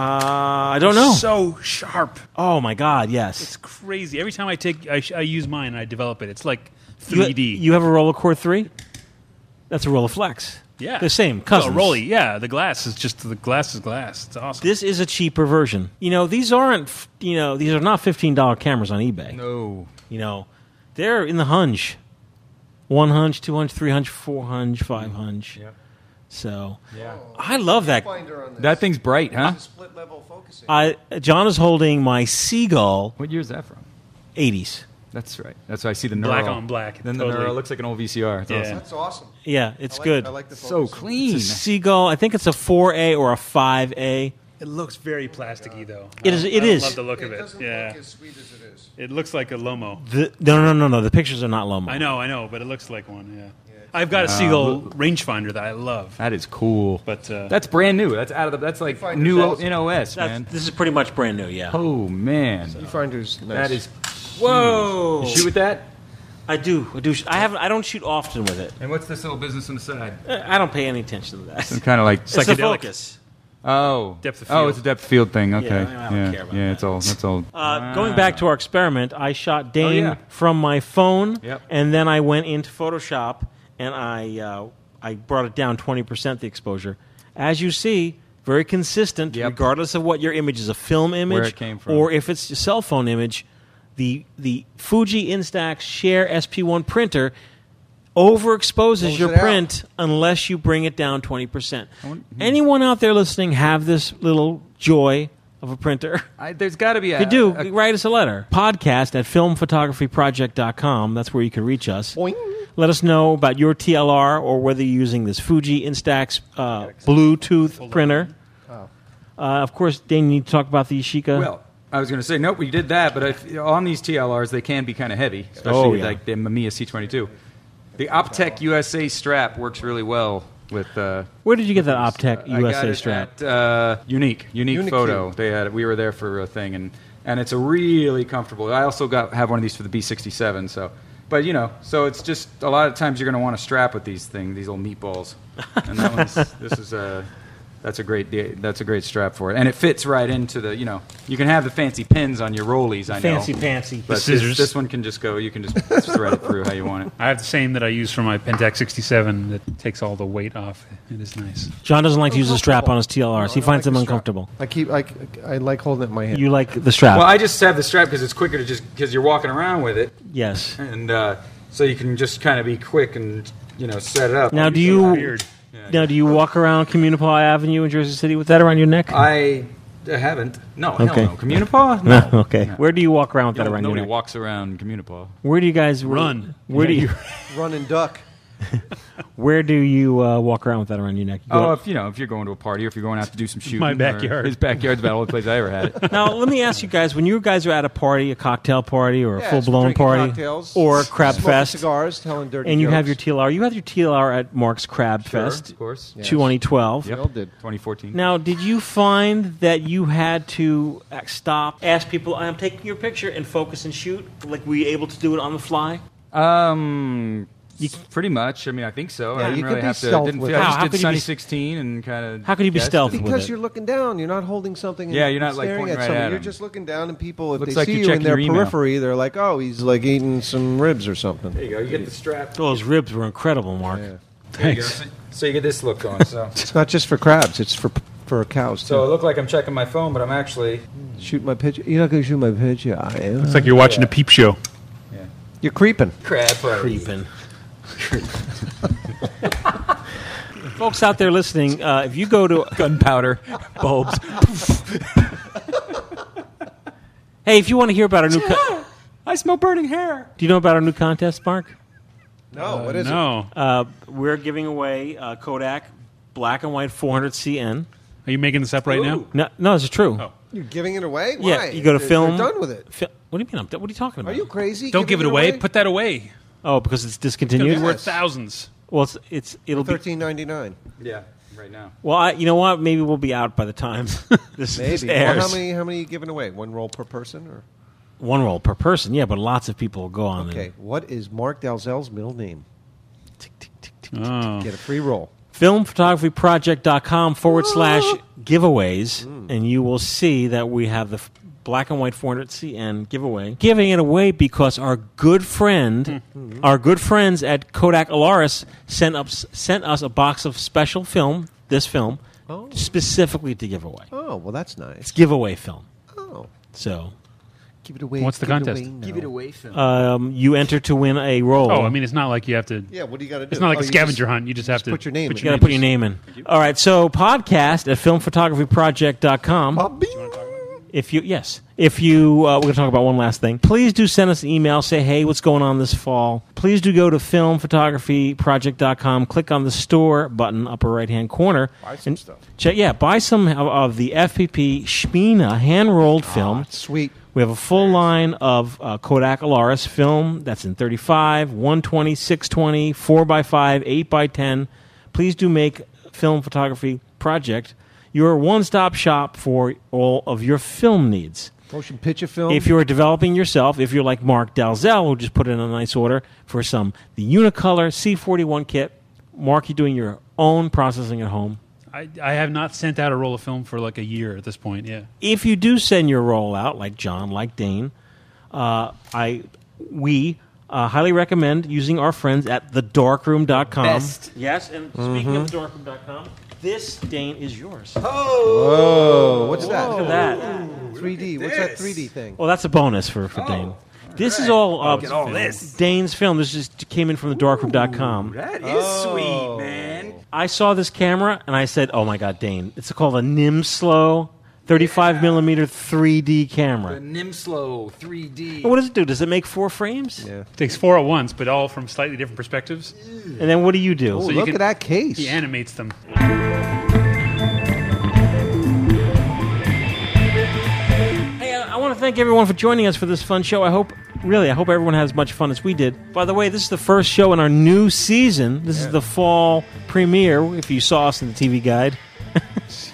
Speaker 1: I don't know.
Speaker 3: So sharp.
Speaker 1: Oh my God! Yes.
Speaker 3: It's crazy. Every time I take, I, sh- I use mine and I develop it. It's like
Speaker 1: You-
Speaker 3: 3D.
Speaker 1: You, have a Rolleicord three. That's a Rolleiflex.
Speaker 3: yeah,
Speaker 1: The same.
Speaker 3: Cousin.
Speaker 1: Cousins.
Speaker 3: rollie. Yeah, the glass is just the glass is glass. It's awesome.
Speaker 1: This is a cheaper version. You know, these aren't. f- You know, these are not fifteen dollar cameras on eBay.
Speaker 6: No.
Speaker 1: You know, they're in the hunch. One hunch, two hunch, three hunch, four hunch, five hunch. Yeah. So.
Speaker 6: Yeah.
Speaker 1: I love that. Uh,
Speaker 6: That thing's bright, huh?
Speaker 8: Split level focusing.
Speaker 1: I John is holding my seagull.
Speaker 6: What year is that from?
Speaker 1: Eighties.
Speaker 6: That's right. That's why I see the neural.
Speaker 3: Black on black,
Speaker 6: Then the
Speaker 3: totally.
Speaker 6: neural looks like an old VCR. It's
Speaker 3: Yeah.
Speaker 6: awesome.
Speaker 8: That's awesome.
Speaker 1: Yeah, it's good.
Speaker 6: so clean.
Speaker 1: It's a seagull. I think it's a four A or a five A.
Speaker 3: It looks very plasticky though.
Speaker 1: It is-
Speaker 3: I-
Speaker 1: it
Speaker 3: I don't
Speaker 1: is.
Speaker 3: love the look of it. yeah. as sweet as it is. It looks like a Lomo.
Speaker 1: The, no, no, no, no. The pictures are not Lomo.
Speaker 3: I know, I know, but it looks like one. Yeah. I've got a
Speaker 6: Uh,
Speaker 3: seagull rangefinder that I love.
Speaker 6: That is cool.
Speaker 3: But uh,
Speaker 6: That's brand new. That's out of the. That's like new O- in OS,
Speaker 1: That's-
Speaker 6: man.
Speaker 1: This is pretty much brand new. Yeah.
Speaker 6: Oh man,
Speaker 8: Viewfinder's nice.
Speaker 6: that is.
Speaker 1: Whoa!
Speaker 6: You shoot with that?
Speaker 1: I do. I do. sh- I haven't. I don't shoot often with it.
Speaker 6: And what's this little business on the side?
Speaker 1: I I don't pay any attention to that.
Speaker 6: Some kind of like
Speaker 1: It's the focus.
Speaker 6: Oh,
Speaker 1: Depth of
Speaker 6: Oh,
Speaker 1: field.
Speaker 6: it's a depth field thing. Okay,
Speaker 1: I don't
Speaker 6: yeah,
Speaker 1: care about
Speaker 6: yeah, it's all that's all.
Speaker 1: Uh, Going back to our experiment, I shot Dane
Speaker 6: Oh, yeah.
Speaker 1: from my phone,
Speaker 6: Yep.
Speaker 1: and then I went into Photoshop and I uh, I brought it down twenty percent the exposure. As you see, very consistent, regardless of what your image is—a film image
Speaker 6: Where it came from.
Speaker 1: or if it's a cell phone image. The the Fuji Instax Share SP1 printer overexposes
Speaker 6: Blows
Speaker 1: your
Speaker 6: it out.
Speaker 1: print unless you bring it down twenty percent. Anyone out there listening have this little joy of a printer?
Speaker 6: I, there's got to be a.
Speaker 1: you do Uh, write us a letter podcast at filmphotographyproject.com that's where you can reach us let us know about your tlr or whether you're using this fuji instax uh, bluetooth printer
Speaker 8: Oh.
Speaker 1: uh, of course dane you need to talk about the yashica
Speaker 6: Well, I was going to say nope. We did that, but if, on these TLRs they can be kind of heavy, especially
Speaker 1: Oh, yeah. Oh.
Speaker 6: like the Mamiya C22. The Optech USA strap works really well with. Uh,
Speaker 1: where did you get that optech
Speaker 6: I got
Speaker 1: usa
Speaker 6: it
Speaker 1: strap
Speaker 6: at, uh, unique, unique
Speaker 1: Unique.
Speaker 6: photo. They had it. We were there for a thing, and and it's a really comfortable. I also got have one of these for the B67. So, but you know, so it's just a lot of times you're going to want to strap with these things, these little meatballs. And that one's, this is a That's a great da- that's a great strap for it, and it fits right into the you know you can have the fancy pins on your rollies. I
Speaker 1: Fancy
Speaker 6: know
Speaker 1: pantsy. The
Speaker 6: but this-
Speaker 3: scissors.
Speaker 6: This, one can just go. You can just thread it through how you want it.
Speaker 3: I have the same that I use for my Pentax 67 that takes all the weight off. It is nice.
Speaker 1: John doesn't like to use
Speaker 6: Oh,
Speaker 1: the strap on his TLRs. he finds them uncomfortable.
Speaker 8: I keep like I like holding it in my hand.
Speaker 1: You like the strap?
Speaker 6: Well, I just have the strap because it's quicker to just because you're walking around with it.
Speaker 1: Yes.
Speaker 6: and uh, so you can just kind of be quick and you know set it up.
Speaker 1: now, do you now do you walk around Communipaw Avenue in Jersey City with that around your neck?
Speaker 6: I haven't. No,
Speaker 1: Okay.
Speaker 6: hell no. Communipaw? No.
Speaker 1: okay. Where do you walk around with that
Speaker 6: No,
Speaker 1: around your
Speaker 6: nobody
Speaker 1: neck?
Speaker 6: walks around Communipaw.
Speaker 1: Where do you guys
Speaker 3: Run.
Speaker 1: Where do you
Speaker 8: run and duck?
Speaker 1: Where do you uh, walk around with that around your neck? You go-
Speaker 6: Oh, if you know, if you're going to a party or if you're going out to do some shooting,
Speaker 3: My
Speaker 6: or-
Speaker 3: backyard.
Speaker 6: His backyard's about the only place I ever had it.
Speaker 1: now let me ask you guys: When you guys are at a party, a cocktail party, or a
Speaker 8: Yes,
Speaker 1: full blown
Speaker 8: drinking
Speaker 1: party,
Speaker 8: cocktails,
Speaker 1: or a crab
Speaker 8: smoking
Speaker 1: fest,
Speaker 8: cigars, telling dirty
Speaker 1: and you have your
Speaker 8: jokes.
Speaker 1: TLR, you had your TLR at Mark's Crab
Speaker 6: Sure,
Speaker 1: Fest,
Speaker 6: of course. Yes.
Speaker 1: 2012.
Speaker 6: Yep. We all did. 2014.
Speaker 1: Now, did you find that you had to uh, stop, ask people, "I'm taking your picture," and focus and shoot? Like, were you able to do it on the fly?
Speaker 6: Um, pretty much. I mean, I think so.
Speaker 1: Yeah,
Speaker 6: I
Speaker 1: you
Speaker 6: didn't
Speaker 1: could
Speaker 6: really
Speaker 1: be
Speaker 6: have to.
Speaker 1: stealth
Speaker 6: I didn't
Speaker 1: with
Speaker 6: feel,
Speaker 1: it.
Speaker 6: I
Speaker 1: How-
Speaker 6: just
Speaker 1: how
Speaker 6: did
Speaker 1: could you
Speaker 6: Sunny
Speaker 1: be-
Speaker 6: 16 and kind of.
Speaker 1: How could you be stealth with
Speaker 8: Because
Speaker 1: it?
Speaker 8: you're looking down. You're not holding something. and
Speaker 6: Yeah, you're not, like,
Speaker 8: staring
Speaker 6: pointing
Speaker 8: at
Speaker 6: right
Speaker 8: something.
Speaker 6: at
Speaker 8: You're
Speaker 6: 'em.
Speaker 8: just looking down, and people if
Speaker 6: Looks
Speaker 8: they
Speaker 6: like
Speaker 8: see
Speaker 6: you
Speaker 8: you in
Speaker 6: check
Speaker 8: their
Speaker 6: your email.
Speaker 8: periphery, they're like, "Oh, he's like eating some ribs or something."
Speaker 6: There you go. You get the strap.
Speaker 1: Those ribs were incredible, Mark.
Speaker 6: There you go. So- So you get this look going. So.
Speaker 8: It's not just for crabs; it's for for cows
Speaker 6: So it
Speaker 8: too.
Speaker 6: looked like I'm checking my phone, but I'm actually.
Speaker 8: shoot my picture. You're not going to shoot my picture. are you?
Speaker 3: It's like you're watching
Speaker 6: Yeah.
Speaker 3: a peep show.
Speaker 8: You're creeping.
Speaker 6: Crab.
Speaker 1: Creeping. Folks out there listening, uh, if you go to
Speaker 6: gunpowder bulbs,
Speaker 1: hey, if you want to hear about our new, co-
Speaker 6: I smell burning hair.
Speaker 1: do you know about our new contest, Mark?
Speaker 8: No, what is it?
Speaker 3: No.
Speaker 1: Uh, we're giving away uh, Kodak black and white 400CN.
Speaker 3: Are you making this up right now?
Speaker 1: No, no, it's true.
Speaker 8: You're giving it away. Why?
Speaker 1: Yeah, you go to
Speaker 8: They're-
Speaker 1: film.
Speaker 8: They're done with it.
Speaker 1: Fi- what do you mean? I'm done? what are you talking about?
Speaker 8: Are you crazy?
Speaker 3: Don't give it
Speaker 8: Giving
Speaker 3: away. Put that away.
Speaker 1: oh, because it's
Speaker 3: It's going to
Speaker 1: discontinued.
Speaker 3: be worth thousands.
Speaker 1: well, it's, it's it'll be.
Speaker 8: Thirteen ninety nine.
Speaker 6: Yeah, right now.
Speaker 1: Well, I, you know what? Maybe we'll be out by the time this, this
Speaker 8: Maybe. Well,
Speaker 1: airs.
Speaker 8: how many? How many are you giving away? One roll per person, or
Speaker 1: One roll per person. Yeah, but lots of people will go on. there.
Speaker 8: okay? What is Mark Dalzell's middle name?
Speaker 3: Oh.
Speaker 8: Get a free roll.
Speaker 1: filmphotographyproject.com forward slash giveaways,
Speaker 8: Mm.
Speaker 1: and you will see that we have the f- black and white 400CN giveaway. Giving it away because our good friend,
Speaker 8: Hmm.
Speaker 1: Hmm. our good friends at Kodak Alaris sent, up, sent us a box of special film, this film, specifically to give away.
Speaker 8: Oh, well, that's nice.
Speaker 1: It's giveaway film.
Speaker 8: Oh,
Speaker 1: So
Speaker 8: give it away.
Speaker 3: What's the
Speaker 8: give it
Speaker 3: contest?
Speaker 8: away now.
Speaker 6: away, Phil.
Speaker 1: um, you enter to win a roll.
Speaker 3: Oh, I mean, it's not like you have to.
Speaker 8: Yeah, what do you got to do?
Speaker 3: It's not like
Speaker 8: Oh,
Speaker 3: a
Speaker 8: you
Speaker 3: scavenger
Speaker 8: just-
Speaker 3: hunt. You just have to
Speaker 8: put your name
Speaker 1: you got to put your name in. All right, so podcast at filmphotographyproject.com. If you yes, if you uh, we're gonna talk about one last thing. Please do send us an email. Say hey, what's going on this fall? Please do go to filmphotographyproject.com. Click on the store button upper right hand corner. Buy some
Speaker 8: stuff.
Speaker 1: Check yeah, buy some of, of the FPP Spina hand rolled film.
Speaker 8: Sweet.
Speaker 1: We have a full line of uh, Kodak Alaris film that's in 35, 120, 620, 4x5, 8x10. Please do make Film Photography Project your one stop shop for all of your film needs.
Speaker 8: Motion picture film.
Speaker 1: If you're developing yourself, if you're like Mark Dalzell, who just put in a nice order for some, the Unicolor C41 kit, Mark, you're doing your own processing at home.
Speaker 3: I, I have not sent out a roll of film for like a year at this point. Yeah.
Speaker 1: if you do send your roll out, like John, like Dane, uh, I we uh, highly recommend using our friends at thedarkroom.com.
Speaker 6: Best. Mm-hmm.
Speaker 1: Yes, and speaking of thedarkroom.com, this Dane is yours.
Speaker 6: Oh.
Speaker 1: Look
Speaker 8: Whoa, what's
Speaker 1: at
Speaker 8: that?
Speaker 1: that.
Speaker 8: 3D. What's that 3D thing?
Speaker 1: Well, that's a bonus for,
Speaker 6: Oh.
Speaker 1: for Dane. This is all, uh,
Speaker 6: Look at all this.
Speaker 1: Dane's film. This just came in from thedarkroom.com.
Speaker 6: That is sweet, man.
Speaker 1: I saw this camera and I said, "Oh my God, Dane! It's called a Nimslow 35 millimeter 3D
Speaker 6: The
Speaker 1: camera.
Speaker 6: Nimslow 3D.
Speaker 1: What does it do? Does it make four frames?
Speaker 3: It takes four at once, but all from slightly different perspectives.
Speaker 1: And then what do you do?
Speaker 8: Oh,
Speaker 3: you
Speaker 8: look
Speaker 3: can-
Speaker 8: at that case.
Speaker 3: He animates them.
Speaker 1: Hey, I, I want to thank everyone for joining us for this fun show. I hope, really, I hope everyone had as much fun as we did. By the way, this is the first show in our new season. This is the fall premiere. If you saw us in the TV guide,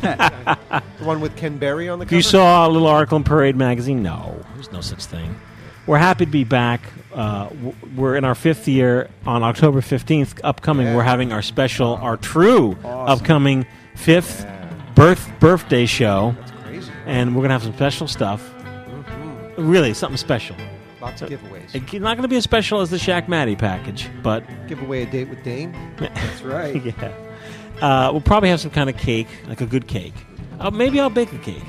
Speaker 8: The one with Ken Berry on the
Speaker 1: if
Speaker 8: cover.
Speaker 1: you saw a little article in Parade magazine, no, there's no such thing. We're happy to be back. Uh, w- we're in our fifth year on October 15th, upcoming. We're having our special, our true upcoming fifth birth birthday show. That's crazy. Mm-hmm. And we're gonna have some special stuff. Really, something special.
Speaker 8: Lots of giveaways.
Speaker 1: It's not gonna be as special as the Shaq Matty package, but
Speaker 8: Give away a date with Dane. That's right.
Speaker 1: yeah, uh, we'll probably have some kind of cake, like a good cake. Uh, maybe I'll bake a cake.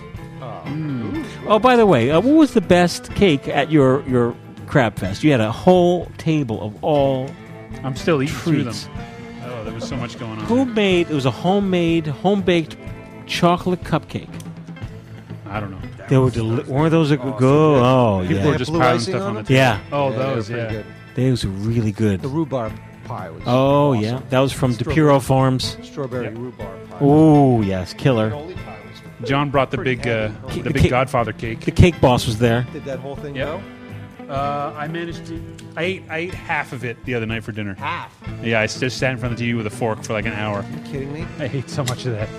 Speaker 1: Oh, by the way, uh, what was the best cake at your your crab fest? You had a whole table of all.
Speaker 3: I'm still eating through
Speaker 1: treats.
Speaker 3: them. Oh, there was so much going on.
Speaker 1: Who made? It was a homemade, home baked chocolate cupcake.
Speaker 3: I don't know.
Speaker 1: They were deli- weren't those a good? Oh,
Speaker 3: People
Speaker 1: yeah.
Speaker 3: were just piling stuff on the table.
Speaker 1: Yeah.
Speaker 3: Oh,
Speaker 8: Yeah, they were
Speaker 3: those.
Speaker 8: pretty
Speaker 3: Yeah.
Speaker 8: good.
Speaker 1: Those were really good.
Speaker 8: The rhubarb pie was.
Speaker 1: Oh yeah, that was from DePiro
Speaker 8: Strawberry-
Speaker 1: Farms.
Speaker 8: Strawberry rhubarb pie.
Speaker 1: Oh yes, killer.
Speaker 3: John brought the big, uh,
Speaker 1: Ca-
Speaker 3: the big
Speaker 1: ca-
Speaker 3: Godfather cake.
Speaker 1: The cake boss was there.
Speaker 8: Did that whole thing go?
Speaker 3: Uh, I managed to. I ate. I ate half of it the other night for dinner.
Speaker 8: Half.
Speaker 3: Yeah, I just sat in front of the TV with a fork for like an hour.
Speaker 8: Are you kidding me?
Speaker 3: I hate so much of that.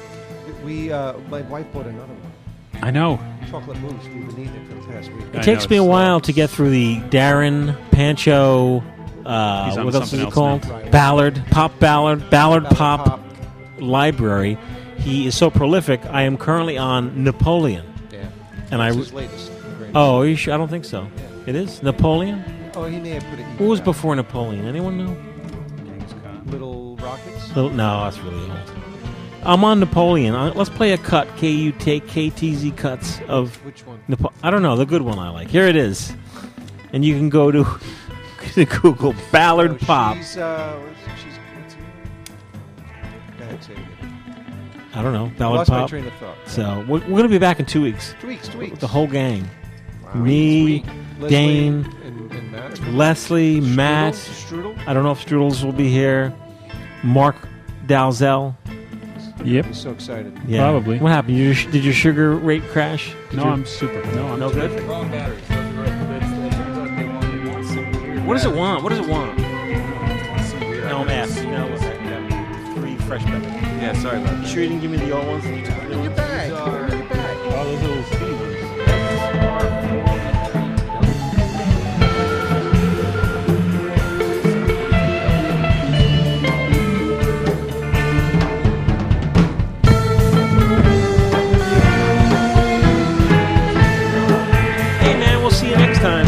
Speaker 8: We, uh, my wife bought another one.
Speaker 3: I know.
Speaker 8: Chocolate mousse. We've been eating it for the past week.
Speaker 1: It takes me a while to get through the Darren Pancho.
Speaker 3: He's
Speaker 1: Uh,
Speaker 3: on
Speaker 1: what else is
Speaker 3: something
Speaker 1: it
Speaker 3: else
Speaker 1: called?
Speaker 3: now. Right.
Speaker 1: Ballard Pop Ballard Ballard,
Speaker 8: Ballard
Speaker 1: Pop,
Speaker 8: Pop.
Speaker 1: Library. He is so prolific. I am currently on Napoleon.
Speaker 8: Yeah.
Speaker 1: And I.
Speaker 8: That's his latest. Greatest.
Speaker 1: Oh, are you sure? I don't think so. It is Napoleon.
Speaker 8: Oh, he may have put it. in uh,
Speaker 1: Who was
Speaker 8: that.
Speaker 1: before Napoleon? Anyone know?
Speaker 8: Little rockets.
Speaker 1: Little- no, that's really old. I'm on Napoleon. I, let's play a cut. K U T K T Z cuts of
Speaker 8: Which one?
Speaker 1: Napo- I don't know the good one I like. Here it is, and you can go to, to Google Ballard
Speaker 8: Oh,
Speaker 1: Pop.
Speaker 8: She's. Uh, she's what's her name? Go ahead, say it again.
Speaker 1: I don't know
Speaker 8: I
Speaker 1: Ballard
Speaker 8: lost my
Speaker 1: Pop.
Speaker 8: train of thought.
Speaker 1: So we're, we're gonna be back in two weeks.
Speaker 8: Two weeks, two weeks.
Speaker 1: The whole gang. Me,
Speaker 8: Leslie
Speaker 1: Dane,
Speaker 8: and- and Matt.
Speaker 1: Leslie,
Speaker 8: Strudel?
Speaker 1: Matt.
Speaker 8: Strudel?
Speaker 1: I don't know if Strudels will be here. Mark Dalzell.
Speaker 3: Yep.
Speaker 8: I'm so excited.
Speaker 1: Yeah.
Speaker 3: Probably.
Speaker 1: What happened? Did your, sh- did your sugar rate crash? Did
Speaker 3: No,
Speaker 1: your-
Speaker 3: I'm super. No, I'm
Speaker 1: No
Speaker 3: terrific.
Speaker 1: good?
Speaker 6: Wrong batteries. Those are great. That's- that turns out they want- they want some weird
Speaker 1: What does it
Speaker 6: batteries.
Speaker 1: want? What does it want?
Speaker 6: Some weird
Speaker 1: No, I'm
Speaker 6: batteries.
Speaker 1: asking. No, I'm
Speaker 6: Yeah.
Speaker 1: Three fresh pepper.
Speaker 6: Yeah, sorry about that.
Speaker 1: Sure, you didn't give me the old ones.
Speaker 8: Get back. Get back.
Speaker 3: All those little speakers.
Speaker 1: Hey, man, we'll see you next time.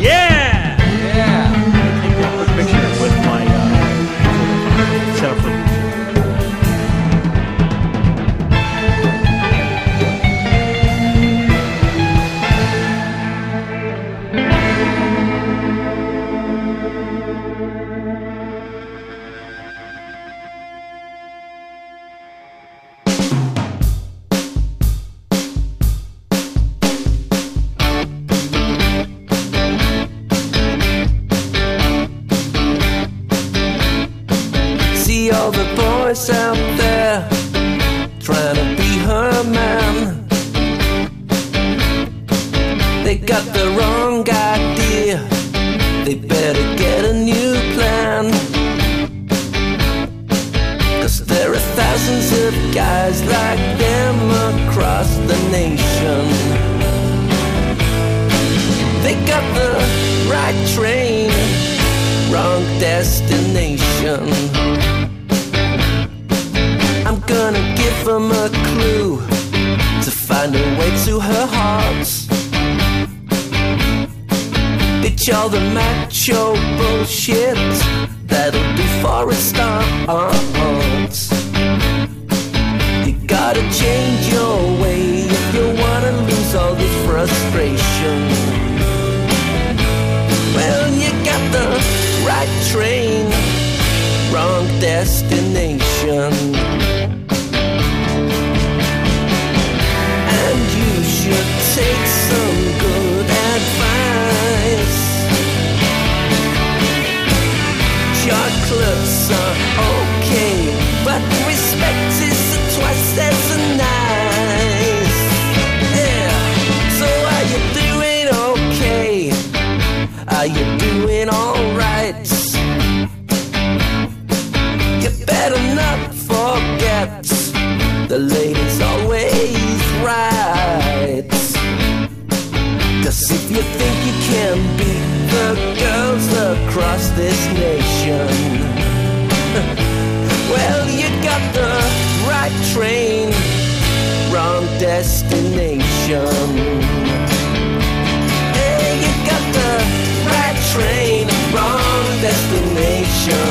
Speaker 1: Yeah! Yeah! Take that quick picture with my uh, setup for.
Speaker 11: See all the boys out there trying to be her man. They got the wrong idea. They better get a new plan. Cause there are thousands of guys like them across the nation. They got the right train, wrong destination. I'm gonna give them a clue to find a way to her heart. Ditch all the macho bullshit that'll do for a start. You gotta change your way if you wanna lose all this frustration. Well, you got the right train, wrong destination. And you should take some good advice. Chocolates are okay, but respect is twice as nice. destination. Hey, you got the right train, wrong destination.